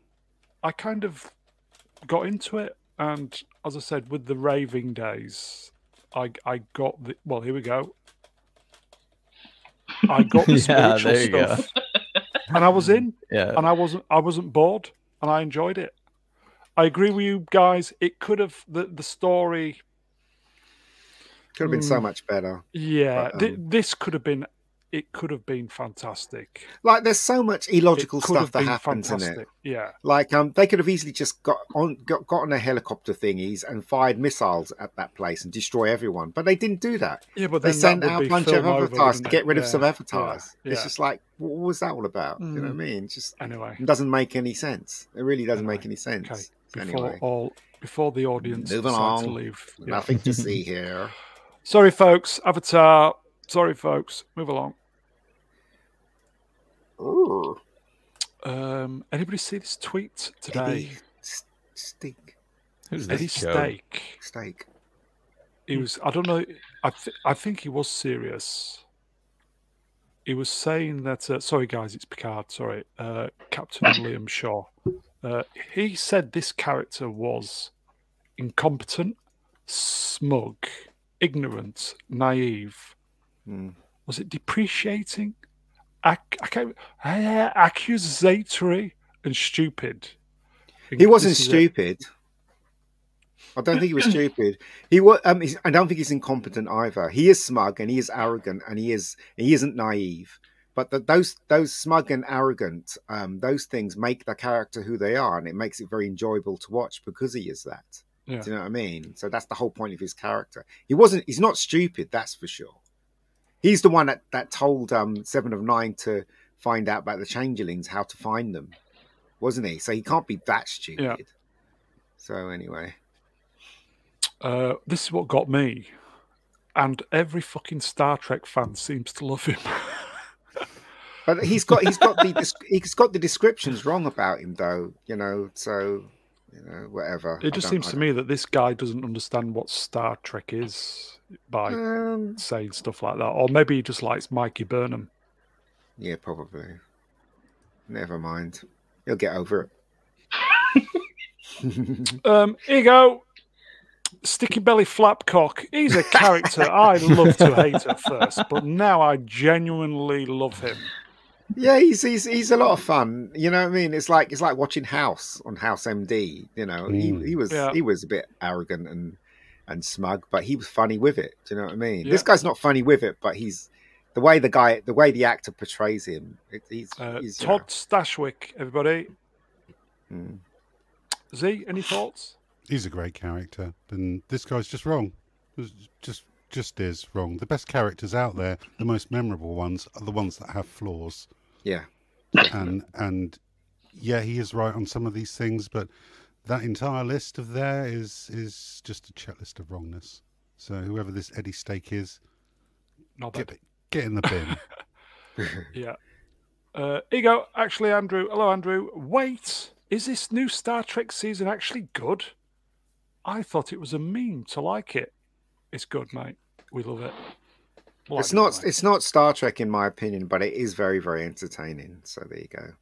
[SPEAKER 1] I kind of got into it. And as I said, with the raving days, I I got the well. Here we go. I got the
[SPEAKER 2] *laughs* Yeah,
[SPEAKER 1] spiritual
[SPEAKER 2] there you go.
[SPEAKER 1] stuff, and I was in,
[SPEAKER 2] Yeah.
[SPEAKER 1] and I wasn't. I wasn't bored, and I enjoyed it. I agree with you guys. It could have the the story.
[SPEAKER 5] Could have been so
[SPEAKER 1] Mm.
[SPEAKER 5] much better.
[SPEAKER 1] Yeah,
[SPEAKER 5] But,
[SPEAKER 1] uh, thi- this could have been. It could have been fantastic.
[SPEAKER 5] Like, there's so much
[SPEAKER 1] It
[SPEAKER 5] illogical
[SPEAKER 1] could
[SPEAKER 5] stuff
[SPEAKER 1] have
[SPEAKER 5] that
[SPEAKER 1] been
[SPEAKER 5] happens in it.
[SPEAKER 1] fantastic. Yeah,
[SPEAKER 5] Like, um, they could have easily just got on, got, gotten a helicopter thingies and fired missiles at that place and destroy everyone. But they didn't do that.
[SPEAKER 1] yeah, but
[SPEAKER 5] They
[SPEAKER 1] then that
[SPEAKER 5] sent
[SPEAKER 1] would
[SPEAKER 5] out
[SPEAKER 1] be
[SPEAKER 5] a bunch
[SPEAKER 1] film
[SPEAKER 5] of
[SPEAKER 1] over,
[SPEAKER 5] avatars
[SPEAKER 1] wouldn't
[SPEAKER 5] to
[SPEAKER 1] it?
[SPEAKER 5] get rid of
[SPEAKER 1] Yeah,
[SPEAKER 5] some avatars.
[SPEAKER 1] yeah,
[SPEAKER 5] It's
[SPEAKER 1] yeah.
[SPEAKER 5] just like, wh- what was that all about? You know what I mean? It's just
[SPEAKER 1] Anyway,
[SPEAKER 5] it doesn't make any sense. It really doesn't make
[SPEAKER 1] Anyway.
[SPEAKER 5] any sense.
[SPEAKER 1] Okay, before
[SPEAKER 5] Anyway,
[SPEAKER 1] all, before the audience
[SPEAKER 5] Move
[SPEAKER 1] decides to
[SPEAKER 5] along.
[SPEAKER 1] leave. Yeah.
[SPEAKER 5] nothing
[SPEAKER 1] *laughs*
[SPEAKER 5] to see here.
[SPEAKER 1] Sorry, folks. Avatar. Sorry, folks. Move along.
[SPEAKER 5] Ooh,
[SPEAKER 1] Um, anybody see this tweet today?
[SPEAKER 5] Eddie S- Steak.
[SPEAKER 2] Who's
[SPEAKER 1] Eddie Steak.
[SPEAKER 5] Steak.
[SPEAKER 1] He was. I don't know. I th- I think he was serious. He was saying that. Uh, sorry, guys. It's Picard. Sorry, uh, Captain William Shaw. Uh, he said this character was incompetent, smug, ignorant, naive.
[SPEAKER 5] Mm.
[SPEAKER 1] was it depreciating, ac- I can't, eh, accusatory, and stupid? I think
[SPEAKER 5] He wasn't
[SPEAKER 1] this is it.
[SPEAKER 5] stupid. I don't
[SPEAKER 1] *laughs*
[SPEAKER 5] think he was stupid. He was. Um, he's, I don't think he's incompetent either. He is smug and he is arrogant and he is he isn't naive. But the, those those smug and arrogant um, those things make the character who they are, and it makes it very enjoyable to watch because he is that.
[SPEAKER 1] Yeah.
[SPEAKER 5] Do you know what I mean? So that's the whole point of his character. He wasn't. He's not stupid. That's for sure. He's the one that that told um, Seven of Nine to find out about the changelings, how to find them, wasn't he? So he can't be that stupid. So anyway,
[SPEAKER 1] Uh, this is what got me, and every fucking Star Trek fan seems to love him. *laughs*
[SPEAKER 5] but he's got he's got the des- *laughs* he's got the descriptions wrong about him though. You know, so you know whatever. I
[SPEAKER 1] it just
[SPEAKER 5] don't-
[SPEAKER 1] seems
[SPEAKER 5] I
[SPEAKER 1] to me that this guy doesn't understand what Star Trek is by
[SPEAKER 5] don't- Um,
[SPEAKER 1] saying stuff like that, or maybe he just likes Mikey Burnham.
[SPEAKER 5] yeah, probably. Never mind. He'll get over
[SPEAKER 1] *laughs*
[SPEAKER 5] it.
[SPEAKER 1] Um, here you go. Sticky belly flapcock. He's a
[SPEAKER 5] *laughs*
[SPEAKER 1] character I loved to hate at first, but now I genuinely love him.
[SPEAKER 5] Yeah, he's, he's he's a lot of fun. You know what I mean? It's like it's like watching House on House MD. You know,
[SPEAKER 3] Mm.
[SPEAKER 5] he, he was
[SPEAKER 1] Yeah.
[SPEAKER 5] he was a bit arrogant and and smug, but he was funny with it. Do you know what I mean?
[SPEAKER 1] Yeah.
[SPEAKER 5] This guy's not funny with it, but he's the way the guy, the way the actor portrays him. It, he's,
[SPEAKER 1] Uh,
[SPEAKER 5] he's you know,
[SPEAKER 1] Todd Stashwick, everybody.
[SPEAKER 5] mm.
[SPEAKER 1] Z, any thoughts?
[SPEAKER 3] He's a great character, and this guy's just wrong. It's Just, just is wrong. The best characters out there, the most memorable ones, are the ones that have flaws.
[SPEAKER 5] Yeah.
[SPEAKER 3] And and yeah, he is right on some of these things, but that entire list of there is is just a checklist of wrongness. So whoever this Eddie Stake is,
[SPEAKER 1] Not
[SPEAKER 3] get
[SPEAKER 1] bad.
[SPEAKER 3] get in the bin.
[SPEAKER 1] Yeah. Uh, here you go. Actually, Andrew. Hello, Andrew. Wait, is this new Star Trek season actually good? I thought it was a meme to like it. It's good, mate. We love it. Well, I
[SPEAKER 5] it's
[SPEAKER 1] do,
[SPEAKER 5] not
[SPEAKER 1] mate.
[SPEAKER 5] it's not Star Trek in my opinion, but it is very very entertaining. So there you go.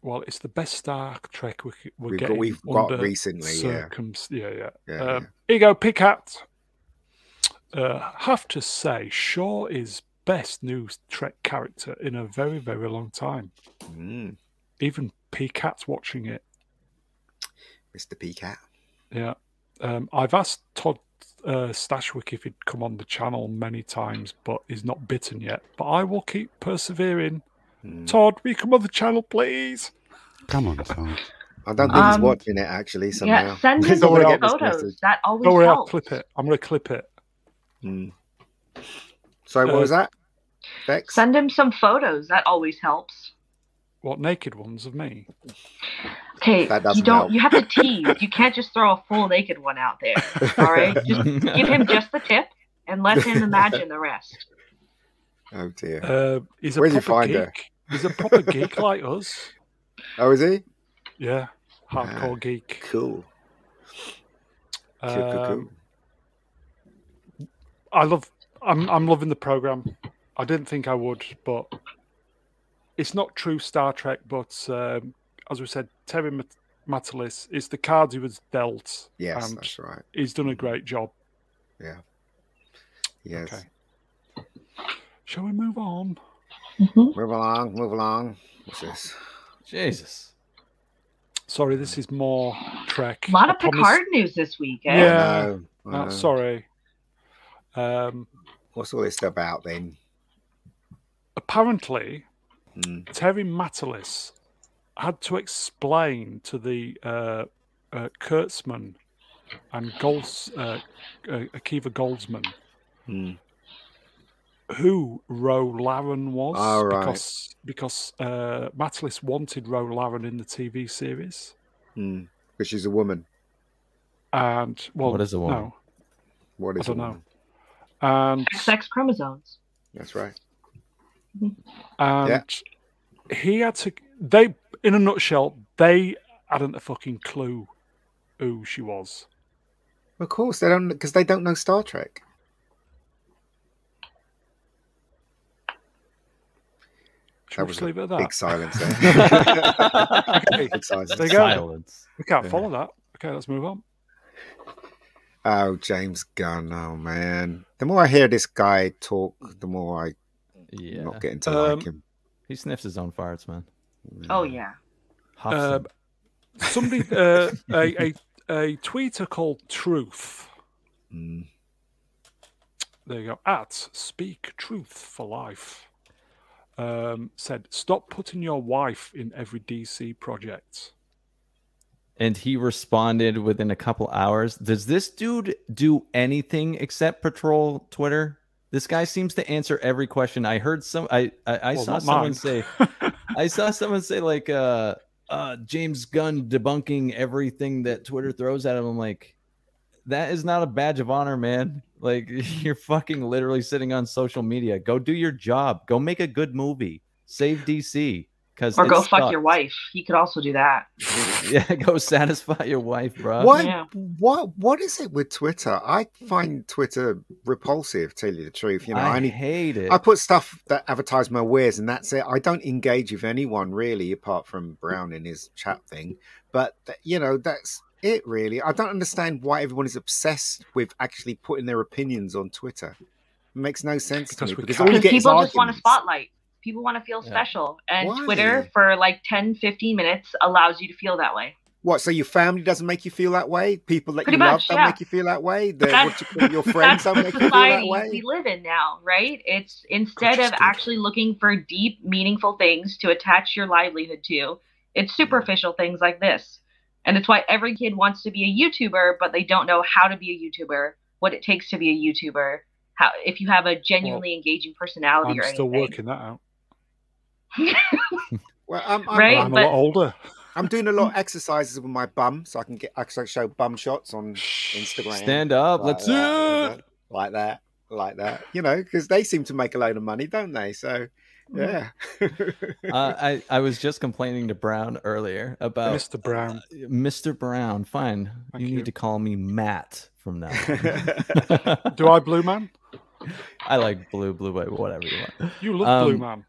[SPEAKER 1] Well, it's the best Star Trek we, c- we're
[SPEAKER 5] We've
[SPEAKER 1] getting.
[SPEAKER 5] got we've got
[SPEAKER 1] under
[SPEAKER 5] recently. Yeah,
[SPEAKER 1] circums- yeah, yeah.
[SPEAKER 5] yeah.
[SPEAKER 1] Um, here you go, Pickat. Uh, have to say, Shaw is best new Trek character in a very, very long time.
[SPEAKER 5] yeah. Mm,
[SPEAKER 1] Even Picat's watching it.
[SPEAKER 5] Mr. P Cat.
[SPEAKER 1] Yeah. Um, I've asked Todd uh, Stashwick if he'd come on the channel many times, but he's not bitten yet. But I will keep persevering.
[SPEAKER 5] Mm.
[SPEAKER 1] Todd, will you come on the channel, please?
[SPEAKER 3] Come on, Tom.
[SPEAKER 5] I don't think he's
[SPEAKER 4] Um,
[SPEAKER 5] watching it actually. Somehow.
[SPEAKER 4] Yeah,
[SPEAKER 1] *laughs*
[SPEAKER 4] send him
[SPEAKER 5] Don't wanna
[SPEAKER 4] your
[SPEAKER 5] get this
[SPEAKER 4] photos.
[SPEAKER 5] message.
[SPEAKER 4] That always
[SPEAKER 1] Don't worry, I'll
[SPEAKER 4] helps.
[SPEAKER 1] clip it. I'm going to clip it.
[SPEAKER 5] Mm. So what
[SPEAKER 1] Uh,
[SPEAKER 5] was that?
[SPEAKER 4] *laughs*
[SPEAKER 5] Bex?
[SPEAKER 4] Send him some photos. That always helps.
[SPEAKER 1] What, naked ones of me?
[SPEAKER 4] Okay,
[SPEAKER 5] That
[SPEAKER 4] you
[SPEAKER 5] doesn't
[SPEAKER 4] don't.
[SPEAKER 5] help.
[SPEAKER 4] You have to tease. You can't just throw a full naked one out there. All
[SPEAKER 1] *laughs*
[SPEAKER 4] right,
[SPEAKER 2] *laughs*
[SPEAKER 4] just give him just the tip and let him imagine the rest.
[SPEAKER 5] *laughs* Oh dear.
[SPEAKER 1] Uh, he's a
[SPEAKER 5] Where'd you
[SPEAKER 1] proper
[SPEAKER 5] find her?
[SPEAKER 1] geek. He's a proper geek like us.
[SPEAKER 5] Oh, is he?
[SPEAKER 1] Yeah,
[SPEAKER 5] Ah,
[SPEAKER 1] hardcore geek.
[SPEAKER 5] Cool. Cool, cool, cool.
[SPEAKER 1] Um, I love. I'm I'm loving the program. I didn't think I would, but it's not true Star Trek. But um, as we said, Terry Mat- Matalis is the cards he was dealt.
[SPEAKER 5] Yes,
[SPEAKER 1] and-
[SPEAKER 5] that's right.
[SPEAKER 1] He's done a great job.
[SPEAKER 5] Yes.
[SPEAKER 1] Okay. Shall we move on?
[SPEAKER 4] Mhm.
[SPEAKER 5] Move along, move along. What's this?
[SPEAKER 2] Jesus.
[SPEAKER 1] Sorry, this is more Trek.
[SPEAKER 4] A lot
[SPEAKER 1] I
[SPEAKER 4] of
[SPEAKER 1] promise-
[SPEAKER 4] Picard news this week. Eh?
[SPEAKER 1] Yeah.
[SPEAKER 5] I know, I
[SPEAKER 1] No,
[SPEAKER 5] know.
[SPEAKER 1] sorry. Um,
[SPEAKER 5] What's all this about then?
[SPEAKER 1] apparently,
[SPEAKER 5] Mm.
[SPEAKER 1] Terry Matalis had to explain to the uh, uh, Kurtzman and Golds, uh, uh, Akiva Goldsman
[SPEAKER 5] Mm.
[SPEAKER 1] who Ro Laren was
[SPEAKER 5] Ah, right.
[SPEAKER 1] because because uh, Matalis wanted Ro Laren in the TV series
[SPEAKER 5] Mm. Because she's a woman.
[SPEAKER 1] and well
[SPEAKER 2] What is a woman? *laughs*
[SPEAKER 1] no
[SPEAKER 5] What is
[SPEAKER 1] I don't
[SPEAKER 5] a
[SPEAKER 1] know.
[SPEAKER 5] woman?
[SPEAKER 1] and
[SPEAKER 4] XX chromosomes.
[SPEAKER 5] That's right.
[SPEAKER 1] and he had to they in a nutshell they hadn't a fucking clue who she was
[SPEAKER 5] Of course, they don't because they don't know Star Trek.
[SPEAKER 1] should
[SPEAKER 5] That
[SPEAKER 1] we just
[SPEAKER 5] was a
[SPEAKER 1] leave it at
[SPEAKER 5] Big
[SPEAKER 1] that
[SPEAKER 5] silence there.
[SPEAKER 1] *laughs* okay
[SPEAKER 5] Big silence.
[SPEAKER 1] There you go.
[SPEAKER 2] Silence.
[SPEAKER 1] we can't
[SPEAKER 5] Yeah.
[SPEAKER 1] follow that okay let's move on
[SPEAKER 5] Oh, James Gunn. Oh man. The more I hear this guy talk, the more I'm
[SPEAKER 2] Yeah.
[SPEAKER 5] not getting to
[SPEAKER 1] Um,
[SPEAKER 5] like him.
[SPEAKER 2] He sniffs his own farts, man.
[SPEAKER 4] Oh yeah.
[SPEAKER 2] Huffs
[SPEAKER 1] Uh,
[SPEAKER 2] them.
[SPEAKER 1] somebody uh, a, a a tweeter called truth
[SPEAKER 5] Mm.
[SPEAKER 1] there you go at speak truth for life um, said stop putting your wife in every dc project
[SPEAKER 2] and he responded within a couple hours. Does this dude do anything except patrol Twitter? This guy seems to answer every question. I heard some. I I, I
[SPEAKER 1] Well,
[SPEAKER 2] saw
[SPEAKER 1] not
[SPEAKER 2] someone
[SPEAKER 1] mine. *laughs*
[SPEAKER 2] say. I saw someone say like uh, uh, James Gunn debunking everything that Twitter throws at him. I'm like, that is not a badge of honor, man. Like *laughs* you're fucking literally sitting on social media. Go do your job. Go make a good movie. Save DC. Cause
[SPEAKER 4] Or
[SPEAKER 2] it
[SPEAKER 4] go fuck your
[SPEAKER 2] sucks.
[SPEAKER 4] wife. He could also do that.
[SPEAKER 2] *laughs* yeah, go satisfy your wife, bro.
[SPEAKER 5] Why?
[SPEAKER 4] yeah.
[SPEAKER 5] What? What is it with Twitter? I find Twitter repulsive. Tell you the truth, you know. I,
[SPEAKER 2] I,
[SPEAKER 5] only
[SPEAKER 2] hate it.
[SPEAKER 5] I put stuff that advertise my wares, and that's it. I don't engage with anyone really, apart from Brown in his chat thing. But th- you know, that's it really. I don't understand why everyone is obsessed with actually putting their opinions on Twitter. It makes no sense
[SPEAKER 1] Because
[SPEAKER 5] to me
[SPEAKER 1] we
[SPEAKER 5] because
[SPEAKER 1] can't.
[SPEAKER 5] all you
[SPEAKER 4] Because
[SPEAKER 5] get is
[SPEAKER 4] people just want a
[SPEAKER 5] arguments.
[SPEAKER 4] spotlight. People want to feel
[SPEAKER 2] Yeah.
[SPEAKER 4] special. And
[SPEAKER 5] Why?
[SPEAKER 4] Twitter for like 10, 15 minutes allows you to feel that way.
[SPEAKER 5] What? So your family doesn't make you feel that way? People that
[SPEAKER 4] Pretty
[SPEAKER 5] you love
[SPEAKER 4] much,
[SPEAKER 5] don't
[SPEAKER 4] yeah.
[SPEAKER 5] make you feel that way?
[SPEAKER 4] *laughs*
[SPEAKER 5] The,
[SPEAKER 4] That's-
[SPEAKER 5] what you call your friends don't
[SPEAKER 4] That's
[SPEAKER 5] make
[SPEAKER 4] the
[SPEAKER 5] you feel that
[SPEAKER 4] society
[SPEAKER 5] way?
[SPEAKER 4] we live in now, right? It's instead of
[SPEAKER 1] Interesting.
[SPEAKER 4] actually looking for deep, meaningful things to attach your livelihood to, it's superficial things like this. And it's why every kid wants to be a YouTuber, but they don't know how to be a YouTuber, what it takes to be a YouTuber, how if you have a genuinely engaging personality
[SPEAKER 1] i'm
[SPEAKER 4] or
[SPEAKER 1] still
[SPEAKER 4] anything.
[SPEAKER 1] working that out
[SPEAKER 4] *laughs*
[SPEAKER 5] Well, I'm, I'm,
[SPEAKER 4] Right?
[SPEAKER 5] I'm,
[SPEAKER 1] i'm a
[SPEAKER 4] but-
[SPEAKER 1] lot older
[SPEAKER 5] I'm doing a lot of exercises with my bum so I can get I can show bum shots on Instagram.
[SPEAKER 2] Stand up.
[SPEAKER 5] like
[SPEAKER 2] Let's
[SPEAKER 5] that,
[SPEAKER 2] do it.
[SPEAKER 5] Like that. Like that. You know, because they seem to make a load of money, don't they? So,
[SPEAKER 1] Mm.
[SPEAKER 5] yeah.
[SPEAKER 2] Uh, I, I was just complaining to Brown earlier about
[SPEAKER 1] mr brown
[SPEAKER 2] Mr. Brown. Fine.
[SPEAKER 1] Thank
[SPEAKER 2] You,
[SPEAKER 1] you.
[SPEAKER 2] need to call me Matt from now
[SPEAKER 1] *laughs*
[SPEAKER 2] on. *laughs*
[SPEAKER 1] do i blue man
[SPEAKER 2] I like blue, blue, white, whatever you want.
[SPEAKER 1] you look
[SPEAKER 2] Um,
[SPEAKER 1] blue man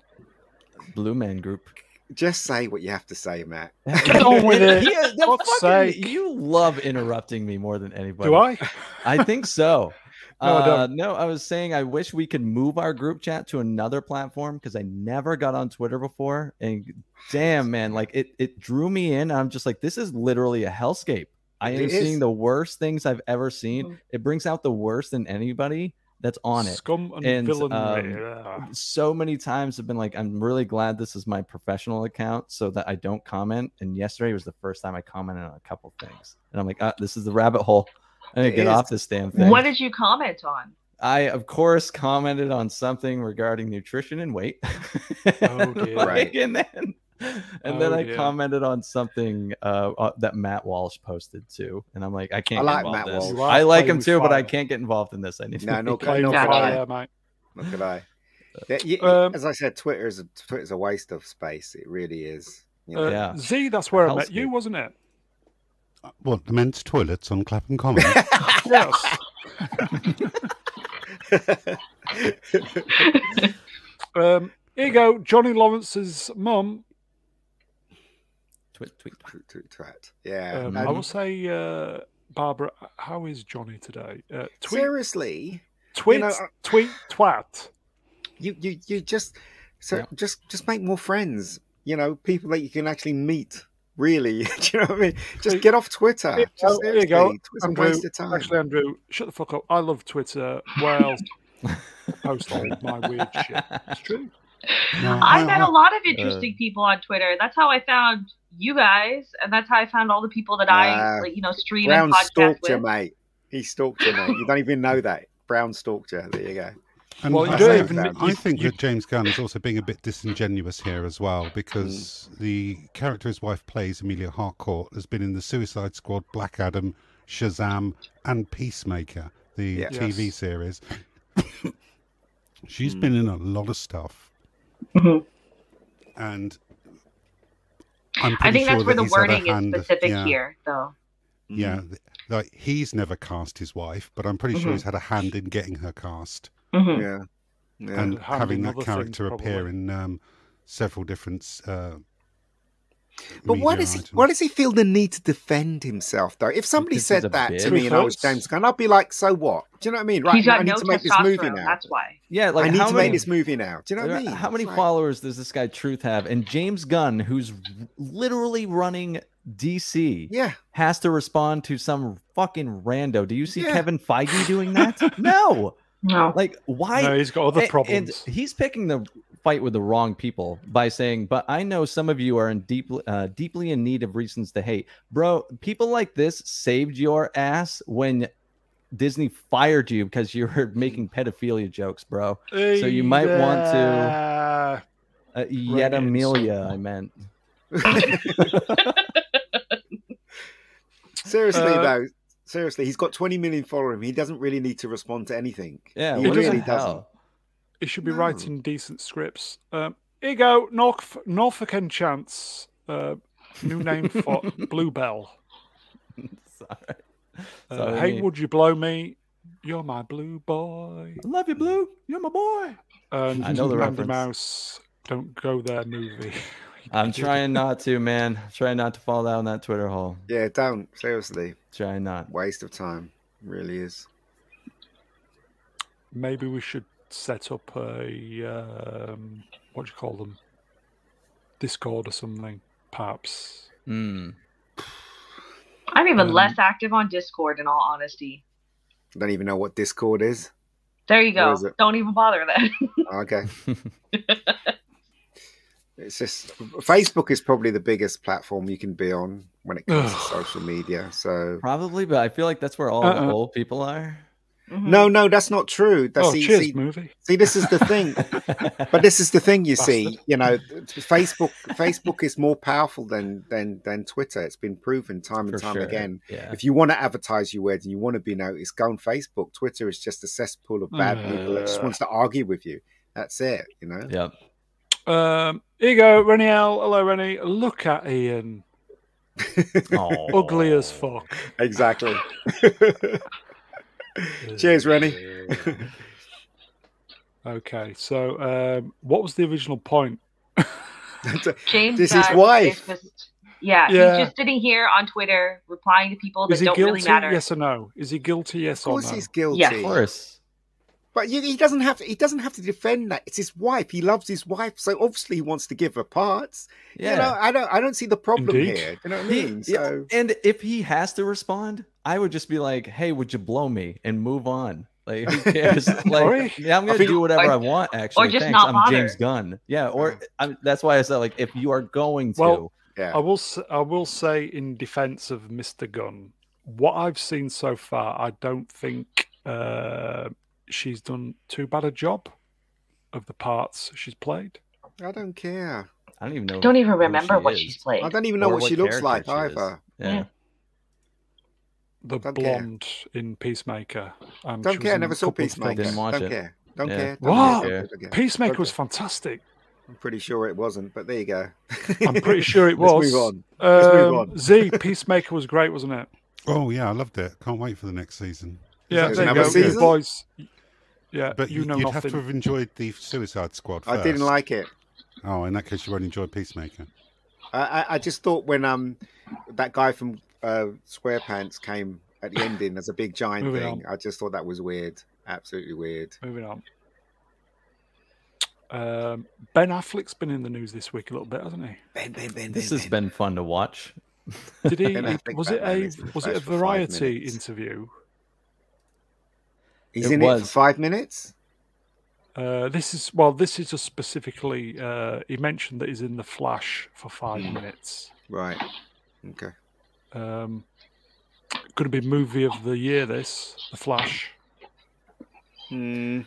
[SPEAKER 2] Blue man group.
[SPEAKER 5] *laughs* Just say what you have to say, Matt.
[SPEAKER 2] *laughs*
[SPEAKER 1] Get on with it.
[SPEAKER 2] Yeah, the
[SPEAKER 1] Fuck's
[SPEAKER 2] fucking-
[SPEAKER 1] sake.
[SPEAKER 2] you love interrupting me more than anybody.
[SPEAKER 1] do i
[SPEAKER 2] I think
[SPEAKER 5] *laughs*
[SPEAKER 2] so.
[SPEAKER 1] No, I don't.
[SPEAKER 2] Uh, no, I was saying I wish we could move our group chat to another platform because I never got on Twitter before. And damn, man, like it it drew me in. I'm just like, this is literally a hellscape. I am
[SPEAKER 5] It
[SPEAKER 2] seeing
[SPEAKER 5] is.
[SPEAKER 2] the worst things I've ever seen.
[SPEAKER 4] Mhm.
[SPEAKER 2] It brings out the worst in anybody that's on it.
[SPEAKER 1] scum and,
[SPEAKER 2] And, um,
[SPEAKER 1] villainy Yeah.
[SPEAKER 2] So many times I've been like, I'm really glad this is my professional account so that I don't comment. And yesterday was the first time I commented on a couple things. And I'm like, ah, this is the rabbit hole. I need to
[SPEAKER 5] It
[SPEAKER 2] get
[SPEAKER 5] is.
[SPEAKER 2] off this damn thing.
[SPEAKER 4] What did you comment on?
[SPEAKER 2] I, of course, commented on something regarding nutrition and weight. *laughs*
[SPEAKER 1] Oh, dear.
[SPEAKER 5] Right.
[SPEAKER 2] And then, and then
[SPEAKER 1] Oh,
[SPEAKER 2] I
[SPEAKER 1] dear.
[SPEAKER 2] commented on something uh, uh, that Matt Walsh posted too. And I'm like, I can't.
[SPEAKER 5] I
[SPEAKER 2] get
[SPEAKER 5] like
[SPEAKER 2] involved in
[SPEAKER 5] Matt
[SPEAKER 2] this.
[SPEAKER 5] Walsh.
[SPEAKER 1] You are
[SPEAKER 2] I like
[SPEAKER 1] playing
[SPEAKER 2] him
[SPEAKER 1] with
[SPEAKER 2] too, but I
[SPEAKER 1] fire.
[SPEAKER 2] can't get involved in this. I need to.
[SPEAKER 5] No, no,
[SPEAKER 2] be-
[SPEAKER 5] I
[SPEAKER 1] Playing
[SPEAKER 5] know
[SPEAKER 1] with
[SPEAKER 4] that.
[SPEAKER 1] fire, mate.
[SPEAKER 5] What could I?
[SPEAKER 2] Uh,
[SPEAKER 5] That- y-
[SPEAKER 1] Um,
[SPEAKER 5] as I said, Twitter is a, Twitter's a waste of space. It really is. You know? *laughs*
[SPEAKER 1] Uh,
[SPEAKER 2] Yeah.
[SPEAKER 1] Z, that's where I met
[SPEAKER 2] Hellscape.
[SPEAKER 1] you, wasn't
[SPEAKER 2] *laughs*
[SPEAKER 1] it?
[SPEAKER 3] Uh, What, the men's toilets on Clapham Common?
[SPEAKER 1] Yes. um, here you go. Johnny Lawrence's mum.
[SPEAKER 2] Tweet, tweet, tweet.
[SPEAKER 5] Tweet, tweet, tweet. Yeah.
[SPEAKER 1] Um, I
[SPEAKER 5] Um,
[SPEAKER 1] will say, uh, Barbara, how is Johnny today? Uh, tweet,
[SPEAKER 5] seriously,
[SPEAKER 1] tweet,
[SPEAKER 5] know, I-
[SPEAKER 1] tweet, twat.
[SPEAKER 5] you you you just so
[SPEAKER 2] Yeah.
[SPEAKER 5] just just make more friends. You know, people that you can actually meet. Really, *laughs* do you know what I mean? Just get off Twitter.
[SPEAKER 1] There you
[SPEAKER 5] Just
[SPEAKER 1] go, there you go,
[SPEAKER 5] seriously, Twitter's
[SPEAKER 1] Andrew.
[SPEAKER 5] a waste of time.
[SPEAKER 1] Actually, Andrew, shut the fuck up. I love Twitter. Well,
[SPEAKER 2] *laughs*
[SPEAKER 1] post all my weird shit. It's true.
[SPEAKER 3] No,
[SPEAKER 4] I met
[SPEAKER 3] I-
[SPEAKER 4] a lot of interesting people on Twitter. That's how I found you guys, and that's how I found all the people that I,
[SPEAKER 5] Wow.
[SPEAKER 4] like, you know, stream
[SPEAKER 5] Brown
[SPEAKER 4] and podcast
[SPEAKER 5] stalked you,
[SPEAKER 4] with.
[SPEAKER 5] mate. He stalked you, mate. You don't even know that. Brown stalked you. There you go.
[SPEAKER 3] And
[SPEAKER 1] Well,
[SPEAKER 5] you
[SPEAKER 3] I,
[SPEAKER 5] don't
[SPEAKER 3] think,
[SPEAKER 5] even-
[SPEAKER 3] I
[SPEAKER 1] you-
[SPEAKER 3] think
[SPEAKER 1] you-
[SPEAKER 3] that James Gunn is also being a bit disingenuous here as well, because
[SPEAKER 1] Mm.
[SPEAKER 3] the character his wife plays, Amelia Harcourt, has been in the Suicide Squad, Black Adam, Shazam, and Peacemaker, the
[SPEAKER 5] Yeah.
[SPEAKER 3] TV
[SPEAKER 1] Yes.
[SPEAKER 4] *coughs*
[SPEAKER 3] series. She's
[SPEAKER 4] Hmm.
[SPEAKER 5] Mm.
[SPEAKER 3] been in a lot of stuff,
[SPEAKER 4] Mhm.
[SPEAKER 3] and I'm
[SPEAKER 4] I
[SPEAKER 3] pretty
[SPEAKER 4] think
[SPEAKER 3] sure
[SPEAKER 4] that's where
[SPEAKER 3] that
[SPEAKER 4] the
[SPEAKER 3] he's had a
[SPEAKER 4] wording is
[SPEAKER 3] hand-
[SPEAKER 4] specific
[SPEAKER 3] yeah,
[SPEAKER 4] here, Mm-hmm. though.
[SPEAKER 3] *laughs* Yeah, th- like he's never cast his wife, but I'm
[SPEAKER 4] Mm-hmm.
[SPEAKER 3] pretty sure he's had a hand in getting her cast.
[SPEAKER 4] Mhm.
[SPEAKER 1] Mm-hmm.
[SPEAKER 5] Yeah. Yeah.
[SPEAKER 1] Hand
[SPEAKER 3] and having
[SPEAKER 1] in
[SPEAKER 3] that
[SPEAKER 1] other things,
[SPEAKER 3] character appear
[SPEAKER 1] probably.
[SPEAKER 3] in um, several different. Uh,
[SPEAKER 5] But why
[SPEAKER 3] media
[SPEAKER 5] does he?
[SPEAKER 3] items.
[SPEAKER 5] Why does he feel the need to defend himself though? If somebody
[SPEAKER 2] Because
[SPEAKER 5] said
[SPEAKER 2] he's a
[SPEAKER 5] that to
[SPEAKER 2] bitch.
[SPEAKER 5] me and I was
[SPEAKER 1] Because-
[SPEAKER 5] James Gunn, I'd be like, "So what? Do you know what I mean? Right?
[SPEAKER 4] He's got
[SPEAKER 5] I need
[SPEAKER 4] no
[SPEAKER 5] to make this movie
[SPEAKER 4] testosterone.
[SPEAKER 5] now.
[SPEAKER 4] That's why.
[SPEAKER 2] *laughs* yeah, like
[SPEAKER 5] I need
[SPEAKER 2] how
[SPEAKER 5] to
[SPEAKER 2] many,
[SPEAKER 5] make this movie now. Do you know what I mean?
[SPEAKER 2] How many
[SPEAKER 5] It's like-
[SPEAKER 2] followers does this guy Truth have? And James Gunn, who's literally running DC,
[SPEAKER 5] Yeah,
[SPEAKER 2] has to respond to some fucking rando. Do you see
[SPEAKER 5] Yeah.
[SPEAKER 2] Kevin Feige
[SPEAKER 5] *laughs*
[SPEAKER 2] doing that? no.
[SPEAKER 4] No.
[SPEAKER 2] Like, why?
[SPEAKER 1] no, he's got other
[SPEAKER 2] A-
[SPEAKER 1] problems.
[SPEAKER 2] And he's picking the fight with the wrong people by saying, "But I know some of you are in deeply, uh, deeply in need of reasons to hate, bro. People like this saved your ass when Disney fired you because you
[SPEAKER 1] *laughs*
[SPEAKER 2] were making pedophilia jokes, bro. Uh, so you might want to-
[SPEAKER 1] Yeah.
[SPEAKER 2] Uh, yet
[SPEAKER 1] Right. *laughs*
[SPEAKER 2] Amelia, I meant.
[SPEAKER 5] seriously
[SPEAKER 1] Uh,
[SPEAKER 5] though, seriously, he's got 20 million followers. He doesn't really need to respond to anything.
[SPEAKER 2] Yeah,
[SPEAKER 5] he
[SPEAKER 2] what
[SPEAKER 1] the
[SPEAKER 5] really
[SPEAKER 2] the hell?
[SPEAKER 5] doesn't.
[SPEAKER 1] He should be
[SPEAKER 5] No.
[SPEAKER 1] writing decent scripts. Um, here you go, Norfolk, Norfolk and Chance. Uh, new name
[SPEAKER 2] *laughs*
[SPEAKER 1] for Bluebell.
[SPEAKER 2] Sorry.
[SPEAKER 1] Uh,
[SPEAKER 2] Sorry,
[SPEAKER 1] hey,
[SPEAKER 2] me.
[SPEAKER 1] would you blow me? You're my blue boy.
[SPEAKER 2] I love you, Blue. You're
[SPEAKER 1] *laughs*
[SPEAKER 2] my boy.
[SPEAKER 1] And
[SPEAKER 2] I know the
[SPEAKER 1] Randy
[SPEAKER 2] reference.
[SPEAKER 1] Mouse, don't go there movie.
[SPEAKER 2] I'm trying not to, man. Trying not to fall down that Twitter hole.
[SPEAKER 5] Yeah, don't seriously.
[SPEAKER 2] Trying not.
[SPEAKER 5] Waste of time. Really is.
[SPEAKER 1] Maybe we should set up a um, what do you call them? Discord or something, perhaps.
[SPEAKER 2] Hmm.
[SPEAKER 4] I'm even
[SPEAKER 1] Um,
[SPEAKER 4] less active on Discord, in all honesty.
[SPEAKER 5] I don't even know what Discord is.
[SPEAKER 4] There you
[SPEAKER 5] What
[SPEAKER 4] go.
[SPEAKER 5] is it?
[SPEAKER 4] Don't even bother then.
[SPEAKER 1] *laughs*
[SPEAKER 5] Okay. *laughs* It's just Facebook is probably the biggest platform you can be on when it comes to
[SPEAKER 1] Ugh.
[SPEAKER 5] social media. So
[SPEAKER 2] Probably, but I feel like that's where all
[SPEAKER 1] Uh-uh.
[SPEAKER 2] the old people *laughs* are.
[SPEAKER 1] Mm-hmm.
[SPEAKER 4] Mhm.
[SPEAKER 5] no, no, that's not true. That's
[SPEAKER 1] oh,
[SPEAKER 5] see,
[SPEAKER 1] cheers,
[SPEAKER 5] see,
[SPEAKER 1] movie.
[SPEAKER 5] see, this is the
[SPEAKER 1] *laughs*
[SPEAKER 5] thing. but this is the thing you see
[SPEAKER 1] Bastard.
[SPEAKER 5] you know facebook facebook is more powerful than than than twitter it's been proven time
[SPEAKER 2] For
[SPEAKER 5] and time
[SPEAKER 2] sure.
[SPEAKER 5] again
[SPEAKER 2] Yeah.
[SPEAKER 5] if you want to advertise your words and you want to be noticed go on facebook twitter is just a cesspool of bad people that just
[SPEAKER 2] Mm.
[SPEAKER 1] Uh.
[SPEAKER 5] wants to argue with you that's it you know
[SPEAKER 2] Yep. *laughs*
[SPEAKER 1] Um, here you go, Rennie L. Hello, Rennie. Look at Ian.
[SPEAKER 5] *laughs*
[SPEAKER 1] Ugly as fuck.
[SPEAKER 2] *laughs*
[SPEAKER 5] exactly cheers rennie
[SPEAKER 1] Okay, so um, what was the original point?
[SPEAKER 5] *laughs*
[SPEAKER 4] James
[SPEAKER 5] This
[SPEAKER 4] Gunn
[SPEAKER 5] is wife.
[SPEAKER 4] is just- yeah,
[SPEAKER 1] Yeah.
[SPEAKER 4] he's just sitting here on Twitter replying to people that
[SPEAKER 1] Is he
[SPEAKER 4] don't
[SPEAKER 1] guilty?
[SPEAKER 4] really matter.
[SPEAKER 1] yes or no? Is he guilty? Yes
[SPEAKER 5] of course
[SPEAKER 1] or no?
[SPEAKER 5] he's guilty
[SPEAKER 2] Of
[SPEAKER 4] Yeah.
[SPEAKER 2] course.
[SPEAKER 5] but you, he doesn't have to he doesn't have to defend that it's his wife he loves his wife so obviously he wants to give her parts
[SPEAKER 2] Yeah.
[SPEAKER 5] you know i don't i don't see the problem
[SPEAKER 1] Indeed.
[SPEAKER 5] here you know what i
[SPEAKER 2] He-
[SPEAKER 5] mean
[SPEAKER 2] yeah,
[SPEAKER 5] so
[SPEAKER 2] And if he has to respond, I would just be like, "Hey, would you blow me?" and move on. Like, who
[SPEAKER 1] *laughs*
[SPEAKER 2] *laughs* cares?
[SPEAKER 1] Sorry?
[SPEAKER 2] like, yeah, I'm gonna
[SPEAKER 5] think-
[SPEAKER 2] do whatever
[SPEAKER 4] Or-
[SPEAKER 2] I want. Actually,
[SPEAKER 4] just
[SPEAKER 2] Thanks.
[SPEAKER 4] not
[SPEAKER 2] I'm
[SPEAKER 4] bother.
[SPEAKER 2] James Gunn. Yeah, or I'm, that's why I said like, if you are going to,
[SPEAKER 1] Well,
[SPEAKER 5] yeah
[SPEAKER 1] I will. s- I will say in defence of Mister Gunn, what I've seen so far, I don't think uh, she's done too bad a job of the parts she's played.
[SPEAKER 5] I don't care.
[SPEAKER 2] I don't even know.
[SPEAKER 4] Don't even
[SPEAKER 2] who
[SPEAKER 4] remember
[SPEAKER 2] she
[SPEAKER 4] what
[SPEAKER 2] is.
[SPEAKER 4] she's played.
[SPEAKER 5] I don't even know
[SPEAKER 2] Or
[SPEAKER 5] what, she looks
[SPEAKER 2] character
[SPEAKER 5] like
[SPEAKER 2] she is.
[SPEAKER 5] either.
[SPEAKER 2] Yeah.
[SPEAKER 1] The
[SPEAKER 5] Don't care.
[SPEAKER 1] blonde in Peacemaker. And she
[SPEAKER 5] Don't
[SPEAKER 1] was
[SPEAKER 5] care. I
[SPEAKER 1] in
[SPEAKER 5] never
[SPEAKER 1] a
[SPEAKER 5] saw
[SPEAKER 1] couple of
[SPEAKER 5] Peacemaker.
[SPEAKER 2] Didn't
[SPEAKER 1] films.
[SPEAKER 2] watch
[SPEAKER 5] don't
[SPEAKER 2] it.
[SPEAKER 5] care. Don't
[SPEAKER 2] Yeah.
[SPEAKER 5] care. Don't
[SPEAKER 1] Wow.
[SPEAKER 5] care. Don't care.
[SPEAKER 1] Peacemaker
[SPEAKER 5] Okay.
[SPEAKER 1] was
[SPEAKER 5] *laughs*
[SPEAKER 1] fantastic.
[SPEAKER 5] I'm pretty sure it wasn't, but there you go. *laughs*
[SPEAKER 1] I'm pretty sure it was.
[SPEAKER 5] Let's move on. Let's move
[SPEAKER 1] Um,
[SPEAKER 5] on.
[SPEAKER 1] Z Peacemaker was great, wasn't it?
[SPEAKER 3] Oh yeah, I loved it. Can't wait for the next season.
[SPEAKER 1] Yeah,
[SPEAKER 5] that
[SPEAKER 1] there you
[SPEAKER 5] another
[SPEAKER 1] go.
[SPEAKER 5] season?
[SPEAKER 1] You boys. Yeah,
[SPEAKER 3] But
[SPEAKER 1] Uh, you
[SPEAKER 3] you
[SPEAKER 1] know
[SPEAKER 3] would
[SPEAKER 1] nothing.
[SPEAKER 3] have to have enjoyed the Suicide Squad.
[SPEAKER 5] I didn't
[SPEAKER 3] first.
[SPEAKER 5] like it.
[SPEAKER 3] Oh, in that case, you won't enjoy Peacemaker.
[SPEAKER 5] I, I, I just thought when um that guy from uh, SquarePants came at the ending as a big giant
[SPEAKER 1] Moving
[SPEAKER 5] thing, I just thought that was weird. Absolutely weird.
[SPEAKER 1] Moving on. Um, ben Affleck's been in the news this week a little bit, hasn't he?
[SPEAKER 5] *laughs* Ben, Ben, Ben,
[SPEAKER 2] This
[SPEAKER 5] Ben,
[SPEAKER 2] has
[SPEAKER 5] Ben.
[SPEAKER 2] been fun to watch.
[SPEAKER 1] Did he?
[SPEAKER 5] Ben Affleck
[SPEAKER 1] was it
[SPEAKER 5] Batman
[SPEAKER 1] a
[SPEAKER 5] is in the
[SPEAKER 1] was it a
[SPEAKER 5] first five
[SPEAKER 1] variety
[SPEAKER 5] minutes.
[SPEAKER 1] interview?
[SPEAKER 5] He's
[SPEAKER 2] It
[SPEAKER 5] in it for
[SPEAKER 2] was.
[SPEAKER 5] five minutes.
[SPEAKER 1] Uh, this is well. This is just specifically. Uh, he mentioned that he's in the Flash for five
[SPEAKER 5] Hmm.
[SPEAKER 1] minutes.
[SPEAKER 5] Right. Okay.
[SPEAKER 1] Um, going to be movie of the year. This the Flash.
[SPEAKER 5] Hmm.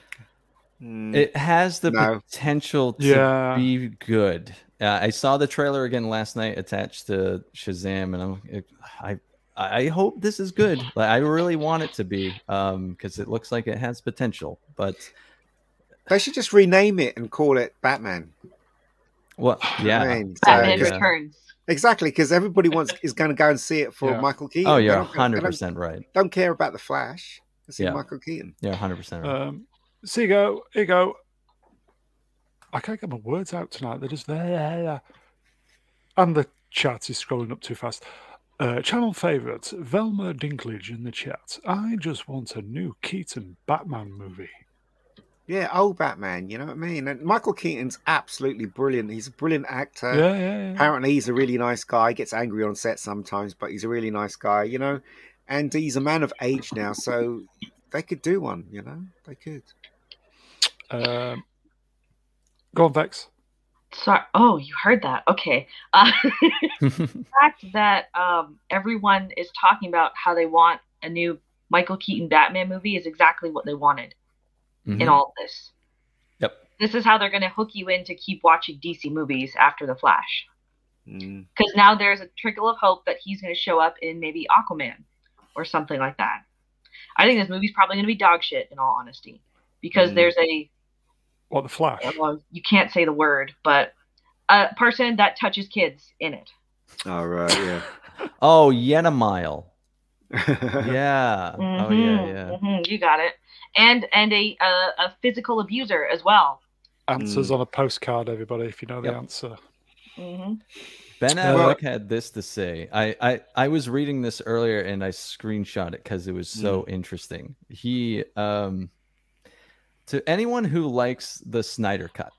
[SPEAKER 5] Hmm.
[SPEAKER 2] It has the
[SPEAKER 5] No.
[SPEAKER 2] potential to
[SPEAKER 1] Yeah.
[SPEAKER 2] be good. Uh, I saw the trailer again last night attached to Shazam, and I'm it- I I hope this is good. Like, I really want it to be because it looks like it has potential. But
[SPEAKER 5] They should just rename it and call it Batman.
[SPEAKER 2] well, yeah,
[SPEAKER 5] I mean, so-
[SPEAKER 4] Batman
[SPEAKER 2] yeah.
[SPEAKER 4] Returns.
[SPEAKER 5] exactly, because everybody wants is going to go and see it for
[SPEAKER 1] Yeah.
[SPEAKER 5] Michael Keaton.
[SPEAKER 2] oh,
[SPEAKER 5] They
[SPEAKER 2] you're
[SPEAKER 5] don't- they don't-
[SPEAKER 2] hundred percent right.
[SPEAKER 5] Don't care about the Flash. Let's see
[SPEAKER 2] Yeah.
[SPEAKER 5] Michael Keaton.
[SPEAKER 2] You're hundred percent right.
[SPEAKER 1] Um, so you go. Here you go. I can't get my words out tonight. They're just there. And the chat is scrolling up too fast. Uh, channel favourites, Velma Dinklage in the chat. I just want a new Keaton Batman movie.
[SPEAKER 5] Yeah, old Batman. You know what I mean? And Michael Keaton's absolutely brilliant. He's a brilliant actor.
[SPEAKER 1] yeah, yeah, yeah.
[SPEAKER 5] Apparently, he's a really nice guy. Gets angry on set sometimes, but he's a really nice guy. You know, and he's a man of age now, so they could do one. You know, they could.
[SPEAKER 1] Um, go on, Vex.
[SPEAKER 4] Sorry. Oh, you heard that. Okay. *laughs* Uh,
[SPEAKER 2] *laughs*
[SPEAKER 4] the fact that um, everyone is talking about how they want a new Michael Keaton Batman movie is exactly what they wanted in
[SPEAKER 2] Mhm.
[SPEAKER 4] all this.
[SPEAKER 2] Yep.
[SPEAKER 4] This is how they're going to hook you in to keep watching DC movies after The Flash.
[SPEAKER 5] Mm.
[SPEAKER 4] Because now there's a trickle of hope that he's going to show up in maybe Aquaman or something like that. I think this movie's probably going to be dog shit, in all honesty. Because
[SPEAKER 5] Mm.
[SPEAKER 4] there's a
[SPEAKER 1] What the Flash?
[SPEAKER 4] well, you can't say the word, but a person that touches kids in it.
[SPEAKER 5] All right. Yeah. *laughs*
[SPEAKER 2] Oh, yet a mile.
[SPEAKER 5] yeah.
[SPEAKER 2] Yeah. Oh yeah,
[SPEAKER 4] Mhm,
[SPEAKER 2] yeah.
[SPEAKER 4] mhm, you got it. And and a, a a physical abuser as well.
[SPEAKER 1] Answers on a postcard, everybody, if you know the
[SPEAKER 2] Yep.
[SPEAKER 1] answer.
[SPEAKER 4] hmm
[SPEAKER 2] Ben
[SPEAKER 1] Uh,
[SPEAKER 2] Affleck had this to say. I, I I was reading this earlier and I screenshot it because it was so interesting. He um to anyone who likes the Snyder cut.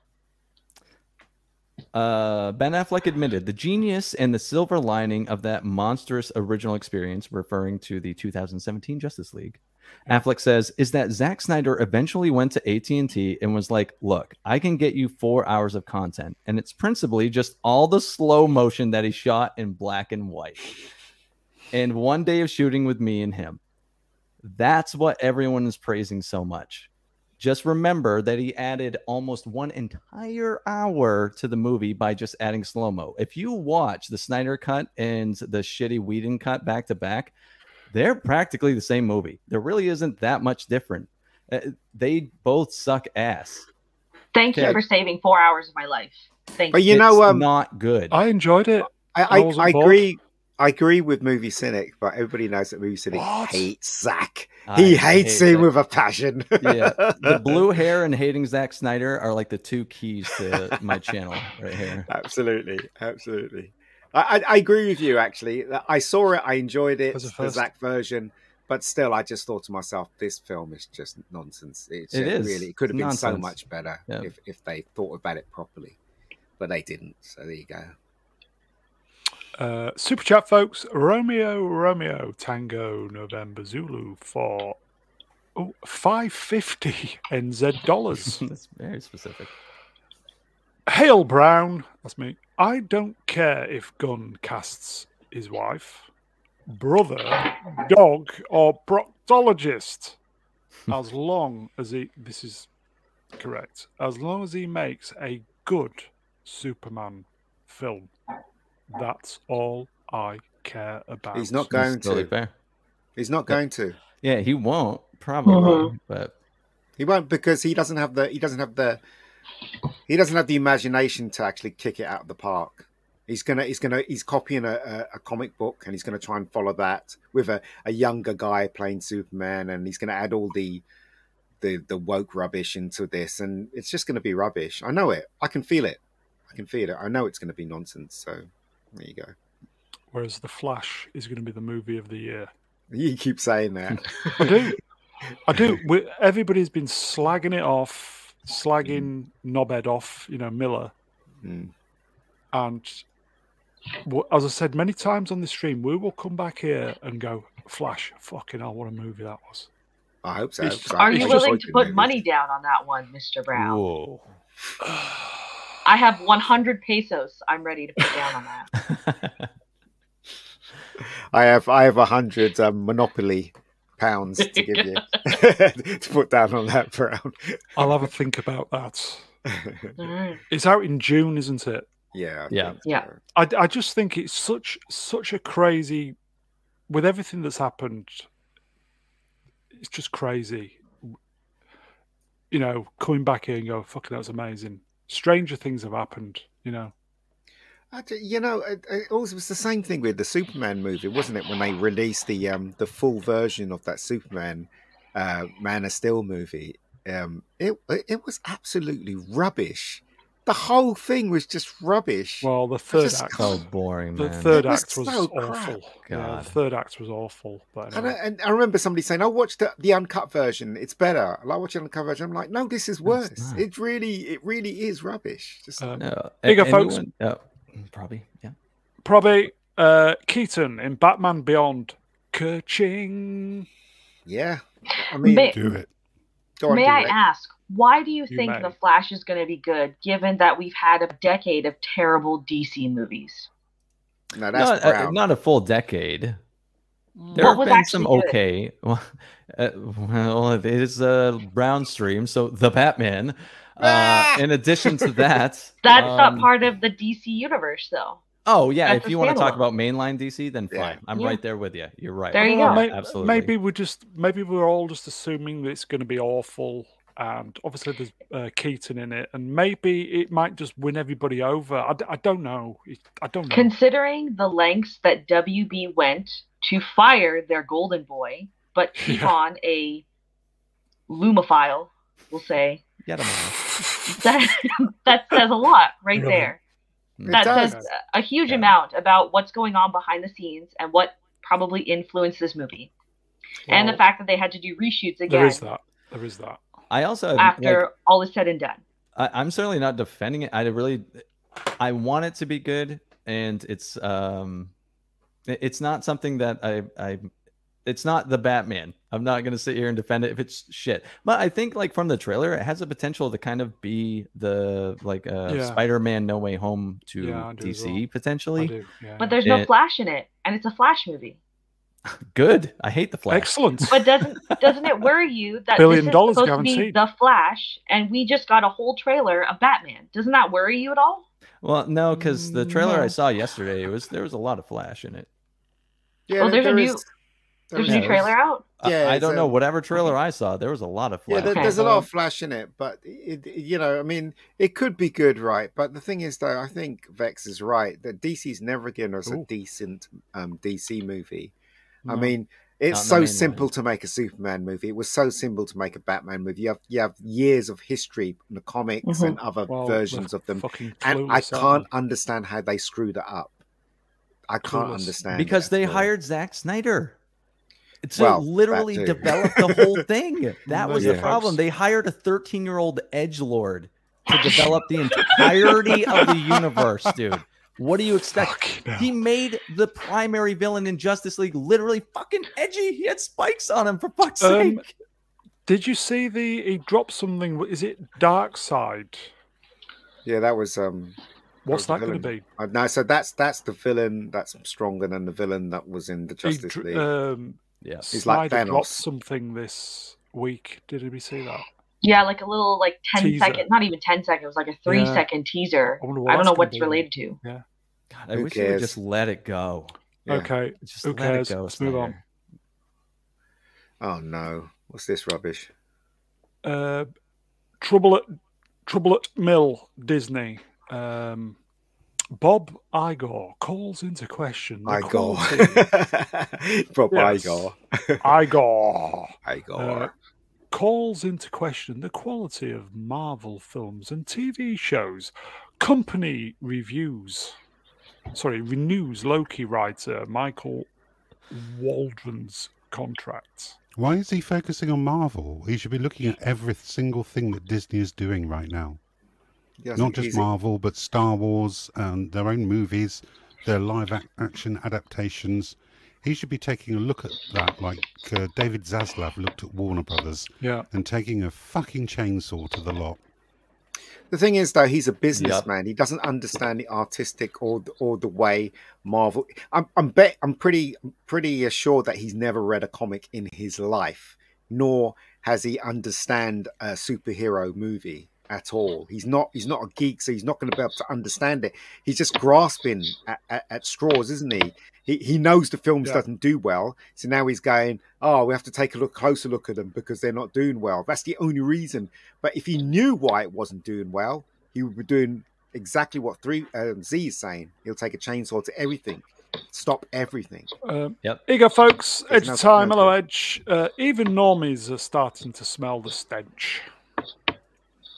[SPEAKER 2] Uh, ben Affleck admitted the genius and the silver lining of that monstrous original experience, referring to the 2017 Justice League. Affleck says is that Zack Snyder eventually went to AT&T and was like, "Look, I can get you 4 hours of content and it's principally just all the slow motion that he shot in black and white and one day of shooting with me and him." That's what everyone is praising so much. Just remember that he added almost one entire hour to the movie by just adding slow mo. If you watch the Snyder cut and the shitty Whedon cut back to back, they're practically the same movie. There really isn't that much different. Uh, they both suck ass.
[SPEAKER 4] Thank you
[SPEAKER 5] Okay.
[SPEAKER 4] for saving four hours of my life. Thank
[SPEAKER 5] But
[SPEAKER 4] you.
[SPEAKER 5] you know,
[SPEAKER 2] It's
[SPEAKER 5] um,
[SPEAKER 2] not good.
[SPEAKER 1] I enjoyed it.
[SPEAKER 5] I,
[SPEAKER 1] I
[SPEAKER 5] I,
[SPEAKER 1] wasn't
[SPEAKER 5] I
[SPEAKER 1] bored.
[SPEAKER 5] agree. I agree with Movie Cynic, but everybody knows that Movie Cynic
[SPEAKER 1] What?
[SPEAKER 5] hates Zach.
[SPEAKER 2] I
[SPEAKER 5] He hates
[SPEAKER 2] hate
[SPEAKER 5] him
[SPEAKER 2] it.
[SPEAKER 5] *laughs* with a passion.
[SPEAKER 2] *laughs* Yeah, the
[SPEAKER 5] *laughs*
[SPEAKER 2] blue hair and hating Zack Snyder are like the two keys to my channel right
[SPEAKER 5] *laughs*
[SPEAKER 2] here.
[SPEAKER 5] absolutely, absolutely. I, I, I agree with you. Actually, I saw it. I enjoyed it.
[SPEAKER 1] As a
[SPEAKER 5] The
[SPEAKER 1] first.
[SPEAKER 5] Zach version, but still, I just thought to myself, this film is just nonsense. It's
[SPEAKER 2] It
[SPEAKER 5] just
[SPEAKER 2] is.
[SPEAKER 5] really. It could have been so
[SPEAKER 2] Nonsense.
[SPEAKER 5] much better
[SPEAKER 2] Yeah.
[SPEAKER 5] if if they thought about it properly, but they didn't. So there you go.
[SPEAKER 1] Uh, super chat, folks. Romeo, Romeo, Tango, November Zulu for oh, 550 NZ
[SPEAKER 5] *laughs*
[SPEAKER 1] dollars.
[SPEAKER 2] *laughs* That's very specific.
[SPEAKER 1] Hale Brown, that's me. I don't care if Gunn casts his wife, brother, dog, or
[SPEAKER 5] *laughs*
[SPEAKER 1] proctologist, as long as he, this is correct, as long as he makes a good Superman film. That's all I care about.
[SPEAKER 5] He's not
[SPEAKER 2] That's
[SPEAKER 5] going
[SPEAKER 2] totally
[SPEAKER 5] to.
[SPEAKER 2] fair.
[SPEAKER 5] He's not going to.
[SPEAKER 2] Yeah, he won't probably,
[SPEAKER 5] Mm-hmm.
[SPEAKER 4] Mhm.
[SPEAKER 2] but
[SPEAKER 5] He won't because he doesn't have the he doesn't have the he doesn't have the imagination to actually kick it out of the park. He's gonna he's gonna he's copying a, a, a comic book and he's gonna try and follow that with a, a younger guy playing Superman and he's gonna add all the the the woke rubbish into this and it's just gonna be rubbish. I know it. I can feel it. I can feel it. I know it's gonna be nonsense. So there you go.
[SPEAKER 1] Whereas The Flash is going to be the movie of the year.
[SPEAKER 5] You keep saying that.
[SPEAKER 1] *laughs* I do. I do. We, everybody's been slagging it off, slagging knobhead off, you know, Miller.
[SPEAKER 5] Mm.
[SPEAKER 1] And w- as I said many times on the stream, we will come back here and go, Flash, fucking hell, what a movie that was. *sighs*
[SPEAKER 5] I hope so.
[SPEAKER 1] It's-
[SPEAKER 5] 'cause I-
[SPEAKER 4] Are
[SPEAKER 1] it's
[SPEAKER 4] you
[SPEAKER 1] just
[SPEAKER 4] willing
[SPEAKER 5] like
[SPEAKER 4] to
[SPEAKER 5] the
[SPEAKER 4] put
[SPEAKER 5] movies.
[SPEAKER 4] money down on that one, Mr. Brown?
[SPEAKER 2] Whoa. *laughs*
[SPEAKER 4] I have 100 pesos I'm ready to put down on that.
[SPEAKER 2] *laughs*
[SPEAKER 5] I have I have a hundred um, Monopoly pounds to give you *laughs* to put down on that brown. *laughs*
[SPEAKER 1] I'll have a think about that.
[SPEAKER 4] Mm.
[SPEAKER 1] It's out in June, isn't it?
[SPEAKER 5] yeah, I
[SPEAKER 2] Yeah.
[SPEAKER 5] think
[SPEAKER 4] Yeah.
[SPEAKER 5] so.
[SPEAKER 1] I, I just think it's such such a crazy with everything that's happened it's just crazy you know coming back here and go fucking that was amazing stranger things have happened you know
[SPEAKER 5] I d- you know, it, it always was the same thing with the Superman movie, wasn't it? When they released the um, the full version of that Superman uh, Man of Steel movie, um, it it was absolutely rubbish. The whole thing was just rubbish.
[SPEAKER 1] well the third
[SPEAKER 5] just- Oh,
[SPEAKER 1] act
[SPEAKER 2] so boring,
[SPEAKER 1] the
[SPEAKER 2] man.
[SPEAKER 1] third
[SPEAKER 5] It was
[SPEAKER 1] act was
[SPEAKER 5] so crap.
[SPEAKER 1] awful yeah, the
[SPEAKER 2] God.
[SPEAKER 1] third act was awful but
[SPEAKER 5] And I,
[SPEAKER 1] anyway.
[SPEAKER 5] and I remember somebody saying, "I watched the, the uncut version. It's better." I watched the uncut version. I'm like, "No, this is
[SPEAKER 2] No, it's
[SPEAKER 5] worse.
[SPEAKER 2] not.
[SPEAKER 5] It really, it really is rubbish." Just
[SPEAKER 1] Um,
[SPEAKER 2] No,
[SPEAKER 1] Here you go,
[SPEAKER 2] a-
[SPEAKER 1] folks.
[SPEAKER 2] anyone- oh, probably, yeah.
[SPEAKER 1] probably uh keaton in batman beyond Kerching.
[SPEAKER 5] yeah. I mean,
[SPEAKER 4] May,
[SPEAKER 3] Do it.
[SPEAKER 5] go on,
[SPEAKER 4] may I
[SPEAKER 5] Direct.
[SPEAKER 4] ask, why do you,
[SPEAKER 1] You
[SPEAKER 4] think
[SPEAKER 1] may.
[SPEAKER 4] The Flash is going to be good, given that we've had a decade of terrible DC movies?
[SPEAKER 5] No, that's
[SPEAKER 2] Not, uh,
[SPEAKER 5] Brown.
[SPEAKER 2] not a full decade. There
[SPEAKER 4] What
[SPEAKER 2] have
[SPEAKER 4] was
[SPEAKER 2] been some
[SPEAKER 4] actually good?
[SPEAKER 2] okay. *laughs* Well, uh, well, it is a brown stream, so the Batman.
[SPEAKER 5] Ah!
[SPEAKER 2] Uh, in addition to that,
[SPEAKER 4] *laughs* That's not
[SPEAKER 2] um,
[SPEAKER 4] part of the DC universe, though.
[SPEAKER 2] Oh yeah,
[SPEAKER 4] That's
[SPEAKER 2] if
[SPEAKER 4] a
[SPEAKER 2] you want to talk
[SPEAKER 4] standalone.
[SPEAKER 2] about mainline DC, then fine.
[SPEAKER 5] Yeah.
[SPEAKER 2] I'm
[SPEAKER 4] Yeah.
[SPEAKER 2] right there with you. You're right.
[SPEAKER 4] There you
[SPEAKER 1] Well,
[SPEAKER 4] go.
[SPEAKER 1] may-
[SPEAKER 2] Yeah, absolutely.
[SPEAKER 1] Maybe we're just maybe we're all just assuming that it's going to be awful, and obviously there's uh, Keaton in it, and maybe it might just win everybody over. I, d- I don't know. It- I don't know.
[SPEAKER 4] Considering the lengths that WB went to fire their golden boy,
[SPEAKER 1] *laughs*
[SPEAKER 4] but keep
[SPEAKER 1] Yeah.
[SPEAKER 4] on a lumophile, we'll say, *laughs*
[SPEAKER 2] Get 'em all.
[SPEAKER 4] that, that says a lot right
[SPEAKER 1] Really?
[SPEAKER 4] there.
[SPEAKER 5] It
[SPEAKER 4] that
[SPEAKER 5] does.
[SPEAKER 4] says a huge
[SPEAKER 2] Yeah.
[SPEAKER 4] amount about what's going on behind the scenes and what probably influenced this movie. and the
[SPEAKER 1] Well,
[SPEAKER 4] fact that they had to do reshoots
[SPEAKER 1] there
[SPEAKER 4] again
[SPEAKER 1] is that. There is that.
[SPEAKER 2] I also have,
[SPEAKER 4] after
[SPEAKER 2] like,
[SPEAKER 4] all is said and done.
[SPEAKER 2] I, I'm certainly not defending it. I really, I want it to be good, and it's um, it- it's not something that I I, it's not the Batman. I'm not gonna sit here and defend it if it's shit. But I think like from the trailer, it has the potential to kind of be the like uh,
[SPEAKER 1] Yeah.
[SPEAKER 2] Spider-Man No Way Home to
[SPEAKER 1] Yeah, I do as
[SPEAKER 2] DC
[SPEAKER 1] well. I
[SPEAKER 2] potentially.
[SPEAKER 1] do. Yeah.
[SPEAKER 4] But there's no
[SPEAKER 2] It-
[SPEAKER 4] Flash in it, and it's a Flash movie.
[SPEAKER 2] Good. I hate the Flash.
[SPEAKER 1] Excellent.
[SPEAKER 4] But doesn't doesn't it worry you that
[SPEAKER 1] Billion
[SPEAKER 4] this is
[SPEAKER 1] dollars
[SPEAKER 4] supposed to be
[SPEAKER 1] guaranteed.
[SPEAKER 4] the Flash, and we just got a whole trailer of Batman? Doesn't that worry you at all?
[SPEAKER 2] Well, no, because the trailer
[SPEAKER 1] No.
[SPEAKER 2] I saw yesterday it was there was a lot of Flash in it.
[SPEAKER 5] Yeah,
[SPEAKER 4] Oh, there's a
[SPEAKER 5] there
[SPEAKER 4] new-
[SPEAKER 5] is- there
[SPEAKER 4] There's
[SPEAKER 5] is.
[SPEAKER 4] a new trailer out.
[SPEAKER 2] I-
[SPEAKER 5] Yeah,
[SPEAKER 2] I,
[SPEAKER 5] it's,
[SPEAKER 2] don't know.
[SPEAKER 5] um,
[SPEAKER 2] Whatever
[SPEAKER 5] *laughs*
[SPEAKER 2] trailer I saw, there was a lot of
[SPEAKER 5] Yeah,
[SPEAKER 2] Flash.
[SPEAKER 5] there,
[SPEAKER 4] Okay.
[SPEAKER 5] there's a lot of flash in it, but it, it- you know, I mean, it could be good, right? But the thing is, though, I think Vex is right that DC's never given us a
[SPEAKER 1] Ooh.
[SPEAKER 5] decent um, DC movie.
[SPEAKER 1] *laughs*
[SPEAKER 5] I
[SPEAKER 1] No.
[SPEAKER 5] mean,
[SPEAKER 2] Not
[SPEAKER 5] it's
[SPEAKER 2] in
[SPEAKER 5] so
[SPEAKER 2] the mainline.
[SPEAKER 5] simple to make a Superman movie. It was so simple to make a Batman movie. You have you have years of history in the comics
[SPEAKER 2] Mm-hmm.
[SPEAKER 4] Mhm.
[SPEAKER 5] and other
[SPEAKER 1] Well, they're
[SPEAKER 5] *laughs* versions of them,
[SPEAKER 1] fucking
[SPEAKER 5] and I
[SPEAKER 1] clueless, aren't
[SPEAKER 5] can't understand how they screwed it up. I can't
[SPEAKER 1] Clueless.
[SPEAKER 5] understand it
[SPEAKER 2] because
[SPEAKER 5] at
[SPEAKER 2] they
[SPEAKER 5] all.
[SPEAKER 2] hired Zack Snyder to
[SPEAKER 5] Well, that
[SPEAKER 2] literally
[SPEAKER 5] too.
[SPEAKER 2] develop the whole
[SPEAKER 5] *laughs*
[SPEAKER 2] thing. That
[SPEAKER 1] No,
[SPEAKER 2] was the
[SPEAKER 1] yeah.
[SPEAKER 2] problem. They hired a 13 year old edge lord to develop
[SPEAKER 5] *laughs*
[SPEAKER 2] the entirety of the universe, dude. What do you
[SPEAKER 5] *laughs*
[SPEAKER 2] expect?
[SPEAKER 1] Fucking hell.
[SPEAKER 2] He made the primary villain in Justice League literally fucking edgy. He had spikes on him for fuck's
[SPEAKER 1] Um,
[SPEAKER 2] sake.
[SPEAKER 1] Did you see the he dropped something? Is it Dark Side?
[SPEAKER 5] Yeah, that was um.
[SPEAKER 1] What's
[SPEAKER 5] was
[SPEAKER 1] that
[SPEAKER 5] the
[SPEAKER 1] going to
[SPEAKER 5] villain.
[SPEAKER 1] be?
[SPEAKER 5] Uh, No, so that's that's the villain that's stronger than the villain that was in the
[SPEAKER 1] He
[SPEAKER 5] Justice
[SPEAKER 1] dr-
[SPEAKER 5] League.
[SPEAKER 1] um,
[SPEAKER 2] Yeah.
[SPEAKER 5] He's like
[SPEAKER 1] Snyder dropped
[SPEAKER 5] Thanos.
[SPEAKER 1] something this week. Did anybody see that?
[SPEAKER 4] *sighs* Yeah, like a little like 10 second,
[SPEAKER 1] Teaser.
[SPEAKER 4] not even 10 second, it was like a three
[SPEAKER 1] Yeah.
[SPEAKER 4] second teaser.
[SPEAKER 1] I wonder what
[SPEAKER 4] I don't
[SPEAKER 1] that's
[SPEAKER 4] know
[SPEAKER 1] gonna
[SPEAKER 4] what's
[SPEAKER 1] be.
[SPEAKER 4] related to.
[SPEAKER 2] God, I
[SPEAKER 5] who
[SPEAKER 2] wish they would
[SPEAKER 5] cares?
[SPEAKER 2] just let it go.
[SPEAKER 5] Yeah.
[SPEAKER 1] Okay,
[SPEAKER 2] Just
[SPEAKER 1] Who
[SPEAKER 2] let
[SPEAKER 1] cares?
[SPEAKER 2] it go.
[SPEAKER 1] Let's move on.
[SPEAKER 2] Snyder.
[SPEAKER 5] Oh no, what's this rubbish?
[SPEAKER 1] uh, Trouble at Trouble at Mill Disney. Um, Bob Igor calls into question. the
[SPEAKER 5] Igor,
[SPEAKER 1] quality-
[SPEAKER 5] *laughs* Bob
[SPEAKER 1] Yes.
[SPEAKER 5] Igor,
[SPEAKER 1] Igor
[SPEAKER 5] Igor.
[SPEAKER 1] Uh, calls into question the quality of Marvel films and TV shows. Company reviews. Sorry, renews Loki writer Michael Waldron's contract.
[SPEAKER 3] Why is he focusing on Marvel? He should be looking at every single thing that Disney is doing right now.
[SPEAKER 5] Yeah, it's
[SPEAKER 3] Not just
[SPEAKER 5] easy.
[SPEAKER 3] Marvel, but Star Wars and their own movies, their live ac- action adaptations. He should be taking a look at that, like uh, David Zaslav looked at Warner Brothers
[SPEAKER 1] Yeah.
[SPEAKER 3] and taking a fucking chainsaw to the lot.
[SPEAKER 5] The thing is, though, he's a businessman. He doesn't understand the artistic or or the way Marvel. I'm I'm bet I'm pretty pretty assured that he's never read a comic in his life, nor has he understand a superhero movie at all. He's not he's not a geek, so he's not going to be able to understand it. He's just grasping at, at, at straws, isn't he? He he knows the films
[SPEAKER 1] Yeah.
[SPEAKER 5] doesn't do well, so now he's going. Oh, we have to take a look closer look at them because they're not doing well. That's the only reason. But if he knew why it wasn't doing well, he would be doing exactly what three um, Z is saying. He'll take a chainsaw to everything, stop everything.
[SPEAKER 1] Um,
[SPEAKER 2] Yep.
[SPEAKER 1] Here you go, folks.
[SPEAKER 5] There's
[SPEAKER 1] Edge
[SPEAKER 5] no-
[SPEAKER 1] time.
[SPEAKER 5] no
[SPEAKER 1] Hello,
[SPEAKER 5] time.
[SPEAKER 1] Edge. Uh, even normies are starting to smell the stench.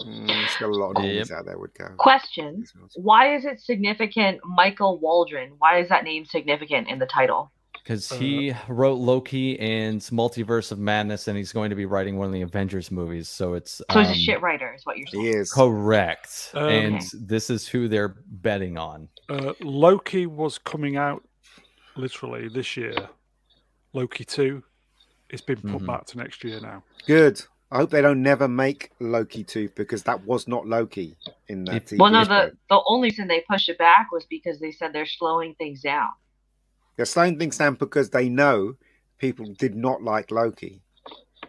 [SPEAKER 5] Mm, there's still a lot of
[SPEAKER 2] Yep.
[SPEAKER 5] movies out there would go.
[SPEAKER 4] Question: Why is it significant? Michael Waldron. Why is that name significant in the title?
[SPEAKER 2] because
[SPEAKER 1] Uh,
[SPEAKER 2] he wrote Loki and Multiverse of Madness, and he's going to be writing one of the Avengers movies. So it's
[SPEAKER 4] So he's
[SPEAKER 2] um,
[SPEAKER 4] a shit writer, is what you're saying.
[SPEAKER 5] He is.
[SPEAKER 2] Correct,
[SPEAKER 1] Um,
[SPEAKER 2] and
[SPEAKER 4] Okay.
[SPEAKER 2] this is who they're betting on.
[SPEAKER 1] Uh, Loki was coming out literally this year. Loki 2. It's been put
[SPEAKER 2] Mhm.
[SPEAKER 1] back to next year now.
[SPEAKER 5] Good. I hope they don't never make Loki 2 because that was not Loki in that
[SPEAKER 2] If-
[SPEAKER 5] TV
[SPEAKER 4] Well, no,
[SPEAKER 5] show.
[SPEAKER 4] the the only reason they pushed it back was because they said they're slowing things down.
[SPEAKER 5] They're slowing things down because they know people did not like Loki.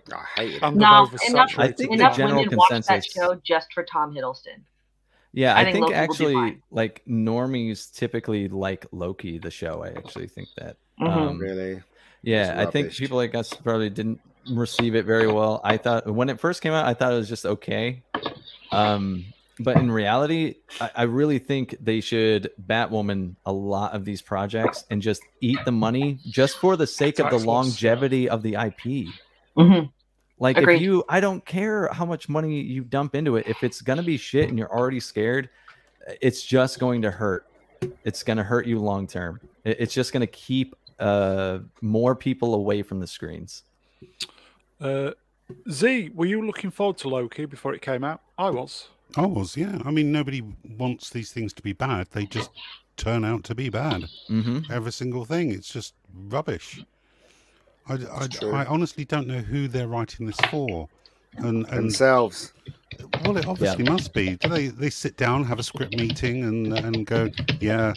[SPEAKER 5] I hate it.
[SPEAKER 1] And
[SPEAKER 4] No,
[SPEAKER 1] they've
[SPEAKER 4] and that's-
[SPEAKER 1] oversaturated
[SPEAKER 2] I think
[SPEAKER 1] the
[SPEAKER 2] the
[SPEAKER 4] Enough
[SPEAKER 1] market.
[SPEAKER 2] general
[SPEAKER 4] women watched that
[SPEAKER 2] consensus-
[SPEAKER 4] show just for Tom Hiddleston.
[SPEAKER 2] Yeah,
[SPEAKER 4] I
[SPEAKER 2] I,
[SPEAKER 4] think
[SPEAKER 2] think,
[SPEAKER 4] Loki will be
[SPEAKER 2] actually,
[SPEAKER 4] fine.
[SPEAKER 2] like normies typically like Loki, the show. I actually think that.
[SPEAKER 4] Mhm.
[SPEAKER 2] Um,
[SPEAKER 5] really.
[SPEAKER 2] Yeah, I think
[SPEAKER 5] rubbish.
[SPEAKER 2] people like us probably didn't receive it very well. I thought when it first came out, I thought it was just okay. Um, but in reality, I, I really think they should Batwoman a lot of these projects and just eat the money just for the sake of the
[SPEAKER 1] Tax loss.
[SPEAKER 2] longevity of the IP.
[SPEAKER 4] Mhm.
[SPEAKER 2] Like if
[SPEAKER 4] Agreed.
[SPEAKER 2] you, I don't care how much money you dump into it. If it's gonna be shit and you're already scared, uh, it's just going to hurt. It's gonna hurt you long term. It- It's just gonna keep uh more people away from the screens.
[SPEAKER 1] Uh, Z, were you looking forward to Loki before it came out? I was.
[SPEAKER 3] I was, yeah. I mean, nobody wants these things to be bad. They just turn out to be bad.
[SPEAKER 2] hmm
[SPEAKER 3] Every single thing. It's just rubbish. I, I,
[SPEAKER 5] true.
[SPEAKER 3] I honestly don't know who they're writing this for. And, and
[SPEAKER 5] Themselves.
[SPEAKER 3] well, it obviously must be. Do they they sit down, have a script meeting, and and go, yeah,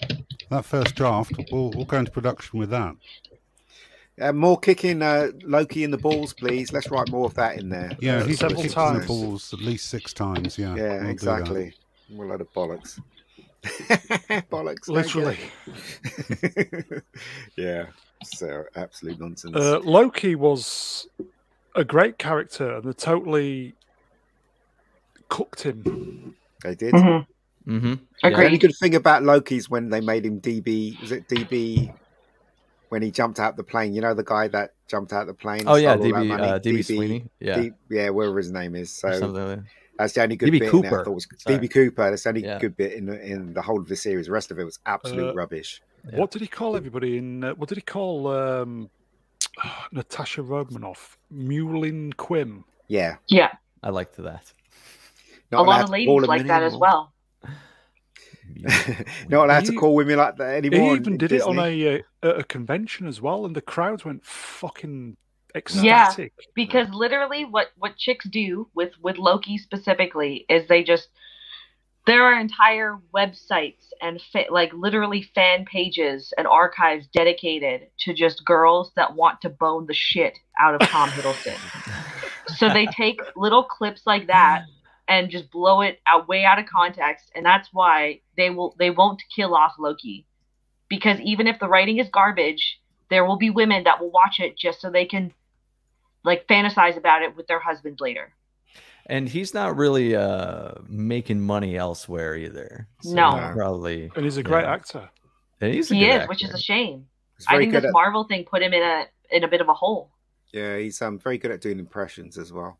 [SPEAKER 3] that first draft, we'll, we'll go into production with that.
[SPEAKER 5] Uh, more kicking uh, Loki in the balls, please. Let's write more of that in there.
[SPEAKER 3] Yeah,
[SPEAKER 1] Uh,
[SPEAKER 3] he's
[SPEAKER 1] several
[SPEAKER 3] kicked in the
[SPEAKER 1] times.
[SPEAKER 3] balls at least six times. Yeah,
[SPEAKER 5] Yeah,
[SPEAKER 3] we'll do that.
[SPEAKER 5] exactly. We're a load of bollocks. *laughs* bollocks.
[SPEAKER 1] Literally.
[SPEAKER 5] there you go. *laughs* yeah. So absolute nonsense.
[SPEAKER 1] Uh, Loki was a great character and they totally cooked him.
[SPEAKER 5] they did.
[SPEAKER 4] Mhm.
[SPEAKER 2] hmm
[SPEAKER 5] The only
[SPEAKER 4] Agreed.
[SPEAKER 5] good thing about Loki's when they made him DB. Was it DB? When he jumped out the plane, you know the guy that jumped out the plane. and
[SPEAKER 2] Oh yeah,
[SPEAKER 5] stole all that
[SPEAKER 2] DB,
[SPEAKER 5] money?
[SPEAKER 2] uh, DB Sweeney. Yeah.
[SPEAKER 5] D- yeah, whatever his name is.
[SPEAKER 2] or
[SPEAKER 5] So
[SPEAKER 2] something like that.
[SPEAKER 5] that's the only good
[SPEAKER 2] DB
[SPEAKER 5] bit. in there,
[SPEAKER 2] Cooper.
[SPEAKER 5] I thought was
[SPEAKER 2] Sorry.
[SPEAKER 5] DB Cooper. That's the only
[SPEAKER 2] Yeah.
[SPEAKER 5] good bit in the, in the whole of the series. The rest of it was absolute
[SPEAKER 1] Uh,
[SPEAKER 5] rubbish.
[SPEAKER 2] Yeah.
[SPEAKER 1] What did he call everybody in? Uh, what did he call um, *sighs* Natasha Romanoff? Mulin Quim.
[SPEAKER 5] Yeah,
[SPEAKER 4] Yeah,
[SPEAKER 2] I liked that.
[SPEAKER 5] Not
[SPEAKER 4] a lot of
[SPEAKER 5] allowed to call
[SPEAKER 4] ladies
[SPEAKER 5] him
[SPEAKER 4] like that as
[SPEAKER 5] anymore.
[SPEAKER 4] well.
[SPEAKER 5] *laughs* Not allowed to
[SPEAKER 1] He-
[SPEAKER 5] call women like that
[SPEAKER 1] He
[SPEAKER 5] anymore. in-
[SPEAKER 1] even
[SPEAKER 5] in
[SPEAKER 1] did it on
[SPEAKER 5] Disney.
[SPEAKER 1] a, uh, at a convention as well, and the crowd went fucking
[SPEAKER 4] Yeah.
[SPEAKER 1] ecstatic.
[SPEAKER 4] because literally what what chicks do with with loki specifically is they just there are entire websites and fa- like literally fan pages and archives dedicated to just girls that want to bone the shit out of
[SPEAKER 2] *laughs*
[SPEAKER 4] tom hiddleston so they take little clips like that and just blow it out way out of context and that's why they will they won't kill off loki because even if the writing is garbage there will be women that will watch it just so they can like fantasize about it with their husbands later.
[SPEAKER 2] *laughs* and he's not really uh making money elsewhere either.
[SPEAKER 4] No.
[SPEAKER 2] he'll Probably.
[SPEAKER 1] And he's a great
[SPEAKER 2] Yeah.
[SPEAKER 1] actor.
[SPEAKER 2] And he's a
[SPEAKER 4] he
[SPEAKER 2] good
[SPEAKER 4] is, which is
[SPEAKER 2] actor.
[SPEAKER 4] a shame.
[SPEAKER 5] He's
[SPEAKER 4] I
[SPEAKER 5] very
[SPEAKER 4] think
[SPEAKER 5] good
[SPEAKER 4] this
[SPEAKER 5] at
[SPEAKER 4] Marvel thing put him in a in a bit of a hole.
[SPEAKER 5] yeah, he's um very good at doing impressions as well.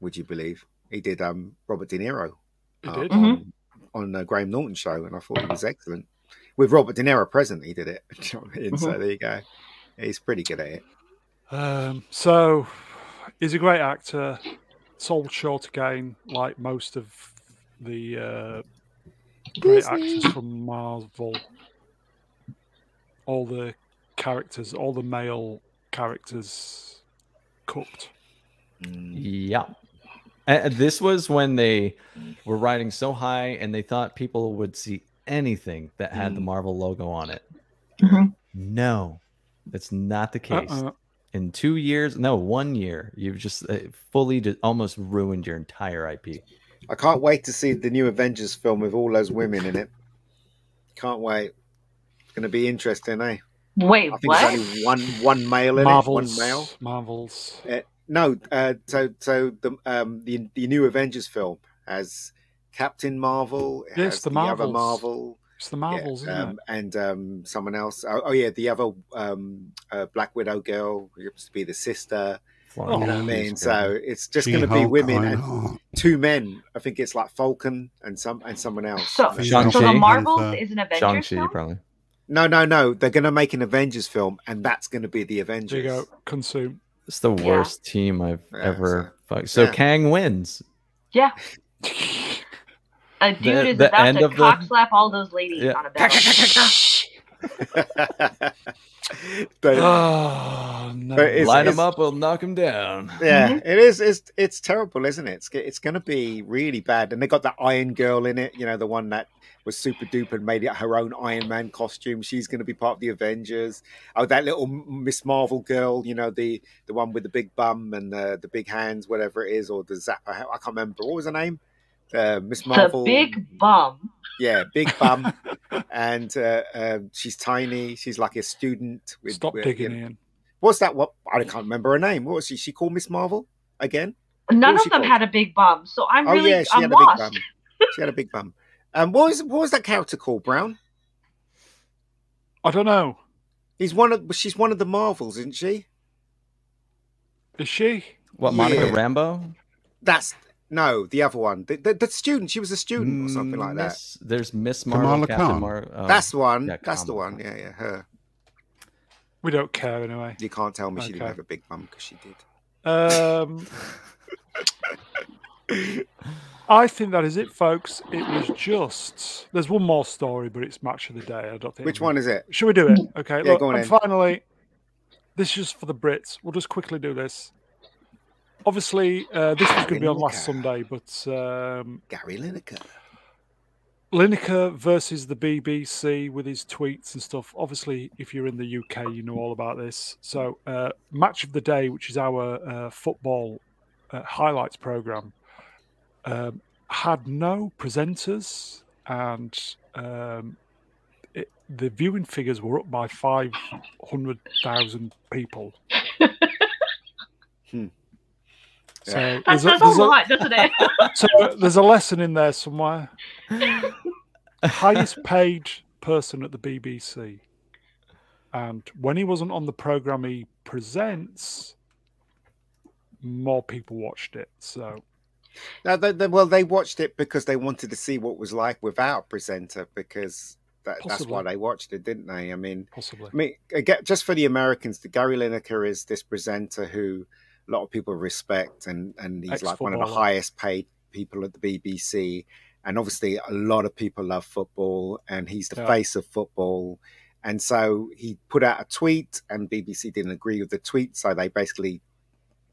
[SPEAKER 5] Would you believe he did um Robert De Niro
[SPEAKER 1] He
[SPEAKER 5] uh,
[SPEAKER 1] did.
[SPEAKER 4] Mhm.
[SPEAKER 5] on, on the Graham Norton show, and I thought he was excellent *laughs*
[SPEAKER 4] Mm-hmm.
[SPEAKER 5] with Robert De Niro present. He did it. Do you know what I mean? So there you go. He's pretty good at it.
[SPEAKER 1] Um, so he's a great actor. Sold short again, like most of the uh, great actors from Marvel. All the characters, all the male characters, cooked.
[SPEAKER 5] Mm.
[SPEAKER 2] Yeah. Uh, this was when they were riding so high and they thought people would see anything that had
[SPEAKER 4] Mm.
[SPEAKER 2] the Marvel logo on it.
[SPEAKER 4] Mhm.
[SPEAKER 2] No, that's not the case.
[SPEAKER 1] Uh-uh.
[SPEAKER 2] In two years, no, one year, you've just uh, fully just almost ruined your entire IP.
[SPEAKER 5] I can't wait to see the new Avengers film with all those women in it. Can't wait. Going to be interesting, eh?
[SPEAKER 4] Wait,
[SPEAKER 5] I think
[SPEAKER 4] what?
[SPEAKER 5] there's only one one male in
[SPEAKER 1] Marvels,
[SPEAKER 5] it. One male.
[SPEAKER 1] Marvels.
[SPEAKER 5] No, uh, so so the um the the new Avengers film has Captain Marvel. it
[SPEAKER 1] Yes,
[SPEAKER 5] has
[SPEAKER 1] the
[SPEAKER 5] other
[SPEAKER 1] Marvels.
[SPEAKER 5] Marvel.
[SPEAKER 1] It's the
[SPEAKER 5] yeah,
[SPEAKER 1] Marvels, isn't
[SPEAKER 5] um, and um, someone else. Oh, oh yeah, the other um, uh, Black Widow girl who happens to be the sister.
[SPEAKER 2] Florence
[SPEAKER 5] You know what
[SPEAKER 2] Pugh
[SPEAKER 5] I mean?
[SPEAKER 2] is
[SPEAKER 5] Oh, So it's just going to be
[SPEAKER 3] She-Hulk,
[SPEAKER 5] women and
[SPEAKER 3] Ironheart.
[SPEAKER 5] two men. I think it's like Falcon and some and someone else.
[SPEAKER 4] So,
[SPEAKER 2] Shang-Chi.
[SPEAKER 4] so the Marvels
[SPEAKER 3] Panther.
[SPEAKER 4] is an
[SPEAKER 2] good.
[SPEAKER 4] Avengers
[SPEAKER 2] Shang-Chi,
[SPEAKER 4] film?
[SPEAKER 2] probably.
[SPEAKER 5] No, no, no. They're going to make an Avengers film, and that's going to be the
[SPEAKER 1] it? There
[SPEAKER 5] Avengers.
[SPEAKER 1] you go. Consume.
[SPEAKER 2] It's the
[SPEAKER 4] Yeah.
[SPEAKER 2] worst team I've
[SPEAKER 5] Yeah,
[SPEAKER 2] ever. fucked. So
[SPEAKER 5] yeah.
[SPEAKER 2] Kang wins.
[SPEAKER 4] Yeah. A dude
[SPEAKER 2] The-
[SPEAKER 4] is
[SPEAKER 2] the
[SPEAKER 4] about
[SPEAKER 2] end
[SPEAKER 4] to
[SPEAKER 2] of the-
[SPEAKER 4] cock slap all those ladies
[SPEAKER 2] Yeah.
[SPEAKER 4] on a
[SPEAKER 5] *laughs*
[SPEAKER 4] belt.
[SPEAKER 1] *laughs*
[SPEAKER 5] But-
[SPEAKER 1] Oh, no.
[SPEAKER 5] Ah. But it's-
[SPEAKER 2] Light him up, we'll knock him down.
[SPEAKER 5] yeah,
[SPEAKER 1] mm-hmm.
[SPEAKER 5] it is. It's it's terrible, isn't it? It's g- it's going to be really bad. And they got that Iron Girl in it. You know, the one that was super duper and made it her own Iron Man costume. She's going to be part of the Avengers. Oh, that little M- Miss Marvel girl. You know, the the one with the big bum and the the big hands, whatever it is, or the zapper. I can't remember what was her name. Uh, Miss
[SPEAKER 4] the
[SPEAKER 5] Marvel.
[SPEAKER 4] big bum.
[SPEAKER 5] Yeah, big bum, and uh, um she's tiny. She's like a student.
[SPEAKER 1] *laughs*
[SPEAKER 5] With,
[SPEAKER 1] Stop
[SPEAKER 5] with-
[SPEAKER 1] digging
[SPEAKER 5] you know-
[SPEAKER 1] in.
[SPEAKER 5] What's that? What I can't remember her name. What was she? She called Miss Marvel again.
[SPEAKER 4] None
[SPEAKER 5] was
[SPEAKER 4] of
[SPEAKER 5] she
[SPEAKER 4] them
[SPEAKER 5] called?
[SPEAKER 4] had a big bum, so I'm
[SPEAKER 5] oh
[SPEAKER 4] really
[SPEAKER 5] yeah, she
[SPEAKER 4] I'm
[SPEAKER 5] had
[SPEAKER 4] lost.
[SPEAKER 5] a big bum. She had a big bum. Um, what was what was that character called? Brown.
[SPEAKER 1] I don't know.
[SPEAKER 5] He's one of. She's one of the Marvels, isn't she?
[SPEAKER 1] Is she?
[SPEAKER 2] What, Monica
[SPEAKER 5] Yeah.
[SPEAKER 2] Rambo?
[SPEAKER 5] That's no, the other one. The, the, the student. She was a student or something like
[SPEAKER 1] Mm,
[SPEAKER 5] that.
[SPEAKER 2] Miss- There's Miss Marvel,
[SPEAKER 3] Kamala
[SPEAKER 2] Captain
[SPEAKER 3] Khan.
[SPEAKER 2] Mar- uh,
[SPEAKER 5] That's the one.
[SPEAKER 2] yeah,
[SPEAKER 5] That's the
[SPEAKER 2] Kamala.
[SPEAKER 5] one. Yeah, yeah. Her.
[SPEAKER 1] We don't care anyway.
[SPEAKER 5] You can't tell me she didn't
[SPEAKER 1] Okay.
[SPEAKER 5] have a big bum because she did.
[SPEAKER 1] Um, I think that is it, folks. It was just. There's one more story, but it's match of the day. I don't think.
[SPEAKER 5] Which one is it?
[SPEAKER 1] Should we do it? Okay.
[SPEAKER 5] Yeah,
[SPEAKER 1] look,
[SPEAKER 5] go on
[SPEAKER 1] and
[SPEAKER 5] then.
[SPEAKER 1] finally, this is just for the Brits. We'll just quickly do this. Obviously, uh, this was going to be on last Sunday, but um,
[SPEAKER 5] Gary Lineker.
[SPEAKER 1] Lineker versus the BBC with his tweets and stuff. Obviously, if you're in the UK, you know all about this. So, uh, match of the day, which is our uh, football uh, highlights program, um, had no presenters, and um, it, the viewing figures were up by five hundred thousand people.
[SPEAKER 5] Hmm.
[SPEAKER 1] So
[SPEAKER 4] That
[SPEAKER 1] there's a-
[SPEAKER 4] says a
[SPEAKER 1] there's a-
[SPEAKER 4] lot,
[SPEAKER 5] *laughs*
[SPEAKER 4] doesn't it?
[SPEAKER 1] so uh, there's a lesson in there somewhere. Highest paid person at the BBC. And when he wasn't on the programme he presents, more people watched it. So
[SPEAKER 5] No, they, they, well, they watched it because they wanted to see what was like without a presenter because that, that's why
[SPEAKER 1] Possibly.
[SPEAKER 5] they watched it, didn't they? I mean,
[SPEAKER 1] possibly.
[SPEAKER 5] I mean, again, just for the Americans, the Gary Lineker is this presenter who a lot of people respect, and and he's like one of the
[SPEAKER 1] Ex-footballer.
[SPEAKER 5] highest paid people at the BBC, and obviously a lot of people love football, and he's the
[SPEAKER 1] Yeah.
[SPEAKER 5] face of football. And so he put out a tweet, and BBC didn't agree with the tweet, so they basically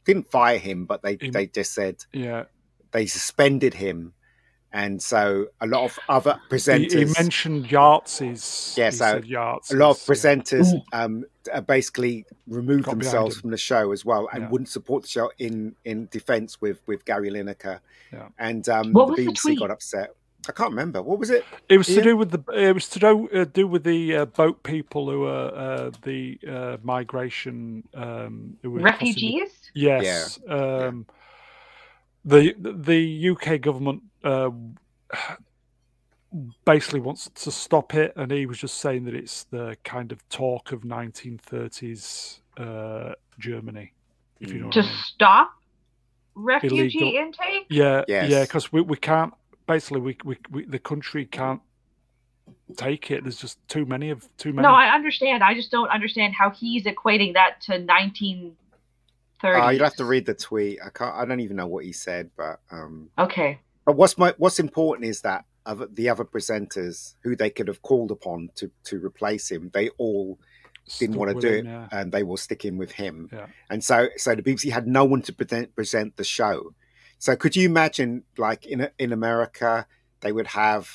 [SPEAKER 5] didn't fire him, but they,
[SPEAKER 1] Im-
[SPEAKER 5] they just said
[SPEAKER 1] Yeah.
[SPEAKER 5] they suspended him, and so a lot of other
[SPEAKER 1] He,
[SPEAKER 5] presenters,
[SPEAKER 1] he mentioned Yahtzee's.
[SPEAKER 5] Yeah,
[SPEAKER 1] he
[SPEAKER 5] so
[SPEAKER 1] said Yahtzee's,
[SPEAKER 5] a lot of
[SPEAKER 1] yeah.
[SPEAKER 5] presenters um, uh, basically removed
[SPEAKER 1] Got behind
[SPEAKER 5] themselves
[SPEAKER 1] him.
[SPEAKER 5] from the show as well and
[SPEAKER 1] Yeah.
[SPEAKER 5] wouldn't support the show in in defence with with Gary Lineker,
[SPEAKER 1] Yeah.
[SPEAKER 5] and um,
[SPEAKER 4] What was
[SPEAKER 5] the
[SPEAKER 4] the
[SPEAKER 5] BBC
[SPEAKER 4] tweet?
[SPEAKER 5] got upset. I can't remember what was it.
[SPEAKER 1] It was to
[SPEAKER 5] Ian?
[SPEAKER 1] do with the. It was to do, uh, do with the uh, boat people who are uh, the uh, migration. Um, who were crossing the
[SPEAKER 4] Refugees?
[SPEAKER 1] Yes. Um, The the UK government uh, basically wants to stop it, and he was just saying that it's the kind of talk of 1930s uh, Germany, if you know.
[SPEAKER 4] To
[SPEAKER 1] What I mean.
[SPEAKER 4] stop refugee
[SPEAKER 1] Illegal.
[SPEAKER 4] intake?
[SPEAKER 1] Yeah, yeah,
[SPEAKER 5] Yes.
[SPEAKER 1] because we, we can't basically we, we, we the country can't take it. There's just too many of too many.
[SPEAKER 4] No, I understand. I just don't understand how he's equating that to 1930s 30s.
[SPEAKER 5] Uh, you'd have to read the tweet. I can't. I don't even know what he said, but um,
[SPEAKER 4] Okay.
[SPEAKER 5] but what's my what's important is that other, the other presenters who they could have called upon to to replace him, they all Didn't wanna
[SPEAKER 1] Stuck
[SPEAKER 5] do
[SPEAKER 1] within,
[SPEAKER 5] it. Uh,
[SPEAKER 1] yeah.
[SPEAKER 5] and they will stick in with him.
[SPEAKER 1] Yeah.
[SPEAKER 5] And so, so the BBC had no one to present, present the show. So, could you imagine, like in in America, they would have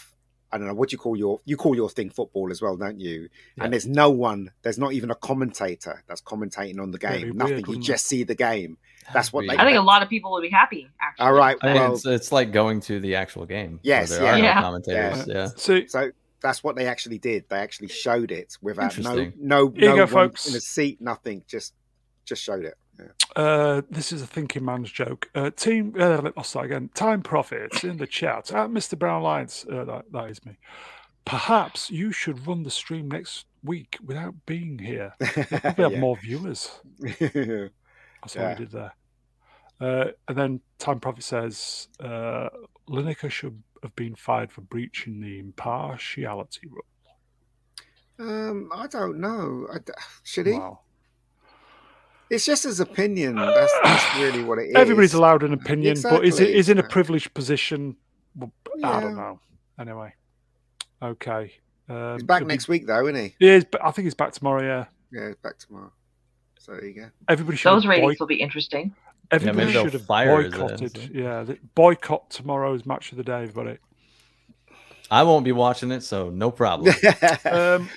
[SPEAKER 5] I don't know what do you call your you call your thing football as well, don't you?
[SPEAKER 2] Yeah.
[SPEAKER 5] And there's no one, there's not even a commentator that's commentating on the
[SPEAKER 1] That'd
[SPEAKER 5] game.
[SPEAKER 1] be
[SPEAKER 5] Nothing.
[SPEAKER 1] weird,
[SPEAKER 5] you
[SPEAKER 1] wouldn't it?
[SPEAKER 5] just see the game. That's what they-
[SPEAKER 4] I think a lot of people would be happy, actually.
[SPEAKER 5] All right.
[SPEAKER 2] I mean,
[SPEAKER 5] Well,
[SPEAKER 2] it's, it's like going to the actual game. where
[SPEAKER 5] Yes,
[SPEAKER 2] there
[SPEAKER 5] yeah.
[SPEAKER 2] are no
[SPEAKER 4] Yeah.
[SPEAKER 2] commentators. Yeah.
[SPEAKER 1] So
[SPEAKER 5] so that's what they actually did. They actually showed it without no
[SPEAKER 2] Interesting.
[SPEAKER 5] no
[SPEAKER 1] Here you
[SPEAKER 5] no
[SPEAKER 1] go,
[SPEAKER 5] one
[SPEAKER 1] folks.
[SPEAKER 5] in a seat. Nothing. Just just showed it.
[SPEAKER 1] Uh, this is a thinking man's joke. Uh, team, uh, I'll start again. Time profits in the chat at Mr. Brown Lines. Uh, that, that is me. Perhaps you should run the stream next week without being
[SPEAKER 5] *laughs*
[SPEAKER 1] here. We have more viewers.
[SPEAKER 5] Yeah.
[SPEAKER 1] That's what we
[SPEAKER 5] Yeah.
[SPEAKER 1] did there. Uh, and then Time Prophet says uh, Lineker should have been fired for breaching the impartiality rule.
[SPEAKER 5] um, I don't know. I d should he?
[SPEAKER 1] Wow.
[SPEAKER 5] It's just his opinion. That's, that's really what it is.
[SPEAKER 1] Everybody's allowed an opinion, but is it
[SPEAKER 5] Exactly.
[SPEAKER 1] is in a privileged position? Well, I
[SPEAKER 5] Yeah.
[SPEAKER 1] don't know. Anyway, okay. Um,
[SPEAKER 5] He's back
[SPEAKER 1] it'll be-
[SPEAKER 5] next week, though, isn't he?
[SPEAKER 1] He is, but I think he's back tomorrow. Yeah,
[SPEAKER 5] Yeah, he's back tomorrow. So there you go.
[SPEAKER 1] everybody should.
[SPEAKER 4] Those
[SPEAKER 1] have
[SPEAKER 4] ratings
[SPEAKER 1] boy-
[SPEAKER 4] will be interesting.
[SPEAKER 1] everybody
[SPEAKER 2] maybe they'll
[SPEAKER 1] should have
[SPEAKER 2] fire his ass,
[SPEAKER 1] boycotted.
[SPEAKER 2] eh?
[SPEAKER 1] yeah, th- boycott tomorrow's match of the day, everybody.
[SPEAKER 2] I won't be watching it, so no
[SPEAKER 5] *laughs*
[SPEAKER 2] problem. *laughs*
[SPEAKER 1] Um,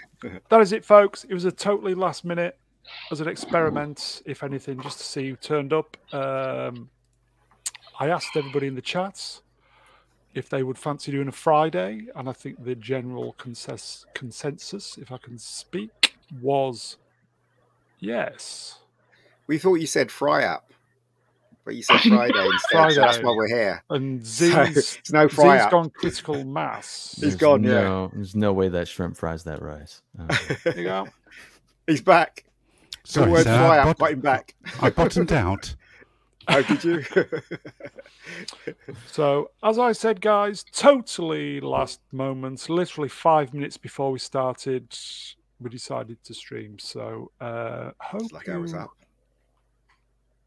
[SPEAKER 1] that is it, folks. It was a totally last minute as an experiment, if anything, just to see who turned up. Um, I asked everybody in the chats if they would fancy doing a Friday, and I think the general consens- consensus, if I can speak, was yes.
[SPEAKER 5] we thought you said fry up, but you said Friday instead.
[SPEAKER 1] Friday.
[SPEAKER 5] So that's why we're here.
[SPEAKER 2] *laughs*
[SPEAKER 1] And
[SPEAKER 5] So
[SPEAKER 1] Z's,
[SPEAKER 5] it's no fry
[SPEAKER 1] Z's
[SPEAKER 5] up.
[SPEAKER 1] gone critical mass.
[SPEAKER 5] He's gone, yeah.
[SPEAKER 2] No, There's no way that shrimp fries that
[SPEAKER 5] *laughs*
[SPEAKER 2] rice. Uh,
[SPEAKER 1] There you go.
[SPEAKER 5] He's back. So the
[SPEAKER 3] Sorry,
[SPEAKER 5] word
[SPEAKER 3] sir, I
[SPEAKER 5] fry up
[SPEAKER 3] bot-
[SPEAKER 5] got him back.
[SPEAKER 3] *laughs* I
[SPEAKER 5] *laughs*
[SPEAKER 3] bottomed out.
[SPEAKER 5] How did you? *laughs*
[SPEAKER 1] So, as I said, guys, totally last moment, literally five minutes before we started, we decided to stream. So, uh, hope
[SPEAKER 5] It's like I was
[SPEAKER 1] you-
[SPEAKER 5] up.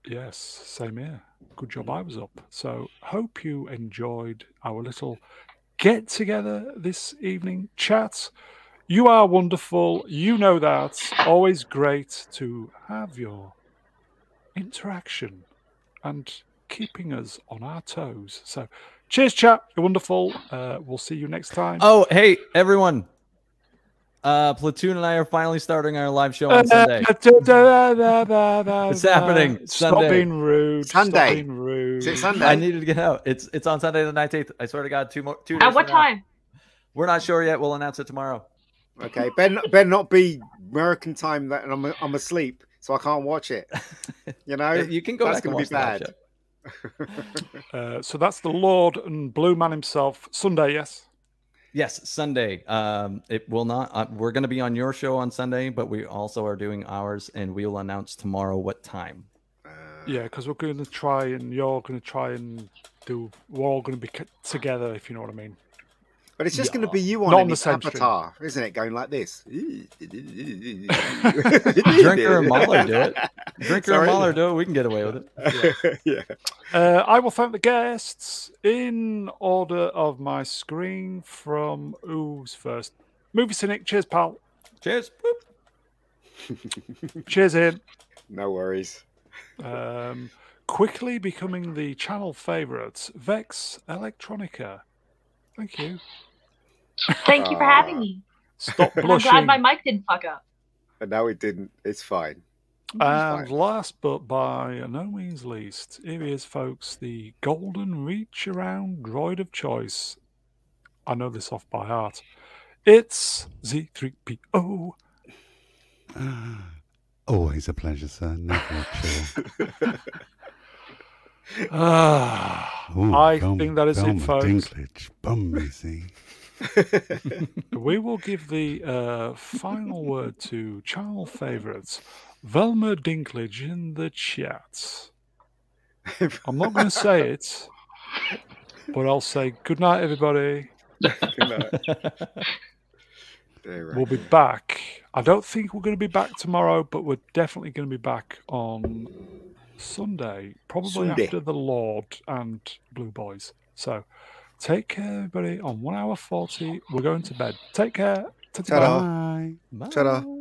[SPEAKER 1] Yes, same here. Good job
[SPEAKER 5] Mm.
[SPEAKER 1] I was up. So, hope you enjoyed our little get together this evening chat. You are wonderful. You know that. Always great to have your interaction and keeping us on our toes. So, cheers, chat. You're wonderful. Uh, we'll see you next time.
[SPEAKER 2] oh, hey, everyone. Uh, Platoon and I are finally starting our live show
[SPEAKER 1] *laughs*
[SPEAKER 2] on
[SPEAKER 5] *laughs*
[SPEAKER 2] Sunday.
[SPEAKER 1] it's
[SPEAKER 2] happening.
[SPEAKER 1] Stop
[SPEAKER 2] Sunday.
[SPEAKER 1] being rude. Stop
[SPEAKER 5] Sunday.
[SPEAKER 1] being rude.
[SPEAKER 5] Is it Sunday?
[SPEAKER 2] I needed to get out. It's it's on Sunday the 19th. I swear to God, two more. Two
[SPEAKER 4] At
[SPEAKER 2] days
[SPEAKER 4] what
[SPEAKER 2] from now.
[SPEAKER 4] time?
[SPEAKER 2] We're not sure yet. We'll announce it tomorrow.
[SPEAKER 5] Okay, Ben, Ben, not be American time that, and I'm I'm asleep, so I can't
[SPEAKER 3] *laughs*
[SPEAKER 5] watch it. You know,
[SPEAKER 2] You can go
[SPEAKER 5] that's
[SPEAKER 2] back and
[SPEAKER 5] gonna be
[SPEAKER 2] watch the live
[SPEAKER 5] bad.
[SPEAKER 2] show.
[SPEAKER 1] Uh, so that's the Lord and Blue Man himself. Sunday, yes.
[SPEAKER 2] Yes, Sunday. Um, it will not. Uh, we're going to be on your show on Sunday, but we also are doing ours, and we will announce tomorrow what
[SPEAKER 5] *laughs*
[SPEAKER 2] time.
[SPEAKER 5] Uh,
[SPEAKER 1] Yeah, because we're going to try and you're going to try and do. We're all going to be c- together, if you know what I mean.
[SPEAKER 5] but it's just
[SPEAKER 2] Yeah.
[SPEAKER 5] going to be you on,
[SPEAKER 1] Not
[SPEAKER 5] not
[SPEAKER 1] on the same stream.
[SPEAKER 5] avatar, isn't it? Going like
[SPEAKER 1] *laughs*
[SPEAKER 5] this. *laughs*
[SPEAKER 2] Drinker
[SPEAKER 5] Drinker
[SPEAKER 2] and Mahler do it. Drinker
[SPEAKER 5] Sorry?
[SPEAKER 2] and Mahler do it. We can get away with it.
[SPEAKER 5] *laughs* yeah.
[SPEAKER 1] Uh, I will thank the guests in order of my screen from who's first. Movie cynic, cheers, pal.
[SPEAKER 2] Cheers. Boop.
[SPEAKER 1] Cheers, him.
[SPEAKER 5] No worries.
[SPEAKER 1] Um, quickly becoming the channel favourites, Vex Electronica. Thank you.
[SPEAKER 4] Thank
[SPEAKER 5] uh,
[SPEAKER 4] you for having me.
[SPEAKER 1] Stop
[SPEAKER 4] And *laughs* I'm
[SPEAKER 1] blushing.
[SPEAKER 4] glad my mic didn't fuck up.
[SPEAKER 5] But no, it didn't. It's fine.
[SPEAKER 1] And
[SPEAKER 5] Right.
[SPEAKER 1] last but by no means least, here he is, folks, the golden reach around droid of choice. I know this off by heart. It's Z3PO.
[SPEAKER 3] Always a pleasure, sir. Never a
[SPEAKER 1] *laughs*
[SPEAKER 3] chore.
[SPEAKER 1] Ah,
[SPEAKER 3] Ooh,
[SPEAKER 1] I
[SPEAKER 3] Velma-
[SPEAKER 1] think that is it,
[SPEAKER 3] Velma
[SPEAKER 1] folks.
[SPEAKER 3] Dinklage, bum me, see.
[SPEAKER 1] We will give the uh, final word to channel favourites, Velma Dinklage in the chat. *laughs* I'm not
[SPEAKER 5] *laughs*
[SPEAKER 1] going to say it, but I'll say good night, everybody. We'll be back. I don't think we're going to be back tomorrow, but we're definitely going to be back on Sunday, probably
[SPEAKER 5] Sunday.
[SPEAKER 1] after The Lord and Blue Boys. So take care, everybody. On 1 hour 40, we're going to bed. Take care. Ta-ta.
[SPEAKER 5] Ta-ra.
[SPEAKER 3] Bye.
[SPEAKER 2] Bye.
[SPEAKER 5] Ta-da.